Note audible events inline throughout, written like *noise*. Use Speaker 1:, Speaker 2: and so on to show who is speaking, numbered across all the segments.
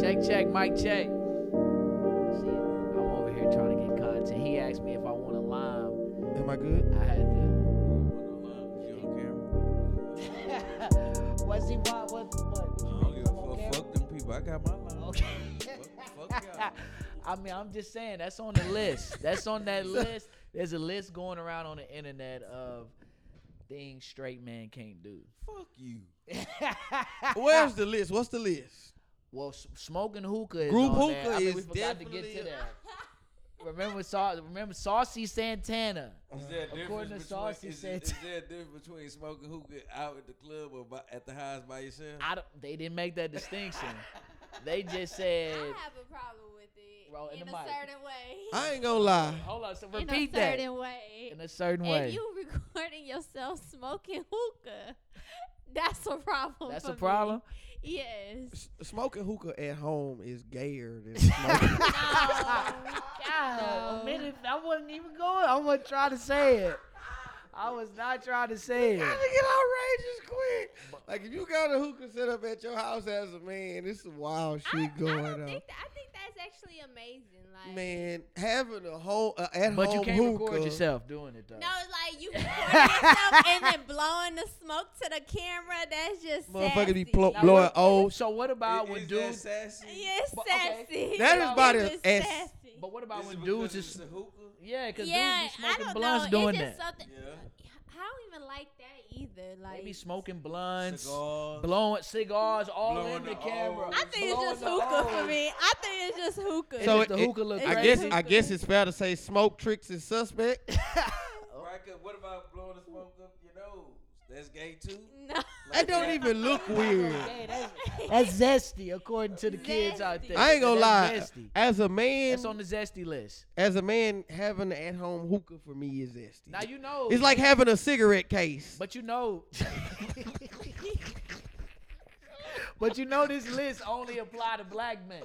Speaker 1: Mic check, mic check. Shit, I'm over here trying to get content. He asked me if I want a lime.
Speaker 2: Am I good?
Speaker 1: I had to.
Speaker 3: I
Speaker 1: What's he want? What? What? what you mean, I'm
Speaker 3: don't give a
Speaker 1: okay?
Speaker 3: fuck. Fuck them people. I got my line.
Speaker 1: Okay.
Speaker 3: Fuck, fuck y'all.
Speaker 1: I mean, I'm just saying that's on the list. That's on
Speaker 3: *laughs*
Speaker 1: that list. There's a list going around on the internet of things straight men can't
Speaker 3: *laughs*
Speaker 1: do.
Speaker 3: Fuck you.
Speaker 2: Where's the list? What's the list?
Speaker 1: Well, s- smoking hookah is
Speaker 2: Group
Speaker 1: on there.
Speaker 2: hookah
Speaker 1: I mean, we
Speaker 2: is
Speaker 1: forgot to get to
Speaker 3: definitely-
Speaker 1: that. remember, Sau- remember Saucy Santana.
Speaker 3: Is there a difference
Speaker 1: According to
Speaker 3: between,
Speaker 1: Sauce, he
Speaker 3: is,
Speaker 1: said-
Speaker 3: is there a difference between smoking hookah out at the club or by, at the house by yourself?
Speaker 1: I don't, they didn't make that distinction. they just said,
Speaker 4: I have a problem with it
Speaker 1: Roll in
Speaker 4: in,
Speaker 1: the
Speaker 4: a
Speaker 1: mic.
Speaker 4: certain
Speaker 1: *laughs*
Speaker 4: way.
Speaker 2: I ain't gonna lie.
Speaker 1: "Hold on, so
Speaker 4: in a
Speaker 1: repeat that
Speaker 4: certain way.
Speaker 1: in a certain way." *laughs*
Speaker 4: If you recording yourself smoking hookah, that's a problem.
Speaker 1: That's
Speaker 4: for
Speaker 1: a
Speaker 4: me.
Speaker 1: problem.
Speaker 4: Yes.
Speaker 2: S- Smoking hookah at home is gayer
Speaker 1: *laughs*
Speaker 2: than smoking.
Speaker 1: God, a minute, I wasn't even going. I wasn't trying to say it. I was not trying to say
Speaker 2: I
Speaker 1: it.
Speaker 2: think it outrageous quick. Like if you got a hookah set up at your house as a man, it's some wild shit
Speaker 4: I,
Speaker 2: going
Speaker 4: I don't
Speaker 2: on.
Speaker 4: think that, I think that's actually amazing. Like
Speaker 2: man, having a whole uh, at
Speaker 1: But
Speaker 2: home
Speaker 1: you can't
Speaker 2: hookah.
Speaker 1: record yourself doing it though.
Speaker 4: No,
Speaker 2: *laughs*
Speaker 4: like you recording yourself and then blowing the smoke to the camera. That's just
Speaker 2: Motherfucker be
Speaker 4: sassy.
Speaker 2: plo-
Speaker 1: Now,
Speaker 2: blowing
Speaker 1: what-
Speaker 2: old.
Speaker 1: So what about
Speaker 3: is,
Speaker 1: when
Speaker 3: is
Speaker 1: dudes?
Speaker 3: that sassy?
Speaker 4: *laughs* Yes,
Speaker 1: But, okay.
Speaker 4: sassy.
Speaker 2: That is about
Speaker 4: It's
Speaker 2: as-
Speaker 4: just
Speaker 2: as-
Speaker 4: sassy.
Speaker 1: But what
Speaker 3: Is
Speaker 1: about
Speaker 3: it
Speaker 1: when
Speaker 3: because
Speaker 1: dudes
Speaker 3: it's
Speaker 1: is
Speaker 3: a hookah?
Speaker 1: yeah, because
Speaker 4: yeah,
Speaker 1: dudes be
Speaker 4: I
Speaker 1: smoking
Speaker 4: don't know.
Speaker 1: blunts
Speaker 4: It's
Speaker 1: doing
Speaker 4: just
Speaker 1: that.
Speaker 4: something.
Speaker 3: Yeah.
Speaker 4: I don't even like that either. Like
Speaker 1: They be smoking blunts,
Speaker 3: Cigars.
Speaker 1: blowing cigars all
Speaker 3: Blowing
Speaker 1: in the,
Speaker 3: the
Speaker 1: camera.
Speaker 3: O's.
Speaker 4: I think it's
Speaker 1: blowing
Speaker 4: just
Speaker 1: the
Speaker 4: hookah
Speaker 1: O's.
Speaker 4: for me. I think it's just hookah.
Speaker 1: So
Speaker 4: *laughs*
Speaker 2: So
Speaker 1: if the
Speaker 2: it-
Speaker 1: hookah look
Speaker 2: I
Speaker 4: Right.
Speaker 2: guess
Speaker 1: crazy-
Speaker 2: I guess it's fair to say smoke tricks is suspect. *laughs*
Speaker 3: Right, 'cause what about blowing the smoke up your nose? That's gay too.
Speaker 4: no.
Speaker 2: That don't
Speaker 1: *laughs*
Speaker 2: even
Speaker 4: *laughs*
Speaker 2: look weird.
Speaker 1: Okay, that's, that's zesty, according to the kids out there.
Speaker 2: I ain't gonna lie.
Speaker 1: That's Zesty.
Speaker 2: As a man,
Speaker 1: That's on the zesty list.
Speaker 2: as a man, having an at-home hookah for me is zesty.
Speaker 1: Now you know.
Speaker 2: it's like having a cigarette case. *laughs*
Speaker 1: But you know, *laughs* but you know, this list only apply to black men.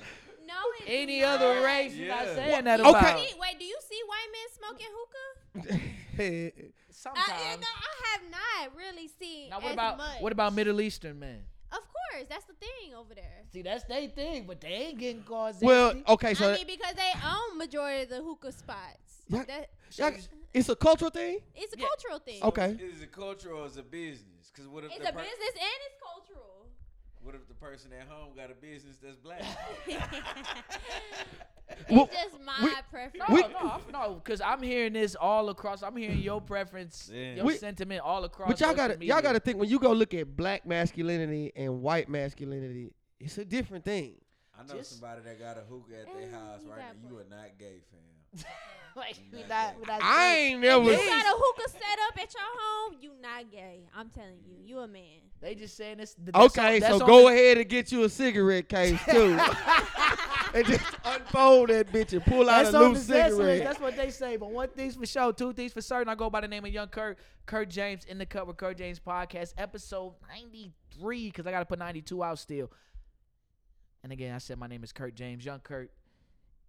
Speaker 4: No, it's
Speaker 1: Any
Speaker 4: not.
Speaker 1: other race, you're not
Speaker 3: Yeah.
Speaker 1: saying that
Speaker 2: Okay.
Speaker 1: about.
Speaker 4: See, wait, do you see white men smoking hookah?
Speaker 1: Sometimes.
Speaker 4: I, you know, I have not really seen.
Speaker 1: now,
Speaker 4: as
Speaker 1: what about
Speaker 4: much.
Speaker 1: what about Middle Eastern men?
Speaker 4: Of course, that's the thing over there.
Speaker 1: See, that's their thing, but they ain't getting caused.
Speaker 2: well, oh, okay, so
Speaker 4: I mean, because they own majority of the hookah spots.
Speaker 2: Yeah.
Speaker 4: That,
Speaker 2: y'all- it's a cultural thing.
Speaker 4: it's a
Speaker 1: Yeah.
Speaker 4: cultural thing.
Speaker 2: Okay.
Speaker 3: Is it culture or is it business? Because what if
Speaker 4: It's
Speaker 3: the
Speaker 4: a business and it's cultural. *laughs*
Speaker 3: what if the person at home got a business that's black?
Speaker 4: it's
Speaker 2: Well,
Speaker 4: just my
Speaker 2: Oh, we-
Speaker 4: preference.
Speaker 1: No,
Speaker 2: we-
Speaker 1: no, I'm- no, because I'm hearing this all across. I'm hearing your preference,
Speaker 3: Yeah.
Speaker 1: your
Speaker 2: We-
Speaker 1: sentiment all across.
Speaker 2: But y'all
Speaker 1: social
Speaker 2: gotta y'all
Speaker 1: media.
Speaker 2: gotta think when you go look at black masculinity and white masculinity, it's a different thing.
Speaker 3: I know
Speaker 1: Just-
Speaker 3: somebody that got a hookah at
Speaker 4: Eh,
Speaker 3: their house
Speaker 4: you
Speaker 3: right
Speaker 4: got
Speaker 3: now. You
Speaker 4: boy.
Speaker 3: are not gay,
Speaker 4: *laughs*
Speaker 3: fam.
Speaker 1: Like,
Speaker 3: Nah,
Speaker 1: we not-
Speaker 3: yeah.
Speaker 1: we not
Speaker 2: I
Speaker 1: saying-
Speaker 2: ain't
Speaker 4: you
Speaker 2: never.
Speaker 4: got a hookah set up at your home, you not gay. I'm telling you, you a man.
Speaker 1: They just saying this. th- that's
Speaker 2: Okay,
Speaker 1: on- that's
Speaker 2: so
Speaker 1: on
Speaker 2: go
Speaker 1: *laughs* the-
Speaker 2: ahead and get you a cigarette case too,
Speaker 1: *laughs*
Speaker 2: and just *laughs* unfold that bitch and pull out
Speaker 1: That's
Speaker 2: a
Speaker 1: on
Speaker 2: loose
Speaker 1: the zest list.
Speaker 2: cigarette.
Speaker 1: That's what they say. But one thing's for sure, two things for certain. I go by the name of Young Kurt, Kurt James in the cut with Kurt James podcast, episode ninety three. Because I got to put ninety two out still. And again, I said my name is Kurt James, Young Kurt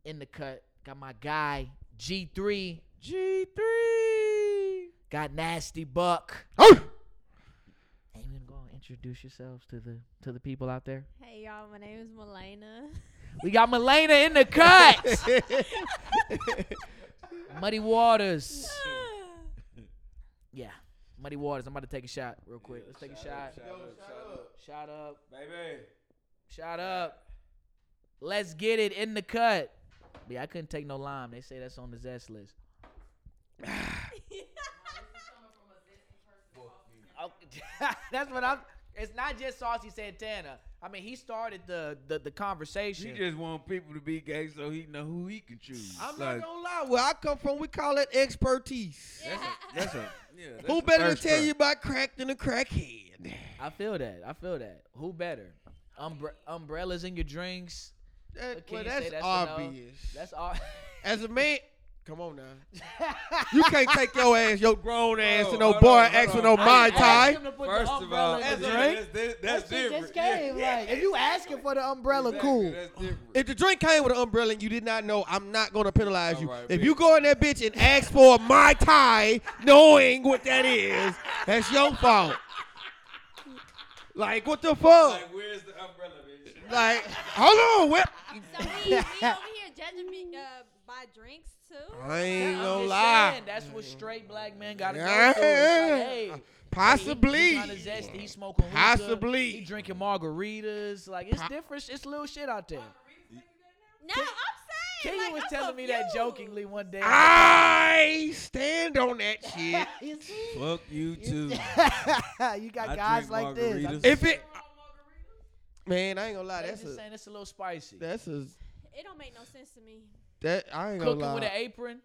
Speaker 1: in the cut. Got my guy G three,
Speaker 2: G three.
Speaker 1: got nasty buck.
Speaker 3: *laughs*
Speaker 2: Oh.
Speaker 1: And you gonna introduce yourselves to the to the people out there.
Speaker 4: Hey y'all, my name is Melina.
Speaker 1: We got Melena in the cut.
Speaker 2: *laughs*
Speaker 1: Muddy Waters. Yeah. Muddy Waters. I'm about to take a shot real quick. Let's take a shot.
Speaker 3: Shout up, shout up.
Speaker 1: Shot up.
Speaker 3: Baby.
Speaker 1: Shot up. Let's get it in the cut. Yeah, I couldn't take no lime. They say that's on the zest list. Oh, *laughs* that's what I'm. It's not just Saucy Santana. I mean, he started the the, the
Speaker 3: She
Speaker 1: conversation.
Speaker 3: just want people to be gay so he know who he can choose.
Speaker 2: I'm
Speaker 3: Like,
Speaker 2: not gonna lie. Where I come from, we call it expertise.
Speaker 3: That's a, that's a, yeah, that's
Speaker 2: Who
Speaker 3: a
Speaker 2: better to
Speaker 3: first
Speaker 2: tell
Speaker 3: for-
Speaker 2: you about crack than a crackhead?
Speaker 1: I feel that. I feel that. Who better? Umbre- umbrellas in your drinks.
Speaker 2: That,
Speaker 1: Can
Speaker 2: well,
Speaker 1: you
Speaker 2: that's,
Speaker 1: say that's a no?
Speaker 2: obvious.
Speaker 1: That's *laughs* all.
Speaker 2: As a man, come on now.
Speaker 1: *laughs*
Speaker 2: You can't take your ass, your grown ass, to no
Speaker 3: hold on,
Speaker 2: bar
Speaker 3: hold
Speaker 2: and ask for
Speaker 3: on.
Speaker 2: no
Speaker 3: I
Speaker 2: mai
Speaker 1: didn't ask
Speaker 2: tai.
Speaker 1: him to put the
Speaker 3: First of
Speaker 1: umbrella
Speaker 3: all,
Speaker 1: in
Speaker 3: that's,
Speaker 1: the
Speaker 2: drink?
Speaker 3: that's, that's, that's
Speaker 1: That shit just
Speaker 3: different.
Speaker 1: came.
Speaker 3: Yeah.
Speaker 1: Like, if you asking for the umbrella,
Speaker 3: Exactly,
Speaker 1: cool.
Speaker 3: That's different.
Speaker 2: If the drink came with an umbrella and you did not know, I'm not gonna penalize you.
Speaker 3: All right,
Speaker 2: if
Speaker 3: bitch.
Speaker 2: you go in that bitch and ask for a mai tai, knowing what that is, that's your fault. Like, what the fuck?
Speaker 3: Like, where's the umbrella, bitch?
Speaker 2: Like, hold on. What?
Speaker 4: So we, we over here judging me uh, by drinks too.
Speaker 2: I ain't
Speaker 1: I'm
Speaker 2: gonna
Speaker 1: just
Speaker 2: lie.
Speaker 1: saying, that's what straight black men gotta go
Speaker 2: Yeah.
Speaker 1: through. It's like, hey, He,
Speaker 2: Possibly.
Speaker 1: he kinda zesty, he smoking hookah,
Speaker 2: Possibly.
Speaker 1: He drinking margaritas. Like it's
Speaker 2: Po-
Speaker 1: different. sh- It's little shit out there.
Speaker 4: No, I'm saying.
Speaker 1: Kenya
Speaker 4: like,
Speaker 1: was
Speaker 4: I'm
Speaker 1: telling me that
Speaker 4: confused.
Speaker 1: jokingly one day.
Speaker 2: *laughs* I stand on that shit.
Speaker 3: Fuck you too.
Speaker 1: you got
Speaker 3: I
Speaker 1: guys
Speaker 3: drink
Speaker 1: like this.
Speaker 3: margaritas.
Speaker 1: I'm
Speaker 2: if it, man, I ain't gonna lie. That's
Speaker 1: just
Speaker 2: a
Speaker 1: saying it's a little spicy.
Speaker 2: that's a
Speaker 4: It don't make no sense to me.
Speaker 2: that I ain't gonna
Speaker 1: Cooking
Speaker 2: lie.
Speaker 1: with an apron.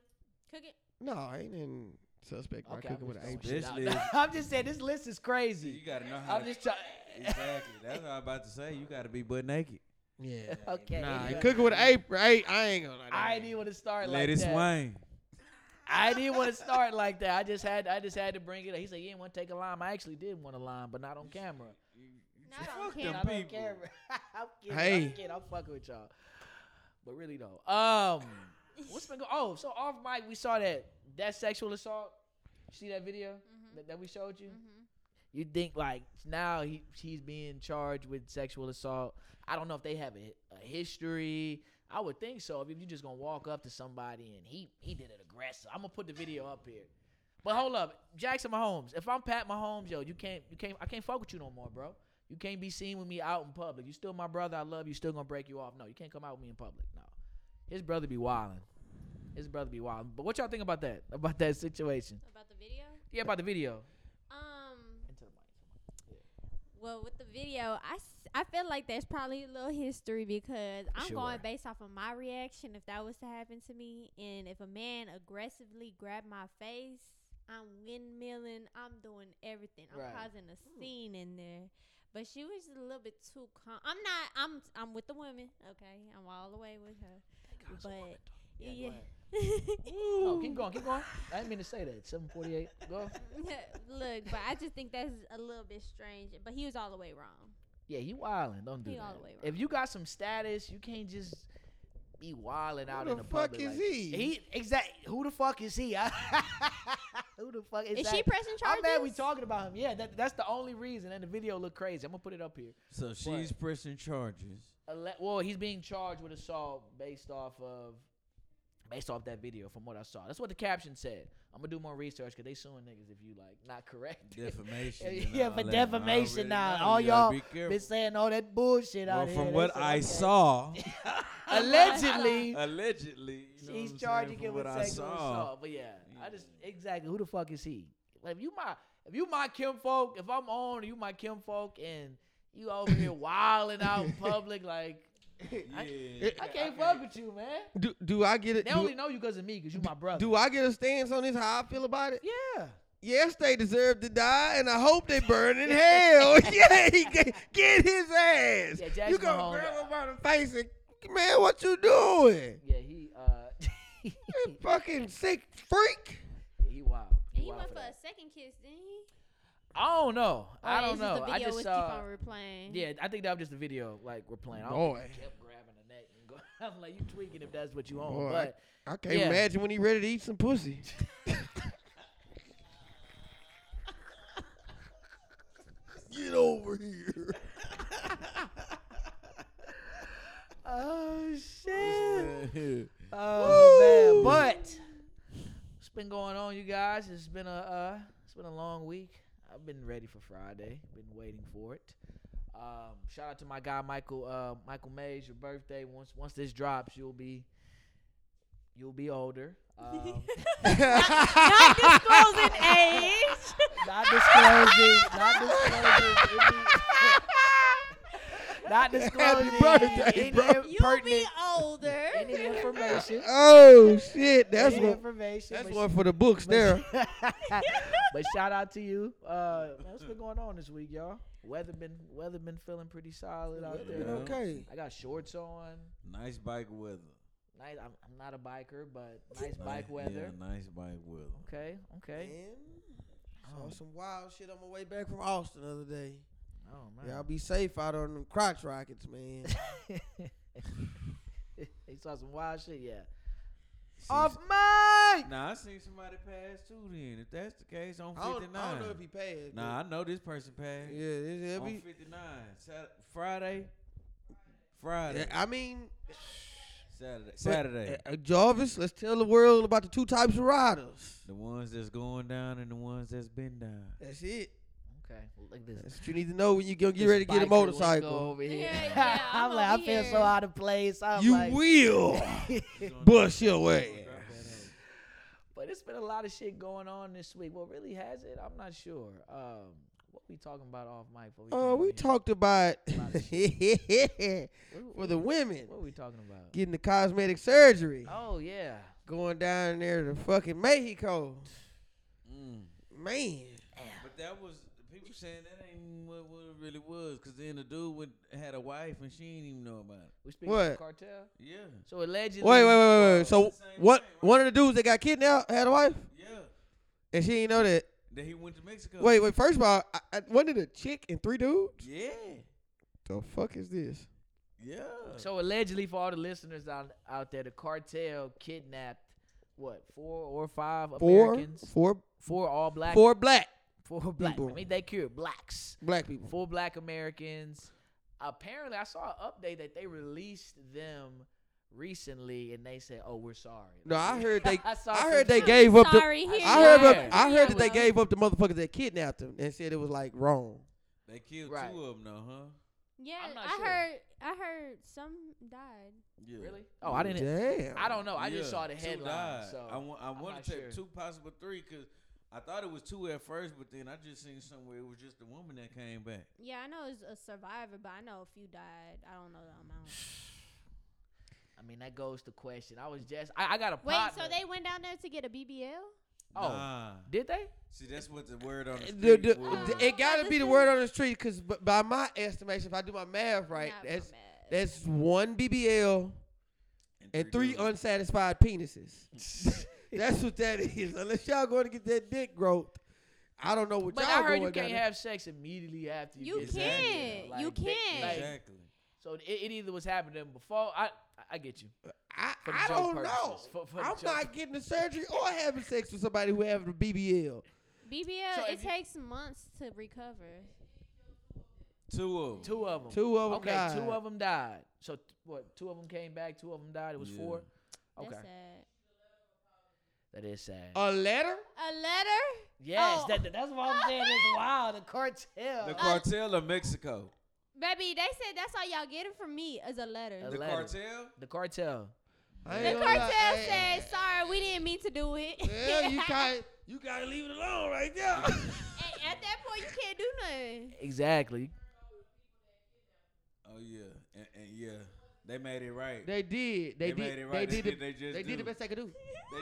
Speaker 4: Cook it.
Speaker 2: no, I ain't in suspect. by
Speaker 1: Okay,
Speaker 2: cooking
Speaker 1: I'm
Speaker 2: with an
Speaker 1: just
Speaker 2: apron.
Speaker 3: This
Speaker 1: throwing shit out. *laughs*
Speaker 3: list-
Speaker 1: I'm just saying this list is
Speaker 3: *laughs* you
Speaker 1: crazy.
Speaker 3: gotta know how.
Speaker 1: I'm
Speaker 3: to,
Speaker 1: just trying.
Speaker 3: *laughs* exactly. That's what I'm about to say. You gotta be butt naked.
Speaker 2: Yeah.
Speaker 1: *laughs* okay.
Speaker 2: Nah,
Speaker 1: anyway.
Speaker 2: cooking with an apron. I, I ain't gonna lie. that
Speaker 1: I
Speaker 2: ain't-
Speaker 1: didn't want to start like
Speaker 3: Ladies
Speaker 1: that.
Speaker 3: Wayne.
Speaker 1: I didn't want to start like that. I just had I just had to bring it. up. He said, "You didn't want to take a lime." I actually did want a lime, but not on camera.
Speaker 4: Not on
Speaker 3: Fuck them
Speaker 4: camera.
Speaker 1: Not on
Speaker 3: people.
Speaker 1: camera. *laughs* I'm kidding.
Speaker 2: Hey.
Speaker 1: I'm kidding. I'm fucking with y'all, but really though. Um, what's been going? Oh, so off mic we saw that that sexual assault. You see that video
Speaker 4: Mm-hmm.
Speaker 1: that, that we showed you? You think like now he he's being charged with sexual assault? I don't know if they have a, hi- a history. I would think so. If you just gonna walk up to somebody and he he did it aggressive, I'm gonna put the video up here. But hold up, Jackson Mahomes. If I'm Pat Mahomes, yo, you can't you can't I can't fuck with you no more, bro. You can't be seen with me out in public. You still my brother. I love you. Still gonna break you off. No, you can't come out with me in public. No, his brother be wilding. His brother be wilding. But what y'all think about that? About that situation?
Speaker 4: About the video.
Speaker 1: Yeah, about the video.
Speaker 4: Um.
Speaker 1: Into the mic.
Speaker 4: Well, with the video, I, s- I feel like there's probably a little history because I'm
Speaker 1: Sure.
Speaker 4: going based off of my reaction if that was to happen to me. And if a man aggressively grabbed my face, I'm windmilling, I'm doing everything, I'm
Speaker 1: Right. Hmm.
Speaker 4: causing a scene in there. But she was just a little bit too calm. I'm not. I'm. I'm with the women. Okay, I'm all the way with her.
Speaker 1: God's a woman,
Speaker 4: But
Speaker 1: Yeah, go
Speaker 4: yeah,
Speaker 1: ahead.
Speaker 4: *laughs*
Speaker 1: No, keep going, keep going. I didn't mean to say that. 748. Go.
Speaker 4: look, but I just think that's a little bit strange. But he was all the way wrong.
Speaker 1: Yeah, you wildin'. Don't do
Speaker 4: He
Speaker 1: that.
Speaker 4: all the way
Speaker 1: if
Speaker 4: wrong.
Speaker 1: you got some status, you can't just be wildin' out
Speaker 2: Who
Speaker 1: in
Speaker 2: the
Speaker 1: the
Speaker 2: fuck
Speaker 1: public.
Speaker 2: is
Speaker 1: like-
Speaker 2: he?
Speaker 1: He exact. Who the fuck is he? *laughs* who the fuck is,
Speaker 4: Is
Speaker 1: that?
Speaker 4: she pressing charges?
Speaker 1: I'm mad we talking about him. Yeah, that, that's the only reason. And the video looked crazy. I'm gonna put it up here.
Speaker 3: So she's pressing charges.
Speaker 1: Ele- well, he's being charged with assault based off of based off that video from what I saw. That's what the caption said. I'm gonna do more research because they suing niggas if you like not correct.
Speaker 3: *laughs* Defamation. and
Speaker 1: yeah,
Speaker 3: all
Speaker 1: for
Speaker 3: that. I
Speaker 1: defamation now.
Speaker 3: already know.
Speaker 1: All
Speaker 3: You gotta
Speaker 1: y'all
Speaker 3: be careful.
Speaker 1: been saying all that bullshit
Speaker 3: Well,
Speaker 1: out here.
Speaker 3: from
Speaker 1: They
Speaker 3: what
Speaker 1: said,
Speaker 3: I
Speaker 1: okay. *laughs*
Speaker 3: saw, *laughs*
Speaker 1: allegedly,
Speaker 3: allegedly, you know what I'm
Speaker 1: he's
Speaker 3: saying,
Speaker 1: charging
Speaker 3: from
Speaker 1: him with
Speaker 3: what I
Speaker 1: sexual
Speaker 3: saw.
Speaker 1: assault. But yeah, I just exactly who the fuck is he? Like, if you my if you my Kim folk, if I'm on, you my Kim folk, and you over
Speaker 3: *laughs*
Speaker 1: here wilding out in public, like
Speaker 3: Yeah.
Speaker 1: I can't fuck with you, man.
Speaker 2: Do, do I get it?
Speaker 1: They
Speaker 2: Do,
Speaker 1: only know you because of me, because you my brother.
Speaker 2: do I get a stance on this? How I feel about it?
Speaker 1: yeah.
Speaker 2: Yes, they deserve to die, and I hope they
Speaker 1: *laughs*
Speaker 2: burn in hell. *laughs* yeah, he get, get his ass.
Speaker 1: Yeah, Jackson
Speaker 2: you gonna
Speaker 1: Mahomes.
Speaker 2: grab him by the face and man, what you doing?
Speaker 1: *laughs* Yeah, he uh *laughs*
Speaker 2: You fucking sick freak.
Speaker 1: he wild.
Speaker 4: And he
Speaker 1: wild
Speaker 4: went
Speaker 1: for
Speaker 4: for
Speaker 1: that.
Speaker 4: a second kiss, didn't he?
Speaker 1: I don't know. I
Speaker 4: Or
Speaker 1: don't
Speaker 4: it's just
Speaker 1: know.
Speaker 4: The
Speaker 1: I
Speaker 4: video
Speaker 1: just
Speaker 4: was
Speaker 1: saw.
Speaker 4: keep on replaying.
Speaker 2: *laughs*
Speaker 1: Yeah, I think that was just the video like we're playing. I don't
Speaker 2: Boy.
Speaker 1: think he kept grabbing the neck and going. *laughs* I'm like, you tweaking if that's what you want.
Speaker 2: Boy, I-
Speaker 1: But
Speaker 2: I can't
Speaker 1: Yeah.
Speaker 2: imagine when he ready to eat some pussy.
Speaker 1: *laughs*
Speaker 2: *laughs* Get over here.
Speaker 1: oh shit.
Speaker 3: *laughs* Yeah.
Speaker 1: Oh man.
Speaker 2: Woo.
Speaker 1: But what's been going on, you guys? It's been a uh, it's been a long week. I've been ready for Friday. Been waiting for it. Um, shout out to my guy Michael uh, Michael Mays. Your birthday once once this drops, you'll be you'll be older.
Speaker 2: *laughs*
Speaker 1: Um,
Speaker 4: *laughs* Not disclosing age. *laughs*
Speaker 1: not disclosing, not disclosing, any, *laughs* not disclosing
Speaker 2: birthday,
Speaker 1: any,
Speaker 2: bro.
Speaker 1: imp-
Speaker 4: You'll be
Speaker 1: pertinent,
Speaker 4: older.
Speaker 1: any
Speaker 4: *laughs*
Speaker 1: information.
Speaker 2: *laughs* oh shit, that's
Speaker 1: any
Speaker 2: one.
Speaker 1: information.
Speaker 2: That's
Speaker 1: but- *laughs*
Speaker 2: one for the books there.
Speaker 1: but- but shout out to you. Uh, man, what's been going on this week, y'all? Weather been weather been feeling pretty solid out
Speaker 3: Weather
Speaker 1: there.
Speaker 3: been okay.
Speaker 1: I got shorts on.
Speaker 3: Nice bike weather.
Speaker 1: Nice. I'm, I'm not a biker, but
Speaker 3: *laughs*
Speaker 1: nice bike weather.
Speaker 3: Yeah, nice bike weather.
Speaker 1: Okay. Okay.
Speaker 2: Saw some wild shit on my way back from Austin the other day.
Speaker 1: Oh
Speaker 2: Y'all
Speaker 1: man.
Speaker 2: be safe out on them crotch rockets, man.
Speaker 1: *laughs* they saw some wild shit. Yeah.
Speaker 3: See,
Speaker 2: Oh,
Speaker 1: Off mic.
Speaker 3: Now I seen somebody pass too. Then if that's the case, on
Speaker 2: I
Speaker 3: fifty
Speaker 2: don't, I don't know if he
Speaker 3: nine.
Speaker 2: passed.
Speaker 3: Nah, I know this person passed.
Speaker 2: but- Yeah, it,
Speaker 3: On
Speaker 2: it be,
Speaker 3: fifty Sat- Friday, Friday,
Speaker 2: I mean,
Speaker 3: Saturday,
Speaker 2: but,
Speaker 3: Saturday.
Speaker 2: uh, Jarvis, let's tell the world about the two types of riders.
Speaker 3: the ones that's going down and the ones that's been down.
Speaker 2: That's it.
Speaker 1: Okay, look at this.
Speaker 2: That's what you need to know when you gonna get
Speaker 1: this
Speaker 2: ready to get a
Speaker 1: biker lingo
Speaker 2: motorcycle.
Speaker 1: Over here. *laughs*
Speaker 4: Yeah, yeah,
Speaker 1: I'm,
Speaker 4: I'm
Speaker 1: like,
Speaker 4: over
Speaker 1: I feel
Speaker 4: here.
Speaker 1: so out of place. I'm
Speaker 2: You
Speaker 1: like,
Speaker 2: will
Speaker 1: *laughs*
Speaker 2: bust your ass.
Speaker 3: Oh,
Speaker 1: But it's been a lot of shit going on this week. Well, really has it? I'm not sure. Um, what we talking about off mic? before
Speaker 2: Oh,
Speaker 1: came
Speaker 2: we
Speaker 1: in?
Speaker 2: talked about *laughs*
Speaker 1: Lot of What-
Speaker 2: for the
Speaker 1: what-
Speaker 2: women
Speaker 1: What we talking about?
Speaker 2: getting the cosmetic surgery,
Speaker 1: Oh yeah.
Speaker 2: going down there to fucking Mexico.
Speaker 3: Mm.
Speaker 2: Man,
Speaker 3: But that was people saying that ain't what, what it really was, cause then the dude went, had a wife and she didn't even know about it.
Speaker 1: We speaking
Speaker 2: What?
Speaker 1: of cartel.
Speaker 3: Yeah,
Speaker 1: So allegedly.
Speaker 2: wait, wait, wait, wait, wait. So
Speaker 3: it's the same
Speaker 2: what?
Speaker 3: thing, right?
Speaker 2: One of the dudes that got kidnapped had a wife,
Speaker 3: yeah.
Speaker 2: and she didn't know that.
Speaker 3: Then he went to Mexico.
Speaker 2: Wait, wait. First of all, I, I, wasn't it a chick and three dudes?
Speaker 3: Yeah,
Speaker 2: The fuck is this?
Speaker 3: yeah.
Speaker 1: So allegedly, for all the listeners out out there, the cartel kidnapped what four or five
Speaker 2: Four,
Speaker 1: Americans?
Speaker 2: four,
Speaker 1: Four all black.
Speaker 2: four black
Speaker 1: four black.
Speaker 2: people.
Speaker 1: I mean, they cured blacks.
Speaker 2: black people.
Speaker 1: Four black Americans. Apparently, I saw an update that they released them recently, and they said, "Oh, we're sorry."
Speaker 2: No, I
Speaker 1: *laughs*
Speaker 2: heard they.
Speaker 1: I saw
Speaker 2: I
Speaker 1: some
Speaker 2: heard they
Speaker 1: shit.
Speaker 2: gave up. The,
Speaker 4: Sorry, here
Speaker 2: I heard.
Speaker 4: you
Speaker 1: Yeah.
Speaker 2: Up,
Speaker 4: are.
Speaker 2: I
Speaker 4: Yeah,
Speaker 2: heard that they
Speaker 4: well,
Speaker 2: gave up the motherfuckers that kidnapped them and said it was like wrong.
Speaker 3: they killed
Speaker 1: Right.
Speaker 3: two of them though, huh?
Speaker 4: Yeah,
Speaker 1: I'm not
Speaker 4: I
Speaker 1: sure.
Speaker 4: heard. I heard some died.
Speaker 3: Yeah.
Speaker 1: Really? Oh, I didn't.
Speaker 2: Damn.
Speaker 1: I don't know. I just
Speaker 3: Yeah,
Speaker 1: saw the
Speaker 3: two
Speaker 1: headline.
Speaker 3: died.
Speaker 1: So
Speaker 3: I want, I
Speaker 1: I'm
Speaker 3: want
Speaker 1: not
Speaker 3: to take
Speaker 1: sure.
Speaker 3: two possible three because I thought it was two at first, but then I just seen somewhere it was just the woman that came back.
Speaker 4: Yeah, I know it's a survivor, but I know a few died. I don't know the
Speaker 2: *sighs*
Speaker 4: amount.
Speaker 1: I mean, that goes to question. I was just. I, I got a
Speaker 4: Wait,
Speaker 1: partner.
Speaker 4: so they went down there to get a BBL?
Speaker 1: Oh,
Speaker 3: Nah.
Speaker 1: did
Speaker 3: *laughs*
Speaker 1: they?
Speaker 3: see, that's what the word on the
Speaker 2: The-
Speaker 3: street
Speaker 2: the- the-
Speaker 3: was.
Speaker 4: Uh,
Speaker 2: it gotta
Speaker 4: but
Speaker 2: be the
Speaker 4: this
Speaker 2: word on the street, cause b- by my estimation, if I do my math right,
Speaker 4: Not
Speaker 2: that's
Speaker 4: bad.
Speaker 2: that's one BBL and three
Speaker 3: dudes.
Speaker 2: unsatisfied penises. that's what that *laughs* is. Unless y'all going to get that dick growth, I don't know what
Speaker 1: But
Speaker 2: y'all
Speaker 1: I heard
Speaker 2: going
Speaker 1: you can't
Speaker 2: down
Speaker 1: have sex immediately after you.
Speaker 4: You
Speaker 1: get
Speaker 3: Exactly.
Speaker 1: married.
Speaker 4: can't.
Speaker 1: Like,
Speaker 4: you
Speaker 1: they-
Speaker 4: can't.
Speaker 1: like-
Speaker 3: exactly.
Speaker 1: So it, it either was happening before. I I get you.
Speaker 2: I,
Speaker 1: for
Speaker 2: I
Speaker 1: joke
Speaker 2: don't know.
Speaker 1: purposes. For- for
Speaker 2: I'm
Speaker 1: joke.
Speaker 2: not getting the surgery or having sex with somebody who have a BBL.
Speaker 4: BBL,
Speaker 1: So
Speaker 4: it
Speaker 1: if you-
Speaker 4: takes months to recover.
Speaker 3: Two of them.
Speaker 1: Two of them.
Speaker 2: Two of them.
Speaker 1: Okay,
Speaker 2: died.
Speaker 1: two of them died. So th- what? Two of them came back. Two of them died. It was
Speaker 3: Yeah.
Speaker 1: four. Okay,
Speaker 4: That's sad.
Speaker 1: that is sad.
Speaker 2: A
Speaker 3: Oh.
Speaker 2: letter?
Speaker 4: A letter?
Speaker 1: yes,
Speaker 4: oh.
Speaker 1: that, that's what I'm saying. It's wow. The cartel.
Speaker 3: The cartel of Mexico.
Speaker 4: Baby, they said that's all y'all getting from me is a letter.
Speaker 1: A
Speaker 3: The
Speaker 1: letter.
Speaker 3: cartel.
Speaker 1: the cartel.
Speaker 2: I ain't
Speaker 4: the
Speaker 1: oh,
Speaker 2: gonna lie.
Speaker 4: cartel
Speaker 2: Hey,
Speaker 4: said, sorry, we didn't mean to do it. *laughs*
Speaker 2: Yeah, you got you gotta leave it alone right there.
Speaker 4: At- At that point, you can't do nothing.
Speaker 1: Exactly.
Speaker 3: Oh yeah, and, and yeah, they made it right.
Speaker 2: they did. They,
Speaker 3: They made
Speaker 2: did.
Speaker 3: it right. *laughs*
Speaker 2: They
Speaker 3: They
Speaker 2: did. the-
Speaker 3: did- they just
Speaker 2: they did the
Speaker 3: do.
Speaker 2: best they could do.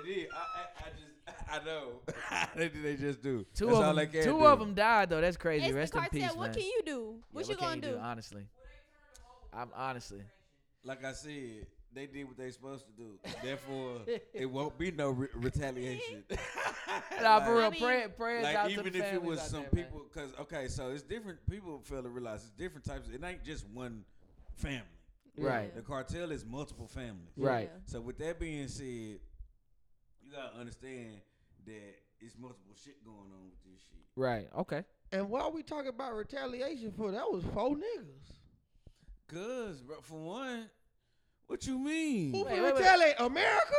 Speaker 3: They did. I, I, I just, *laughs* I know. they, did- they just do.
Speaker 1: Two
Speaker 3: That's all
Speaker 1: of
Speaker 3: they
Speaker 1: them.
Speaker 3: can
Speaker 1: Two
Speaker 3: do.
Speaker 1: of them died though. That's crazy.
Speaker 4: It's
Speaker 1: Rest
Speaker 4: the
Speaker 1: in
Speaker 4: cartel.
Speaker 1: peace,
Speaker 4: what
Speaker 1: man.
Speaker 4: can you do? What
Speaker 1: Yeah,
Speaker 4: you gonna
Speaker 1: can
Speaker 4: do?
Speaker 1: Honestly, I'm honestly.
Speaker 3: Like I said, they did what they supposed to do.
Speaker 1: *laughs*
Speaker 3: Therefore, it won't be no re- retaliation. *laughs*
Speaker 1: Nah, for
Speaker 3: Like-
Speaker 1: real.
Speaker 4: I mean-
Speaker 1: prayer, prayers
Speaker 3: like
Speaker 1: out to
Speaker 3: even
Speaker 1: the
Speaker 3: if it
Speaker 1: families
Speaker 3: was
Speaker 1: out
Speaker 3: some
Speaker 1: there, man.
Speaker 3: people because okay so it's different people fail to realize it's different types it ain't just one family
Speaker 1: Right.
Speaker 3: the cartel is multiple families
Speaker 1: Right.
Speaker 3: so with that being said you gotta understand that it's multiple shit going on with this shit
Speaker 1: Right. *laughs* Okay.
Speaker 2: And why we talking about retaliation for? That was four niggas.
Speaker 3: cause bro for one what you mean
Speaker 2: Who
Speaker 1: Wait,
Speaker 2: for
Speaker 1: wait, wait.
Speaker 2: retaliate? America?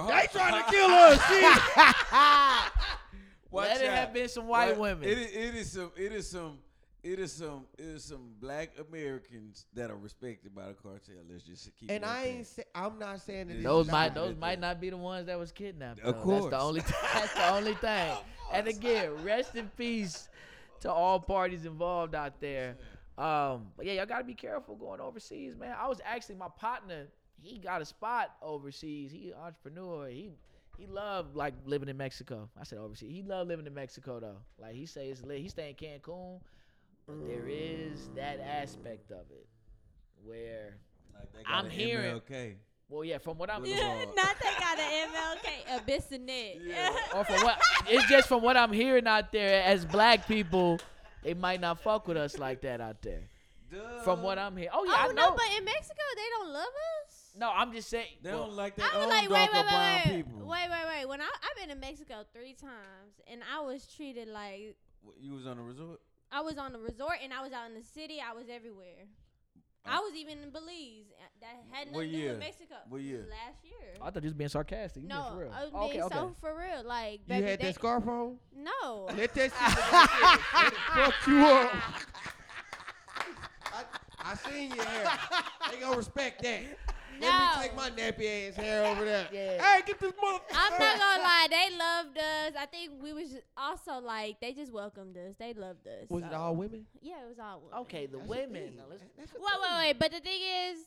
Speaker 1: *laughs*
Speaker 3: hold-
Speaker 2: They trying to kill us. Shit.
Speaker 3: *laughs* Watch
Speaker 1: Let it
Speaker 3: out.
Speaker 1: have been some white
Speaker 3: Well,
Speaker 1: women.
Speaker 3: It is, it is some. It is some. It is some. It is some black Americans that are respected by the cartel. Let's just keep.
Speaker 2: And
Speaker 3: it at
Speaker 2: I
Speaker 3: that.
Speaker 2: ain't. Say, I'm not saying that. this
Speaker 1: Those
Speaker 2: is
Speaker 1: might
Speaker 2: not-
Speaker 1: those might not be the ones that was kidnapped.
Speaker 3: Of
Speaker 1: though. That's
Speaker 3: course.
Speaker 1: the
Speaker 3: *laughs*
Speaker 1: only *laughs* that's the only thing. And again, rest in peace to all parties involved out there. Um, but yeah, y'all gotta be careful going overseas, man. I was actually my partner, he got a spot overseas. He an entrepreneur. He he loved like living in Mexico. I said overseas. He loved living in Mexico though. Like he say it's lit. He stay in Cancun, but there is that aspect of it where
Speaker 3: Like they
Speaker 1: I'm
Speaker 3: an
Speaker 1: hearing-
Speaker 3: MLK.
Speaker 1: well yeah, from what I'm
Speaker 3: Yeah.
Speaker 4: *laughs* Not they got an MLK, a bassinet. *laughs*
Speaker 3: Yeah.
Speaker 1: or from what it's just from what I'm hearing out there as black people, they might not fuck with us like that out there.
Speaker 3: Duh.
Speaker 1: From what I'm hearing, oh yeah,
Speaker 4: oh
Speaker 1: I know.
Speaker 4: no, but in Mexico they don't love us.
Speaker 1: no, I'm just saying.
Speaker 3: They
Speaker 1: well,
Speaker 3: don't like their
Speaker 4: I
Speaker 3: own
Speaker 4: was like, wait,
Speaker 3: dark or
Speaker 4: wait,
Speaker 3: brown
Speaker 4: wait, wait,
Speaker 3: people.
Speaker 4: wait, wait, wait. When I I've been to Mexico three times, and I was treated like
Speaker 3: What, You was on a resort.
Speaker 4: I was on the resort and I was out in the city. I was everywhere. I was even in Belize. Uh, That had
Speaker 3: What
Speaker 4: nothing to do
Speaker 3: year?
Speaker 4: with Mexico.
Speaker 3: What year?
Speaker 4: Last year.
Speaker 1: I thought you was being sarcastic. You
Speaker 4: no,
Speaker 1: being for real.
Speaker 4: I was
Speaker 1: okay,
Speaker 4: being
Speaker 1: okay.
Speaker 4: so for real. Like,
Speaker 2: You
Speaker 4: baby,
Speaker 2: had
Speaker 4: they-
Speaker 2: that scarf
Speaker 4: *laughs*
Speaker 2: on?
Speaker 4: no. Ah,
Speaker 2: Let that shit fuck you up. I, I seen
Speaker 3: *laughs*
Speaker 2: your hair. They gonna respect that. Let
Speaker 4: No.
Speaker 2: me take my nappy ass hair over there.
Speaker 1: Yeah.
Speaker 2: Hey, get this motherfucker.
Speaker 4: I'm not gonna lie, they loved us. I think we was also like they just welcomed us. They loved us.
Speaker 2: Was it
Speaker 4: so-
Speaker 2: all women?
Speaker 4: Yeah, it was all. Women.
Speaker 1: okay, the
Speaker 2: That's a
Speaker 1: women.
Speaker 2: thing.
Speaker 1: Now, let's,
Speaker 2: That's a
Speaker 4: Wait, wait,
Speaker 2: thing.
Speaker 4: wait. But the thing is,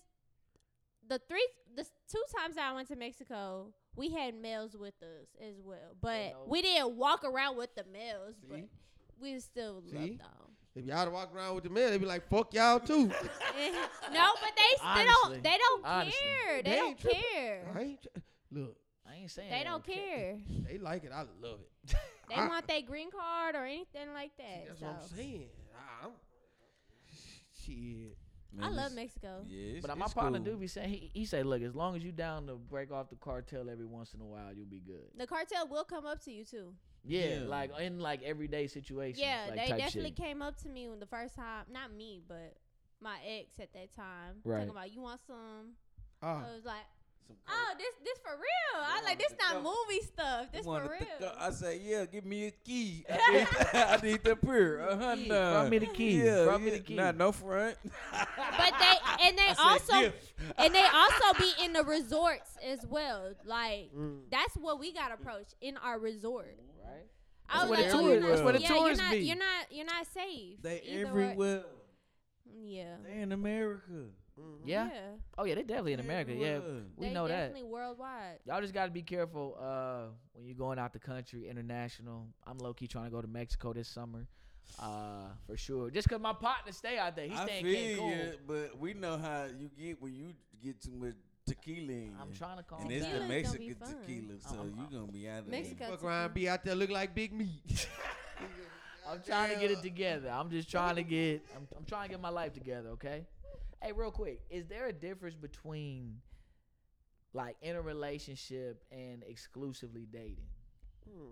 Speaker 4: the three, the s- two times that I went to Mexico, we had males with us as well. But
Speaker 1: no.
Speaker 4: we didn't walk around with the males. But
Speaker 2: See?
Speaker 4: we was still
Speaker 2: See?
Speaker 4: loved on.
Speaker 2: If y'all to walk around with the men, they be like, fuck y'all too.
Speaker 4: *laughs* no, but they still
Speaker 1: Honestly.
Speaker 4: don't. They don't
Speaker 1: Honestly.
Speaker 4: care. They,
Speaker 2: They
Speaker 4: don't
Speaker 2: ain't tripping. I
Speaker 4: care.
Speaker 2: ain't tr- Look,
Speaker 1: I ain't saying
Speaker 4: They don't
Speaker 1: okay.
Speaker 4: care.
Speaker 2: they like it. I love it.
Speaker 4: They
Speaker 2: I-
Speaker 4: want their green card or anything like that.
Speaker 2: That's
Speaker 4: so.
Speaker 2: what I'm saying. Ah. I, I'm, shit.
Speaker 4: I
Speaker 3: Man,
Speaker 4: love
Speaker 3: it's-
Speaker 4: Mexico.
Speaker 3: Yeah, it's,
Speaker 1: But my
Speaker 3: it's
Speaker 1: partner
Speaker 3: cool.
Speaker 1: do be saying he, he say, look, as long as you down to break off the cartel every once in a while, you'll be good.
Speaker 4: The cartel will come up to you too.
Speaker 1: Yeah,
Speaker 3: Yeah.
Speaker 1: like in like everyday situations.
Speaker 4: Yeah,
Speaker 1: like,
Speaker 4: they
Speaker 1: type
Speaker 4: definitely
Speaker 1: shit.
Speaker 4: came up to me when the first time. Not me, but my ex at that time.
Speaker 1: Right.
Speaker 4: Talking about you want some.
Speaker 2: Ah,
Speaker 4: I was like,
Speaker 3: Some coke.
Speaker 4: oh, this this for real. I
Speaker 3: They
Speaker 4: like
Speaker 3: wanted
Speaker 4: this
Speaker 3: to
Speaker 4: not
Speaker 3: come.
Speaker 4: movie stuff.
Speaker 3: You
Speaker 4: This
Speaker 3: wanna
Speaker 4: for
Speaker 3: pick
Speaker 4: real. *laughs*
Speaker 3: *laughs* up- I say, yeah, give me a key. I need, I need the pure. A
Speaker 1: Key,
Speaker 3: hundred.
Speaker 1: throw me the key,
Speaker 3: Yeah,
Speaker 1: throw me
Speaker 3: yeah.
Speaker 1: the key.
Speaker 3: Nah, no front. *laughs*
Speaker 4: But they and they
Speaker 3: I said,
Speaker 4: also
Speaker 3: yeah.
Speaker 4: *laughs* and they also be in the resorts as well. Like
Speaker 2: mm.
Speaker 4: that's what we got approached in our resort.
Speaker 1: Right?
Speaker 4: I
Speaker 1: That's
Speaker 4: was
Speaker 1: where
Speaker 4: like,
Speaker 1: the
Speaker 4: oh,
Speaker 1: tour-
Speaker 4: you're
Speaker 1: that's
Speaker 4: not-
Speaker 1: where the
Speaker 4: yeah, you're
Speaker 1: tourists
Speaker 4: not,
Speaker 1: be.
Speaker 4: you're not you're not safe.
Speaker 3: *laughs* They
Speaker 4: Either way. Oh.
Speaker 3: everywhere.
Speaker 4: Yeah.
Speaker 3: They in America.
Speaker 1: Yeah. Oh yeah, they definitely in America. Yeah,
Speaker 3: Everywhere.
Speaker 1: we
Speaker 4: they
Speaker 1: know that.
Speaker 4: definitely worldwide.
Speaker 1: Y'all just gotta be careful uh, when you're going out the country, international. I'm low key trying to go to Mexico this summer, uh, for sure. Just cause my partner stay out there, he
Speaker 3: I
Speaker 1: stay in
Speaker 3: feel
Speaker 1: Cancun.
Speaker 3: you, but we know how you get when you get too much tequila. In
Speaker 1: I'm
Speaker 3: you.
Speaker 1: trying to Uh-uh. calm
Speaker 3: And it's
Speaker 1: down.
Speaker 3: the
Speaker 4: Tequila's gonna be
Speaker 3: Mexican
Speaker 4: fun.
Speaker 3: tequila, so
Speaker 1: I'm-
Speaker 3: you gonna be out of there.
Speaker 4: Mexico.
Speaker 2: Fuck around, be out there look like big meat.
Speaker 1: I'm trying to get it together. I'm just trying to get. I'm, I'm trying to get my life together. Okay. Hey, real quick, is there a difference between like in a relationship and exclusively dating?
Speaker 2: Mm.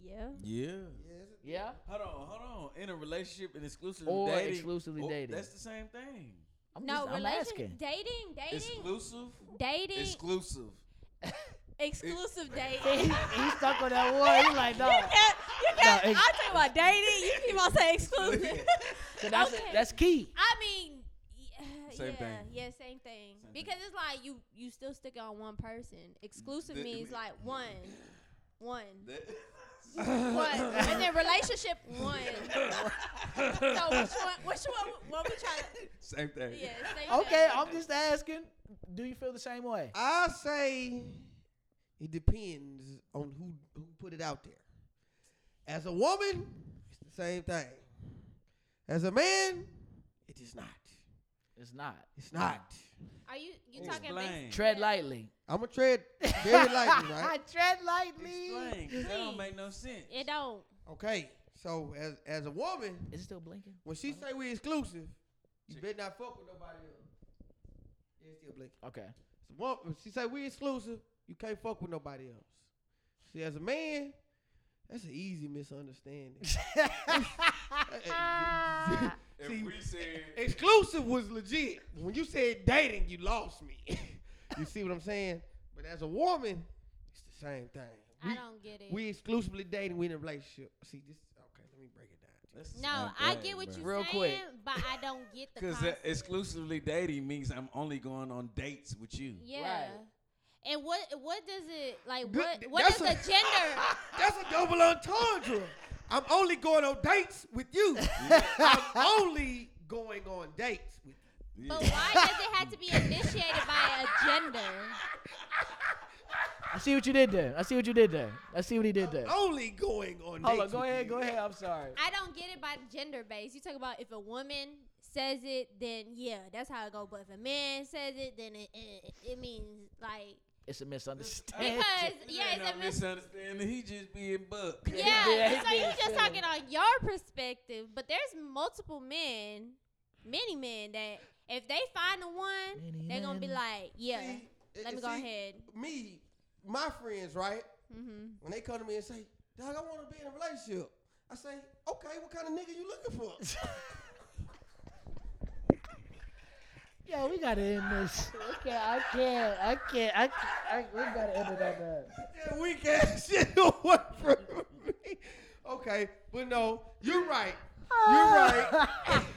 Speaker 4: Yeah.
Speaker 3: Yeah.
Speaker 2: Yes.
Speaker 1: Yeah.
Speaker 3: Hold on, hold on. In a relationship and exclusively
Speaker 1: Or
Speaker 3: dating.
Speaker 1: exclusively
Speaker 3: oh,
Speaker 1: dating.
Speaker 3: That's the same thing.
Speaker 1: I'm
Speaker 4: No,
Speaker 1: just, I'm
Speaker 4: relation
Speaker 1: asking.
Speaker 4: dating, dating,
Speaker 3: Exclusive.
Speaker 4: dating,
Speaker 3: Exclusive. *laughs*
Speaker 4: exclusive
Speaker 1: *laughs* he,
Speaker 4: dating.
Speaker 1: he stuck on that one. He like,
Speaker 4: *laughs*
Speaker 1: no.
Speaker 4: you
Speaker 1: can't-
Speaker 4: I'll
Speaker 1: ex-
Speaker 4: tell you about dating. You keep on saying exclusive.
Speaker 1: So that's
Speaker 4: Okay.
Speaker 1: that's key.
Speaker 4: I mean, yeah,
Speaker 3: Same
Speaker 4: yeah,
Speaker 3: thing.
Speaker 4: yeah, same thing.
Speaker 3: Same
Speaker 4: because it's like you you still stick on one person. Exclusive
Speaker 3: Th-
Speaker 4: means
Speaker 3: we-
Speaker 4: like one, one,
Speaker 3: That- *laughs*
Speaker 4: one, and then relationship one. so which one? Which one? What we trying to?
Speaker 3: *laughs* same thing.
Speaker 4: Yeah. Same
Speaker 1: Okay,
Speaker 4: thing.
Speaker 1: I'm just asking. Do you feel the same way?
Speaker 2: *laughs* I say it depends on who who put it out there. As a woman, it's the same thing. As a man, it is not.
Speaker 1: It's not.
Speaker 2: It's not.
Speaker 4: Are you you talking? bas-
Speaker 3: Explain.
Speaker 1: Tread lightly.
Speaker 2: I'm gonna tread very
Speaker 1: *laughs*
Speaker 2: lightly, right?
Speaker 1: Tread lightly.
Speaker 3: Explain. 'cause That don't
Speaker 4: Please.
Speaker 3: make no sense.
Speaker 4: It don't.
Speaker 2: Okay. So as as a woman,
Speaker 1: Is it still blinking?
Speaker 2: when she say we exclusive, you better not fuck with nobody else. Yeah, it's still blinking.
Speaker 1: *laughs* Okay.
Speaker 2: As a woman, when she say we exclusive, you can't fuck with nobody else. See, as a man, that's an easy *laughs* misunderstanding.
Speaker 3: If
Speaker 2: See,
Speaker 3: we said
Speaker 2: Exclusive was legit. When you said dating, you lost me. *laughs* you see what I'm saying? But as a woman, it's the same thing. We,
Speaker 4: I don't get it.
Speaker 2: we exclusively dating. We in a relationship. See this? Okay, let me break it down.
Speaker 3: That's the
Speaker 4: No,
Speaker 3: same
Speaker 4: I
Speaker 3: thing,
Speaker 4: get what
Speaker 3: bro.
Speaker 4: you
Speaker 1: Real
Speaker 4: saying,
Speaker 1: quick.
Speaker 4: but I don't get the
Speaker 3: Because
Speaker 4: concept.
Speaker 3: exclusively dating means I'm only going on dates with you.
Speaker 4: yeah. And what what does it like?
Speaker 2: Good-
Speaker 4: What what
Speaker 2: that's
Speaker 4: does the
Speaker 2: a-
Speaker 4: gender?
Speaker 2: *laughs* That's a double entendre. I'm only going on dates with you.
Speaker 4: *laughs*
Speaker 2: I'm only going on dates with you.
Speaker 3: Yeah.
Speaker 4: but why does it have to be initiated by a gender?
Speaker 1: I see what you did there. I see what you did there. I see what he did there.
Speaker 2: Only going on
Speaker 1: Hold
Speaker 2: dates.
Speaker 1: on. Go
Speaker 2: with
Speaker 1: ahead.
Speaker 2: Oh, you.
Speaker 1: Go ahead. I'm sorry.
Speaker 4: I don't get it by gender base. You talk about if a woman says it, then yeah, that's how it go. But if a man says it, then it it, it means like
Speaker 1: It's a misunderstanding.
Speaker 4: because
Speaker 3: It
Speaker 4: yeah,
Speaker 3: ain't
Speaker 4: it's a
Speaker 3: no
Speaker 4: mis-
Speaker 3: misunderstanding. He just being buck.
Speaker 1: Yeah,
Speaker 4: *laughs* yeah. So
Speaker 1: it
Speaker 4: you
Speaker 1: is
Speaker 4: just
Speaker 1: true.
Speaker 4: talking on your perspective, but there's multiple men, many men that if they find the
Speaker 1: Many
Speaker 4: one, they're gonna be
Speaker 1: men.
Speaker 4: like, yeah,
Speaker 2: See,
Speaker 4: let me
Speaker 2: see,
Speaker 4: go ahead.
Speaker 2: Me, my friends, right?
Speaker 4: Mm-hmm.
Speaker 2: when they come to me and say, "Dog, I want to be in a relationship," I say, Okay, what kind of nigga you looking for?
Speaker 1: *laughs* *laughs* Yo, we gotta end this. Okay, I can't. I can't. I can't. I, we gotta end it on that.
Speaker 2: that weak ass *laughs* shit away from me. Okay, but no, you're right. You're right.
Speaker 1: *laughs*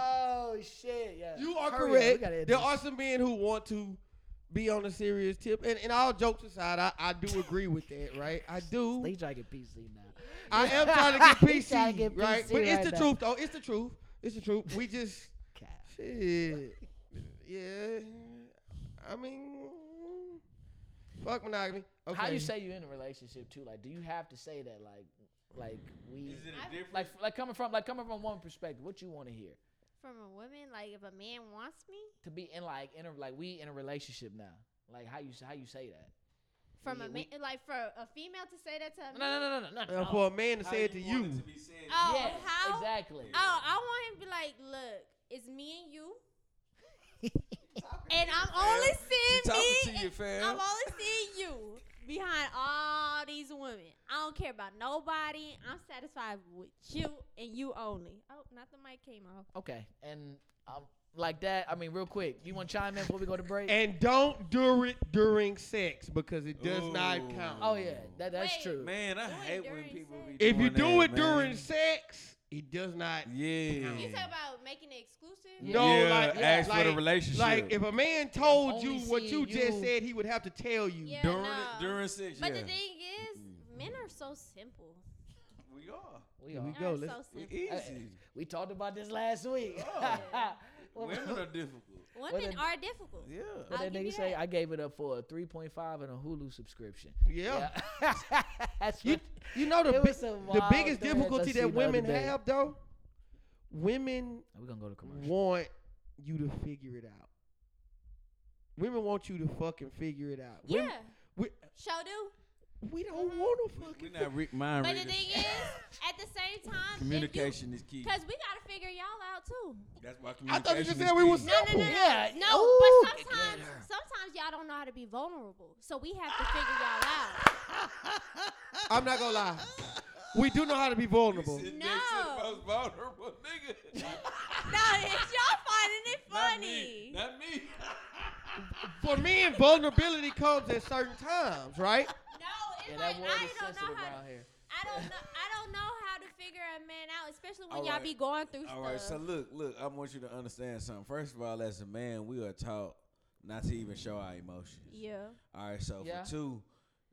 Speaker 1: oh shit! Yeah,
Speaker 2: You are
Speaker 1: Hurry up, we
Speaker 2: correct.
Speaker 1: gotta end
Speaker 2: There
Speaker 1: this.
Speaker 2: are some men who want to be on a serious tip, and, and all jokes aside, I, I do agree with that, right? I do.
Speaker 1: They trying to get PC now.
Speaker 2: I
Speaker 1: *laughs*
Speaker 2: am trying to get
Speaker 1: He
Speaker 2: PC,
Speaker 1: trying to get
Speaker 2: right?
Speaker 1: PC
Speaker 2: But it's
Speaker 1: right
Speaker 2: the
Speaker 1: now.
Speaker 2: truth, though. It's the truth. It's the truth. We just
Speaker 1: God.
Speaker 2: shit. Yeah, I mean, fuck monogamy. Okay.
Speaker 1: How you say you in a relationship too? Like, do you have to say that? Like, like we,
Speaker 3: Is it
Speaker 4: I-
Speaker 3: a difference?
Speaker 1: like, like coming from, like coming from one perspective, what you want to hear
Speaker 4: From a woman, like if a man wants me,
Speaker 1: to be in, like, in a, like we in a relationship now. Like, how you, how you say that?
Speaker 4: from
Speaker 1: Yeah,
Speaker 4: a man,
Speaker 1: we-
Speaker 4: like for a female to say that to a
Speaker 1: No, no, no,
Speaker 4: man.
Speaker 1: no, Oh. no, no.
Speaker 2: Uh,
Speaker 1: no.
Speaker 2: for a man to
Speaker 3: How
Speaker 2: say it to
Speaker 3: want
Speaker 2: you?
Speaker 3: to be said to
Speaker 4: Oh,
Speaker 1: yes,
Speaker 4: how?
Speaker 1: exactly.
Speaker 4: Oh, I want him to be like, look, it's me and *laughs* you, and I'm only
Speaker 3: She
Speaker 4: seeing
Speaker 3: talking
Speaker 4: me.
Speaker 3: to you, fam.
Speaker 4: I'm only seeing you behind all these women. I don't care about nobody. I'm satisfied with you and you only. Oh, not the mic came off.
Speaker 1: Okay, and um, like that. I mean, real quick, you want to chime in before we go to break?
Speaker 2: And don't do it during sex because it does not
Speaker 3: Ooh.
Speaker 2: count.
Speaker 1: oh yeah, that, that's
Speaker 4: Wait.
Speaker 1: true.
Speaker 3: Man, I
Speaker 4: Do it
Speaker 3: hate when
Speaker 4: during
Speaker 3: people be
Speaker 4: sex.
Speaker 2: If you
Speaker 3: doing
Speaker 2: do
Speaker 3: that,
Speaker 2: it during
Speaker 3: man.
Speaker 2: sex, it does not.
Speaker 3: yeah.
Speaker 4: You talk about making it exclusive.
Speaker 1: Mm. Yeah.
Speaker 2: No,
Speaker 3: yeah,
Speaker 2: like,
Speaker 3: ask
Speaker 2: like,
Speaker 3: for the relationship.
Speaker 2: like if a man told
Speaker 1: only
Speaker 2: you what you,
Speaker 1: seeing
Speaker 2: just
Speaker 1: you.
Speaker 2: said, he would have to tell you.
Speaker 4: Yeah,
Speaker 3: during
Speaker 4: no.
Speaker 3: it, during sex,
Speaker 4: But
Speaker 3: yeah.
Speaker 4: the thing is,
Speaker 1: Mm.
Speaker 4: men are so simple.
Speaker 3: we are.
Speaker 1: We
Speaker 2: Yeah,
Speaker 1: are.
Speaker 2: we
Speaker 4: They
Speaker 2: go,
Speaker 4: are
Speaker 2: let's-
Speaker 4: so
Speaker 3: We
Speaker 4: simple.
Speaker 3: easy.
Speaker 1: We talked about this last week.
Speaker 3: Oh.
Speaker 1: *laughs* What-
Speaker 3: Women are difficult.
Speaker 4: Women
Speaker 1: the-
Speaker 4: are difficult.
Speaker 3: Yeah.
Speaker 1: What
Speaker 4: I'll
Speaker 1: that
Speaker 4: give you
Speaker 1: nigga say?
Speaker 4: that.
Speaker 1: I gave it up for a 3.5 and a Hulu subscription.
Speaker 2: Yeah.
Speaker 1: Yeah. *laughs* That's
Speaker 2: You,
Speaker 1: what-
Speaker 2: you know the
Speaker 1: It
Speaker 2: bi-
Speaker 1: was some
Speaker 2: the
Speaker 1: wild
Speaker 2: biggest
Speaker 1: thing I
Speaker 2: difficulty
Speaker 1: seen the
Speaker 2: that
Speaker 1: other
Speaker 2: women
Speaker 1: day.
Speaker 2: have though. Women
Speaker 1: We're gonna go to commercial.
Speaker 2: want you to figure it out. Women want you to fucking figure it out.
Speaker 4: Yeah.
Speaker 2: Women- we-
Speaker 4: Show do.
Speaker 2: we don't
Speaker 1: Mm-hmm.
Speaker 2: want to
Speaker 3: We,
Speaker 2: fucking. *laughs*
Speaker 3: we're not re- mind
Speaker 4: But the
Speaker 3: reading.
Speaker 1: *laughs*
Speaker 4: thing is, at the same time,
Speaker 3: communication is key.
Speaker 4: Because we gotta figure y'all out too.
Speaker 3: That's why
Speaker 2: I
Speaker 3: communication
Speaker 2: thought you just
Speaker 3: is
Speaker 2: said we
Speaker 3: key.
Speaker 2: was
Speaker 4: No, no,
Speaker 2: simple.
Speaker 4: no, no.
Speaker 1: Yeah,
Speaker 4: No,
Speaker 1: ooh,
Speaker 4: but
Speaker 1: get
Speaker 4: sometimes,
Speaker 1: her.
Speaker 4: sometimes y'all don't know how to be vulnerable. So we have to figure y'all out.
Speaker 2: I'm not gonna lie. We do know how to be vulnerable.
Speaker 3: Sit next to the
Speaker 4: No.
Speaker 3: most vulnerable nigga.
Speaker 4: no, it's y'all finding it
Speaker 3: Not
Speaker 4: funny.
Speaker 3: me. Not me.
Speaker 2: *laughs* For men, vulnerability comes at certain times, right?
Speaker 4: No, it's
Speaker 1: Yeah,
Speaker 4: like
Speaker 1: that word
Speaker 4: I
Speaker 1: is
Speaker 4: don't know
Speaker 1: sensitive
Speaker 4: how.
Speaker 1: around here.
Speaker 4: I don't know. I don't know how to figure a man out, especially when
Speaker 3: All
Speaker 4: y'all all
Speaker 3: right.
Speaker 4: be going through
Speaker 3: All
Speaker 4: stuff.
Speaker 3: right, so look, look, I want you to understand something. First of all, as a man, we are taught not to even show our emotions.
Speaker 4: yeah.
Speaker 3: All right, so
Speaker 1: Yeah.
Speaker 3: for two,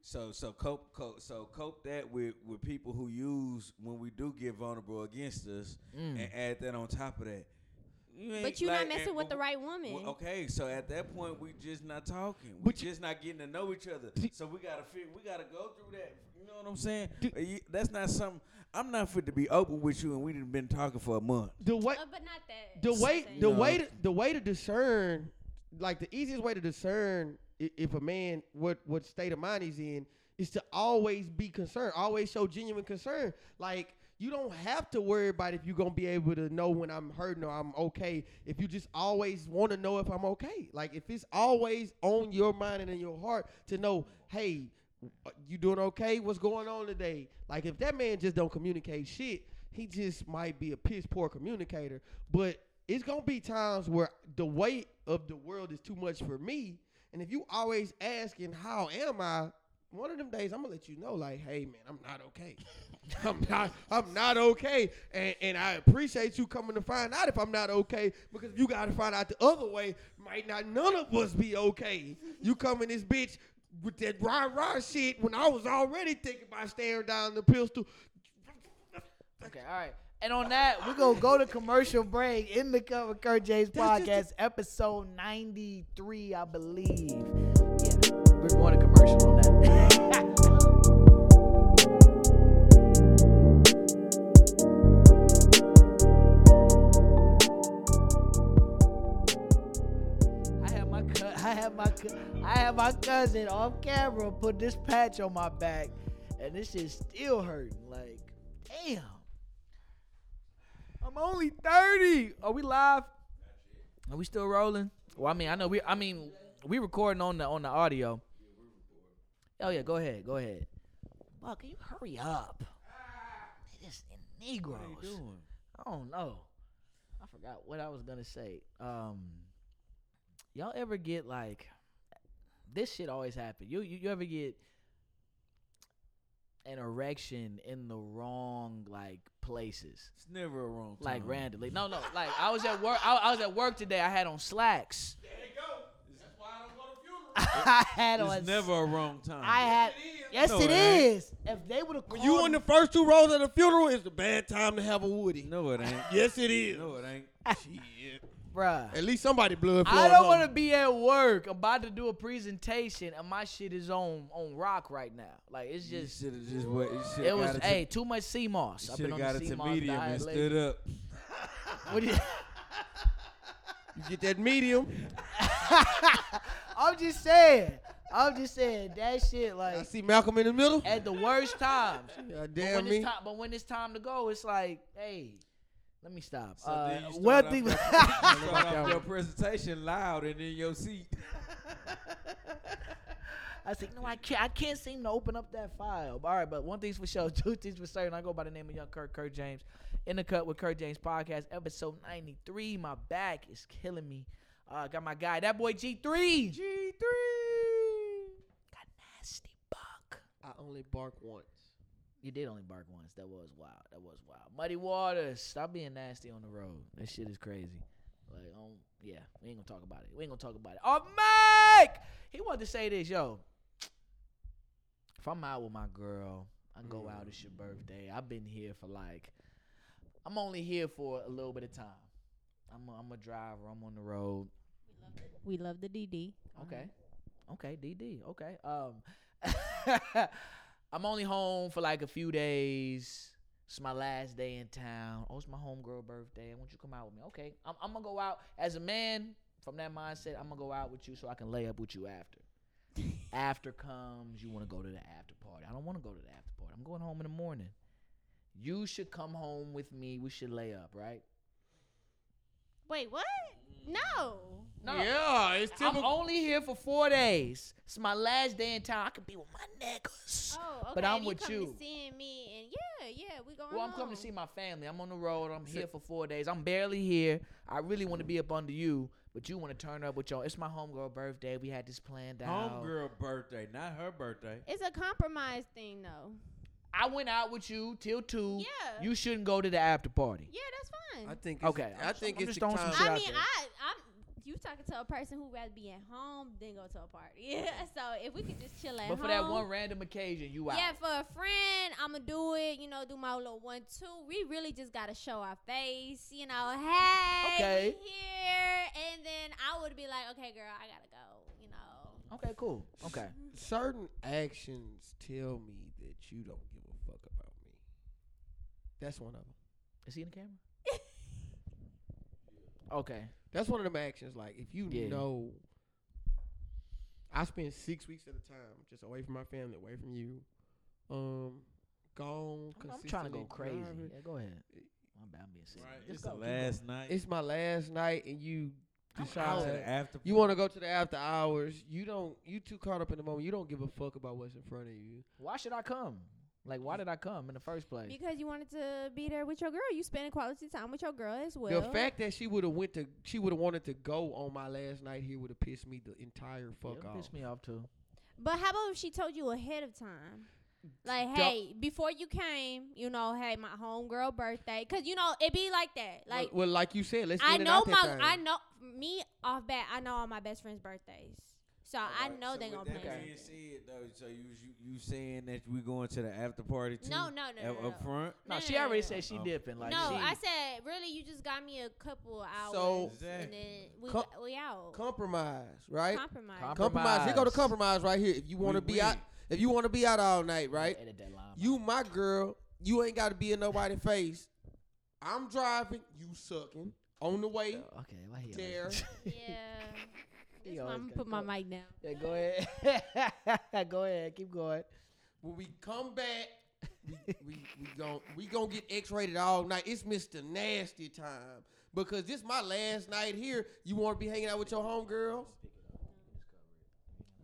Speaker 3: so so cope, cope so cope that with with people who use when we do get vulnerable against us, and add that on top of that. You
Speaker 4: Mm. But
Speaker 3: ain't
Speaker 4: you're
Speaker 3: like-
Speaker 4: not messing
Speaker 3: and-
Speaker 4: with the right woman.
Speaker 3: Well, okay, so at that point we just not talking. We
Speaker 2: But you-
Speaker 3: just not getting to know each other. So we gotta fig- we gotta go through that. You know what I'm saying? Uh, you- That's not something. I'm not fit to be open with you, and we done been talking for a month.
Speaker 2: The way,
Speaker 4: Uh, but not that.
Speaker 2: the way,
Speaker 4: same.
Speaker 2: the
Speaker 3: No.
Speaker 2: way, to, the way to discern, like the easiest way to discern i- if a man what what state of mind he's in is to always be concerned, always show genuine concern. Like you don't have to worry about if you're gonna be able to know when I'm hurting or I'm okay. If you just always want to know if I'm okay, like if it's always on your mind and in your heart to know, hey, you doing okay? What's going on today? Like if that man just don't communicate shit, he just might be a piss poor communicator. But it's gonna be times where the weight of the world is too much for me. And if you always asking how am I, one of them days I'm gonna let you know, like, hey man, I'm not okay. *laughs* I'm not I'm not okay. And and I appreciate you coming to find out if I'm not okay, because if you gotta find out the other way, might not none of us be okay. You come in this bitch with that rah rah shit when I was already thinking about staring down the pistol.
Speaker 1: Okay, all right. And on that, we're gonna go to commercial break in the cover Kurt J's
Speaker 2: That's
Speaker 1: podcast,
Speaker 2: just-
Speaker 1: episode ninety three, I believe. Yeah, we're going to commercial on that. *laughs* I had my cou- I had my cou- I had my cousin off camera put this patch on my back, and this shit still hurting. Like, damn. I'm only thirty. Are we live? Are we still rolling? Well, I mean, I know we. I mean, we recording on the on the audio. Oh yeah, go ahead, go ahead. Fuck, can you hurry up? It is Negroes.
Speaker 3: What they doing?
Speaker 1: I don't know. I forgot what I was gonna say. Um, y'all ever get like this shit always happen. You you, you ever get an erection in the wrong like places,
Speaker 3: It's never a wrong time.
Speaker 1: like randomly. No, no. Like I was at work. I, I was at work today. I had on slacks.
Speaker 5: There you go. That's why I don't go to funerals.
Speaker 1: *laughs* I had on.
Speaker 3: It's never a wrong time.
Speaker 1: I had. Yes,
Speaker 3: No,
Speaker 1: it
Speaker 3: it ain't.
Speaker 1: is. If they would have
Speaker 2: When
Speaker 1: called
Speaker 2: you in the first two rows at a funeral, it's a bad time to have a Woody.
Speaker 3: No, it ain't.
Speaker 2: Yes, it is.
Speaker 3: No,
Speaker 4: *laughs*
Speaker 3: it ain't.
Speaker 2: Shit.
Speaker 1: bruh.
Speaker 2: At least somebody blood.
Speaker 1: I don't want to be at work about to do a presentation and my shit is on on rock right now. Like it's
Speaker 3: You
Speaker 1: just
Speaker 3: should have just wait. You shoulda
Speaker 1: it
Speaker 3: got
Speaker 1: was
Speaker 3: it to-
Speaker 1: hey too much sea moss.
Speaker 3: You
Speaker 1: I've
Speaker 3: should
Speaker 1: been on
Speaker 3: have got
Speaker 1: the
Speaker 3: it
Speaker 1: sea
Speaker 3: to
Speaker 1: moss
Speaker 3: medium
Speaker 1: diet
Speaker 3: and
Speaker 1: lately.
Speaker 3: stood up.
Speaker 1: *laughs* What do
Speaker 2: You get that medium.
Speaker 1: you- I'm just saying. I'm just saying that shit
Speaker 2: I
Speaker 1: like
Speaker 2: see Malcolm in the middle.
Speaker 1: at the worst times.
Speaker 2: God
Speaker 1: But when
Speaker 2: damn
Speaker 1: it's
Speaker 2: me.
Speaker 1: time, but when it's time to go, it's like hey, let me stop.
Speaker 3: So
Speaker 1: uh,
Speaker 3: then you
Speaker 1: well,
Speaker 4: *laughs*
Speaker 1: *laughs*
Speaker 3: start off
Speaker 1: the-
Speaker 3: your- you start off your presentation loud and in your seat.
Speaker 1: I said, no, I can't. I can't seem to open up that file. But, all right, but one thing's for sure, *laughs* two things for certain. I go by the name of Young Kurt, Kurt James, in the cut with Kurt James podcast, episode ninety three. My back is killing me. Uh, got my guy, that boy G three. G three got nasty buck.
Speaker 2: I only bark once.
Speaker 1: You did only bark once. That was wild. That was wild. Muddy Waters, stop being nasty on the road. That shit is crazy. Like, um, yeah, we ain't gonna talk about it. We ain't gonna talk about it. Oh, Mike, he wanted to say this, yo. If I'm out with my girl, I go out. It's your birthday. I've been here for like, I'm only here for a little bit of time. I'm a, I'm a driver. I'm on the road.
Speaker 4: We love the DD.
Speaker 1: Okay. Um, Okay, DD. Okay. Um *laughs* I'm only home for like a few days. It's my last day in town. Oh, it's my homegirl birthday. I want you to come out with me. Okay. I'm, I'm gonna go out as a man from that mindset. I'm gonna go out with you so I can lay up with you after. after comes, you want to go to the after party. I don't want to go to the after party. I'm going home in the morning. You should come home with me. We should lay up, right?
Speaker 4: Wait, what?
Speaker 3: Mm.
Speaker 4: No.
Speaker 1: No.
Speaker 2: Yeah, it's
Speaker 1: I'm only here for four days. It's my last day in town. I could be with my niggas.
Speaker 4: Oh, okay.
Speaker 1: But I'm
Speaker 4: and
Speaker 1: with
Speaker 4: you.
Speaker 1: you.
Speaker 4: Come to seeing me, and yeah, yeah, we going.
Speaker 1: Well, I'm coming
Speaker 4: home.
Speaker 1: to see my family. I'm on the road. I'm here for four days. I'm barely here. I really want to be up under you, but you want to turn up with y'all. It's my homegirl birthday. We had this planned out.
Speaker 3: Homegirl birthday, not her birthday.
Speaker 4: It's a compromise thing, though.
Speaker 1: I went out with you till two.
Speaker 4: Yeah.
Speaker 1: You shouldn't go to the after party.
Speaker 4: Yeah, that's fine.
Speaker 2: think.
Speaker 1: Okay, I'm
Speaker 2: I
Speaker 1: just-
Speaker 2: think
Speaker 1: I'm
Speaker 2: it's
Speaker 1: just
Speaker 2: the
Speaker 1: throwing some
Speaker 2: time.
Speaker 1: shit
Speaker 4: I
Speaker 1: out
Speaker 4: mean,
Speaker 1: there.
Speaker 4: I, I'm. You talking to a person who rather be at home than go to a party. *laughs* Yeah. So if we could just chill at
Speaker 1: But
Speaker 4: home.
Speaker 1: for that one random occasion, you out.
Speaker 4: Yeah, for a friend, I'ma do it. You know, do my little one two. We really just gotta show our face. You know, hey,
Speaker 1: Okay.
Speaker 4: we here, and then I would be like, okay, girl, I gotta go. You know,
Speaker 1: Okay, cool. Okay.
Speaker 2: Certain actions tell me that you don't give a fuck about me. That's one of them.
Speaker 1: Is he in
Speaker 4: *laughs*
Speaker 1: the camera? Okay.
Speaker 2: That's one of them actions. Like if you
Speaker 1: Yeah.
Speaker 2: know, I spend six weeks at a time just away from my family, away from you. Um, gone.
Speaker 1: I'm, I'm trying to go
Speaker 2: consistently
Speaker 1: crazy.
Speaker 2: driving.
Speaker 1: Yeah, go ahead. My bad, I'm being sick.
Speaker 3: Right,
Speaker 1: Just
Speaker 3: it's
Speaker 1: go,
Speaker 3: the
Speaker 1: keep
Speaker 3: last night.
Speaker 2: It's my last night, and you
Speaker 1: I'm
Speaker 3: Shout out to
Speaker 1: out.
Speaker 3: the
Speaker 2: decide
Speaker 3: after.
Speaker 2: you want to go to the after hours. You don't. You too caught up in the moment. You don't give a fuck about what's in front of you.
Speaker 1: Why should I come? Like, why did I come in the first place?
Speaker 4: because you wanted to be there with your girl, you spending quality time with your girl as well.
Speaker 2: the fact that she would have went to, she would have wanted to go on my last night here would have pissed me the entire fuck
Speaker 1: yeah,
Speaker 2: off.
Speaker 1: Piss me off too.
Speaker 4: But how about if she told you ahead of time? Like,
Speaker 2: Don't-
Speaker 4: hey, before you came, you know, hey, my homegirl birthday. Cause you know, it be like that.
Speaker 2: Well-
Speaker 4: Like
Speaker 2: well, like you said, let's.
Speaker 4: I
Speaker 2: get it
Speaker 4: know
Speaker 2: out
Speaker 4: my
Speaker 2: that thing.
Speaker 4: I know me off bat, I know all my best friends' birthdays. So I know they gonna plan.
Speaker 3: That
Speaker 4: something.
Speaker 3: being said, though, so you, you you saying that we going to uh, the after party too?
Speaker 4: No, no, no,
Speaker 3: Up,
Speaker 4: no,
Speaker 3: up
Speaker 4: no.
Speaker 3: front.
Speaker 1: No,
Speaker 4: No,
Speaker 1: she
Speaker 4: no, no,
Speaker 1: already
Speaker 4: no.
Speaker 1: said she
Speaker 3: Oh.
Speaker 1: dipping. Like,
Speaker 4: no,
Speaker 1: she,
Speaker 4: I said really. You just got me a couple hours,
Speaker 2: So-
Speaker 4: and
Speaker 3: Exactly.
Speaker 4: then we
Speaker 2: Com-
Speaker 4: got- we out.
Speaker 2: compromise, right?
Speaker 4: Compromise.
Speaker 1: Com-
Speaker 2: Compromise. Here go the compromise right here. If you want to
Speaker 3: We
Speaker 2: be
Speaker 3: win.
Speaker 2: out, if you want to be out all night, right?
Speaker 1: Edit that line.
Speaker 2: You my girl. You ain't got to be in nobody's face. I'm driving. You sucking on the way.
Speaker 1: out. okay, why he?
Speaker 2: There.
Speaker 1: always-
Speaker 4: yeah.
Speaker 1: He
Speaker 4: That's why
Speaker 1: always
Speaker 4: I'm gonna
Speaker 1: gotta
Speaker 4: put my
Speaker 1: go.
Speaker 4: mic down.
Speaker 1: yeah, *laughs* go ahead. *laughs* go ahead. Keep going.
Speaker 2: When we come back, we we we gon' we gonna get X-rated all night. It's Mr. Nasty time because this my last night here. You want to be hanging out with your homegirls?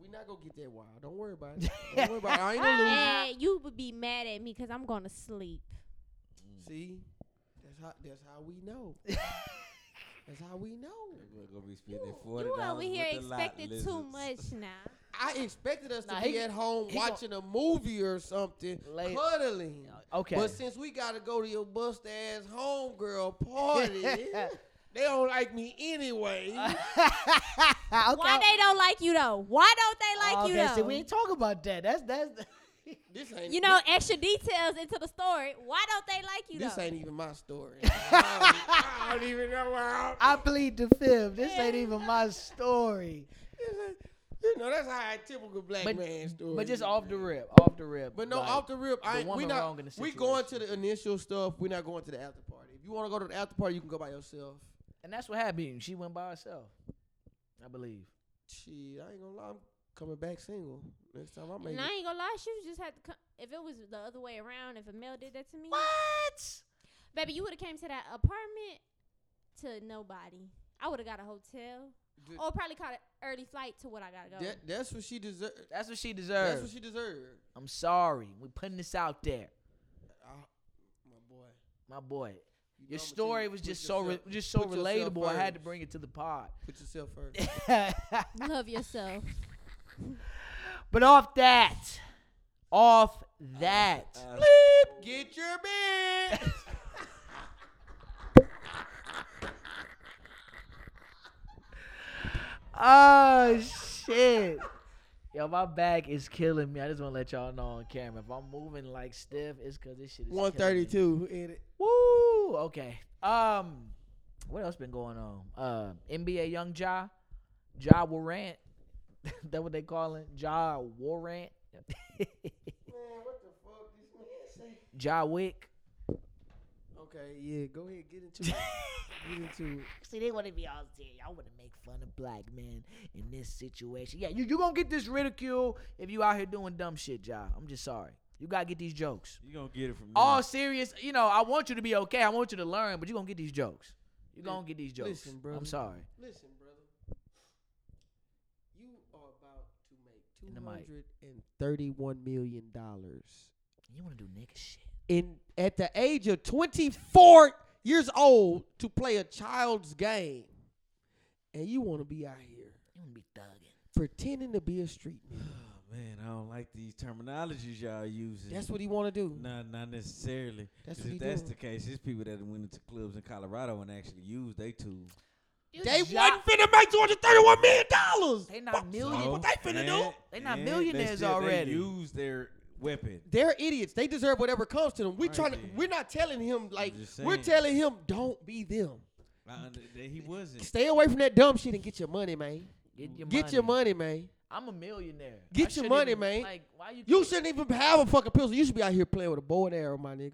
Speaker 2: We not gonna get that wild. Don't worry
Speaker 4: Ah,
Speaker 2: about it. Don't worry about it. I ain't gonna lose.
Speaker 4: And you would be mad at me because I'm gonna sleep.
Speaker 2: See, that's how that's how we know. that's how we know.
Speaker 3: We're gonna be
Speaker 4: You,
Speaker 3: spending forty
Speaker 4: you
Speaker 3: dollars.
Speaker 4: over here expected too much now.
Speaker 2: I expected us
Speaker 1: Nah,
Speaker 2: to be
Speaker 1: he-
Speaker 2: at home
Speaker 1: he gon-
Speaker 2: watching a movie or something,
Speaker 1: Lay-
Speaker 2: cuddling.
Speaker 1: Okay.
Speaker 2: But since we gotta go to your bust ass homegirl
Speaker 1: *laughs*
Speaker 2: party, they don't like me anyway.
Speaker 1: Uh,
Speaker 4: Why they don't like you though? Why don't they like
Speaker 1: Oh, okay,
Speaker 4: you though?
Speaker 1: see, we ain't talking about that. That's that's. *laughs*
Speaker 2: This ain't
Speaker 4: you know, extra details into the story. Why don't they like you
Speaker 2: This
Speaker 4: though?
Speaker 2: ain't even
Speaker 1: *laughs*
Speaker 2: my story. I don't even know where I'm.
Speaker 1: I plead the fifth. This ain't even my story.
Speaker 2: *laughs* This ain't- You know that's how a typical black
Speaker 1: But,
Speaker 2: man story.
Speaker 1: but just
Speaker 2: is.
Speaker 1: off the rip, off the rip.
Speaker 2: But no,
Speaker 1: like,
Speaker 2: off the rip,
Speaker 1: the
Speaker 2: I ain't, we
Speaker 1: woman
Speaker 2: not.
Speaker 1: wrong in the
Speaker 2: We going to
Speaker 1: situation.
Speaker 2: the initial stuff. We're not going to the after party. If you want to go to the after party, you can go by yourself.
Speaker 1: and that's what happened. She went by herself, I believe.
Speaker 2: Shit, I ain't gonna lie. I'm coming back single next time. I make
Speaker 4: And
Speaker 2: it.
Speaker 4: I ain't gonna lie, she was just had to come. If it was the other way around, if a male did that to me,
Speaker 1: What?
Speaker 4: baby, you would have came to that apartment to nobody. I would have got a hotel,
Speaker 2: Th-
Speaker 4: or probably caught an early flight to what I gotta go.
Speaker 2: That, that's what she deserved.
Speaker 1: That's what she deserved.
Speaker 2: That's what she deserved.
Speaker 1: I'm sorry. We putting this out there,
Speaker 2: I- my boy,
Speaker 1: my boy.
Speaker 2: you know
Speaker 1: Your
Speaker 2: I'ma
Speaker 1: story
Speaker 2: tell you,
Speaker 1: was
Speaker 2: put
Speaker 1: just so re-
Speaker 2: yourself-
Speaker 1: just so
Speaker 2: put yourself
Speaker 1: relatable. I had to
Speaker 2: first.
Speaker 1: bring it to the
Speaker 2: *laughs*
Speaker 1: pod.
Speaker 2: Put yourself first.
Speaker 4: Love yourself.
Speaker 1: but off that, off that.
Speaker 3: Uh,
Speaker 4: *laughs*
Speaker 2: Get your bed.
Speaker 1: *laughs* Oh shit. Yo, my back is killing me. I just want to let y'all know on camera. If I'm moving like stiff, it's because this shit is killing me.
Speaker 2: One thirty-two. Hit it.
Speaker 1: Woo! Okay. Um, what else been going on? Uh, NBA Young Ja, Ja Warrant. *laughs* that what they calling Ja Warrant? *laughs*
Speaker 2: Man, what the fuck this man say?
Speaker 1: Ja Wick. *laughs*
Speaker 2: Okay, yeah, go ahead, get into it. get into it.
Speaker 1: See, they want to be all serious. Y'all want to make fun of black men in this situation. Yeah, you you gonna get this ridicule if you out here doing dumb shit, Ja. I'm just sorry. You gotta get these jokes.
Speaker 3: You gonna get it from me?
Speaker 1: All serious, you know. I want you to be okay. I want you to learn, but you gonna get these jokes. You
Speaker 2: Li-
Speaker 1: gonna get these jokes.
Speaker 2: listen, brother.
Speaker 1: I'm sorry.
Speaker 2: *laughs* Listen, brother, you are about to make
Speaker 1: In the
Speaker 2: two
Speaker 1: mic.
Speaker 2: hundred and thirty-one million dollars
Speaker 1: You wanna do nigga shit?
Speaker 2: in at the age of twenty-four years old to play a child's game, and you want to be out here
Speaker 1: You wanna be thugging?
Speaker 2: pretending to be a street nigga.
Speaker 3: Oh, man, I don't like these terminologies y'all using.
Speaker 2: That's what he want to do.
Speaker 3: Nah, not necessarily.
Speaker 2: That's
Speaker 3: 'Cause
Speaker 2: what
Speaker 3: if
Speaker 2: he
Speaker 3: that's
Speaker 2: doing.
Speaker 3: the case, there's people that went into clubs in Colorado and actually used they tools.
Speaker 2: They
Speaker 1: Ja-
Speaker 2: wasn't finna make two hundred thirty-one million dollars.
Speaker 1: They not million.
Speaker 3: So,
Speaker 2: what they finna
Speaker 3: and-
Speaker 2: do?
Speaker 1: They not
Speaker 3: and
Speaker 1: millionaires
Speaker 3: still-
Speaker 1: already.
Speaker 3: They use their weapon.
Speaker 2: They're idiots. They deserve whatever comes to them. We
Speaker 3: Right
Speaker 2: trying to,
Speaker 3: then.
Speaker 2: we're not telling him like
Speaker 3: just
Speaker 2: we're
Speaker 3: saying.
Speaker 2: telling him don't be them.
Speaker 3: I under- that he wasn't.
Speaker 2: Stay away from that dumb shit and get your money, man.
Speaker 1: Get your
Speaker 2: Get
Speaker 1: money.
Speaker 2: your money, man.
Speaker 1: I'm a millionaire. I
Speaker 2: Get your
Speaker 1: shouldn't
Speaker 2: money,
Speaker 1: even-
Speaker 2: man.
Speaker 1: Like, why you?
Speaker 2: You
Speaker 1: keep-
Speaker 2: shouldn't even have a fucking pistol. You should be out here playing with a bow and arrow, my nigga.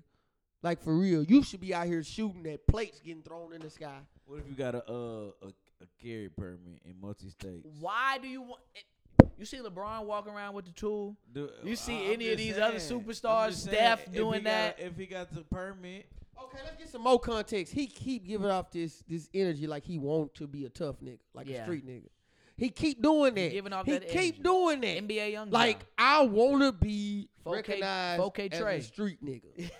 Speaker 2: Like for real, you should be out here shooting at plates getting thrown in the sky.
Speaker 3: What if you got a uh a, a carry permit in multi states?
Speaker 1: Why do you want? It? You see LeBron walking around with the tool.
Speaker 3: Do-
Speaker 1: You see
Speaker 3: I'm
Speaker 1: any of
Speaker 3: just
Speaker 1: these other
Speaker 3: saying. I'm
Speaker 1: superstars,
Speaker 3: just
Speaker 1: Steph
Speaker 3: saying, if
Speaker 1: doing
Speaker 3: he got
Speaker 1: that?
Speaker 3: a- if he got the permit,
Speaker 2: Okay, let's get some more context. He keep giving off this this energy like he want to be a tough nigga, like
Speaker 1: Yeah.
Speaker 2: a street nigga. He keep doing that.
Speaker 1: giving off
Speaker 2: he
Speaker 1: that
Speaker 2: keep
Speaker 1: energy.
Speaker 2: doing that.
Speaker 1: NBA young
Speaker 2: Eh. Like I want to be
Speaker 1: 4K
Speaker 2: recognized
Speaker 1: 4K
Speaker 2: as
Speaker 1: Trey.
Speaker 2: a
Speaker 1: *laughs*
Speaker 2: street nigga.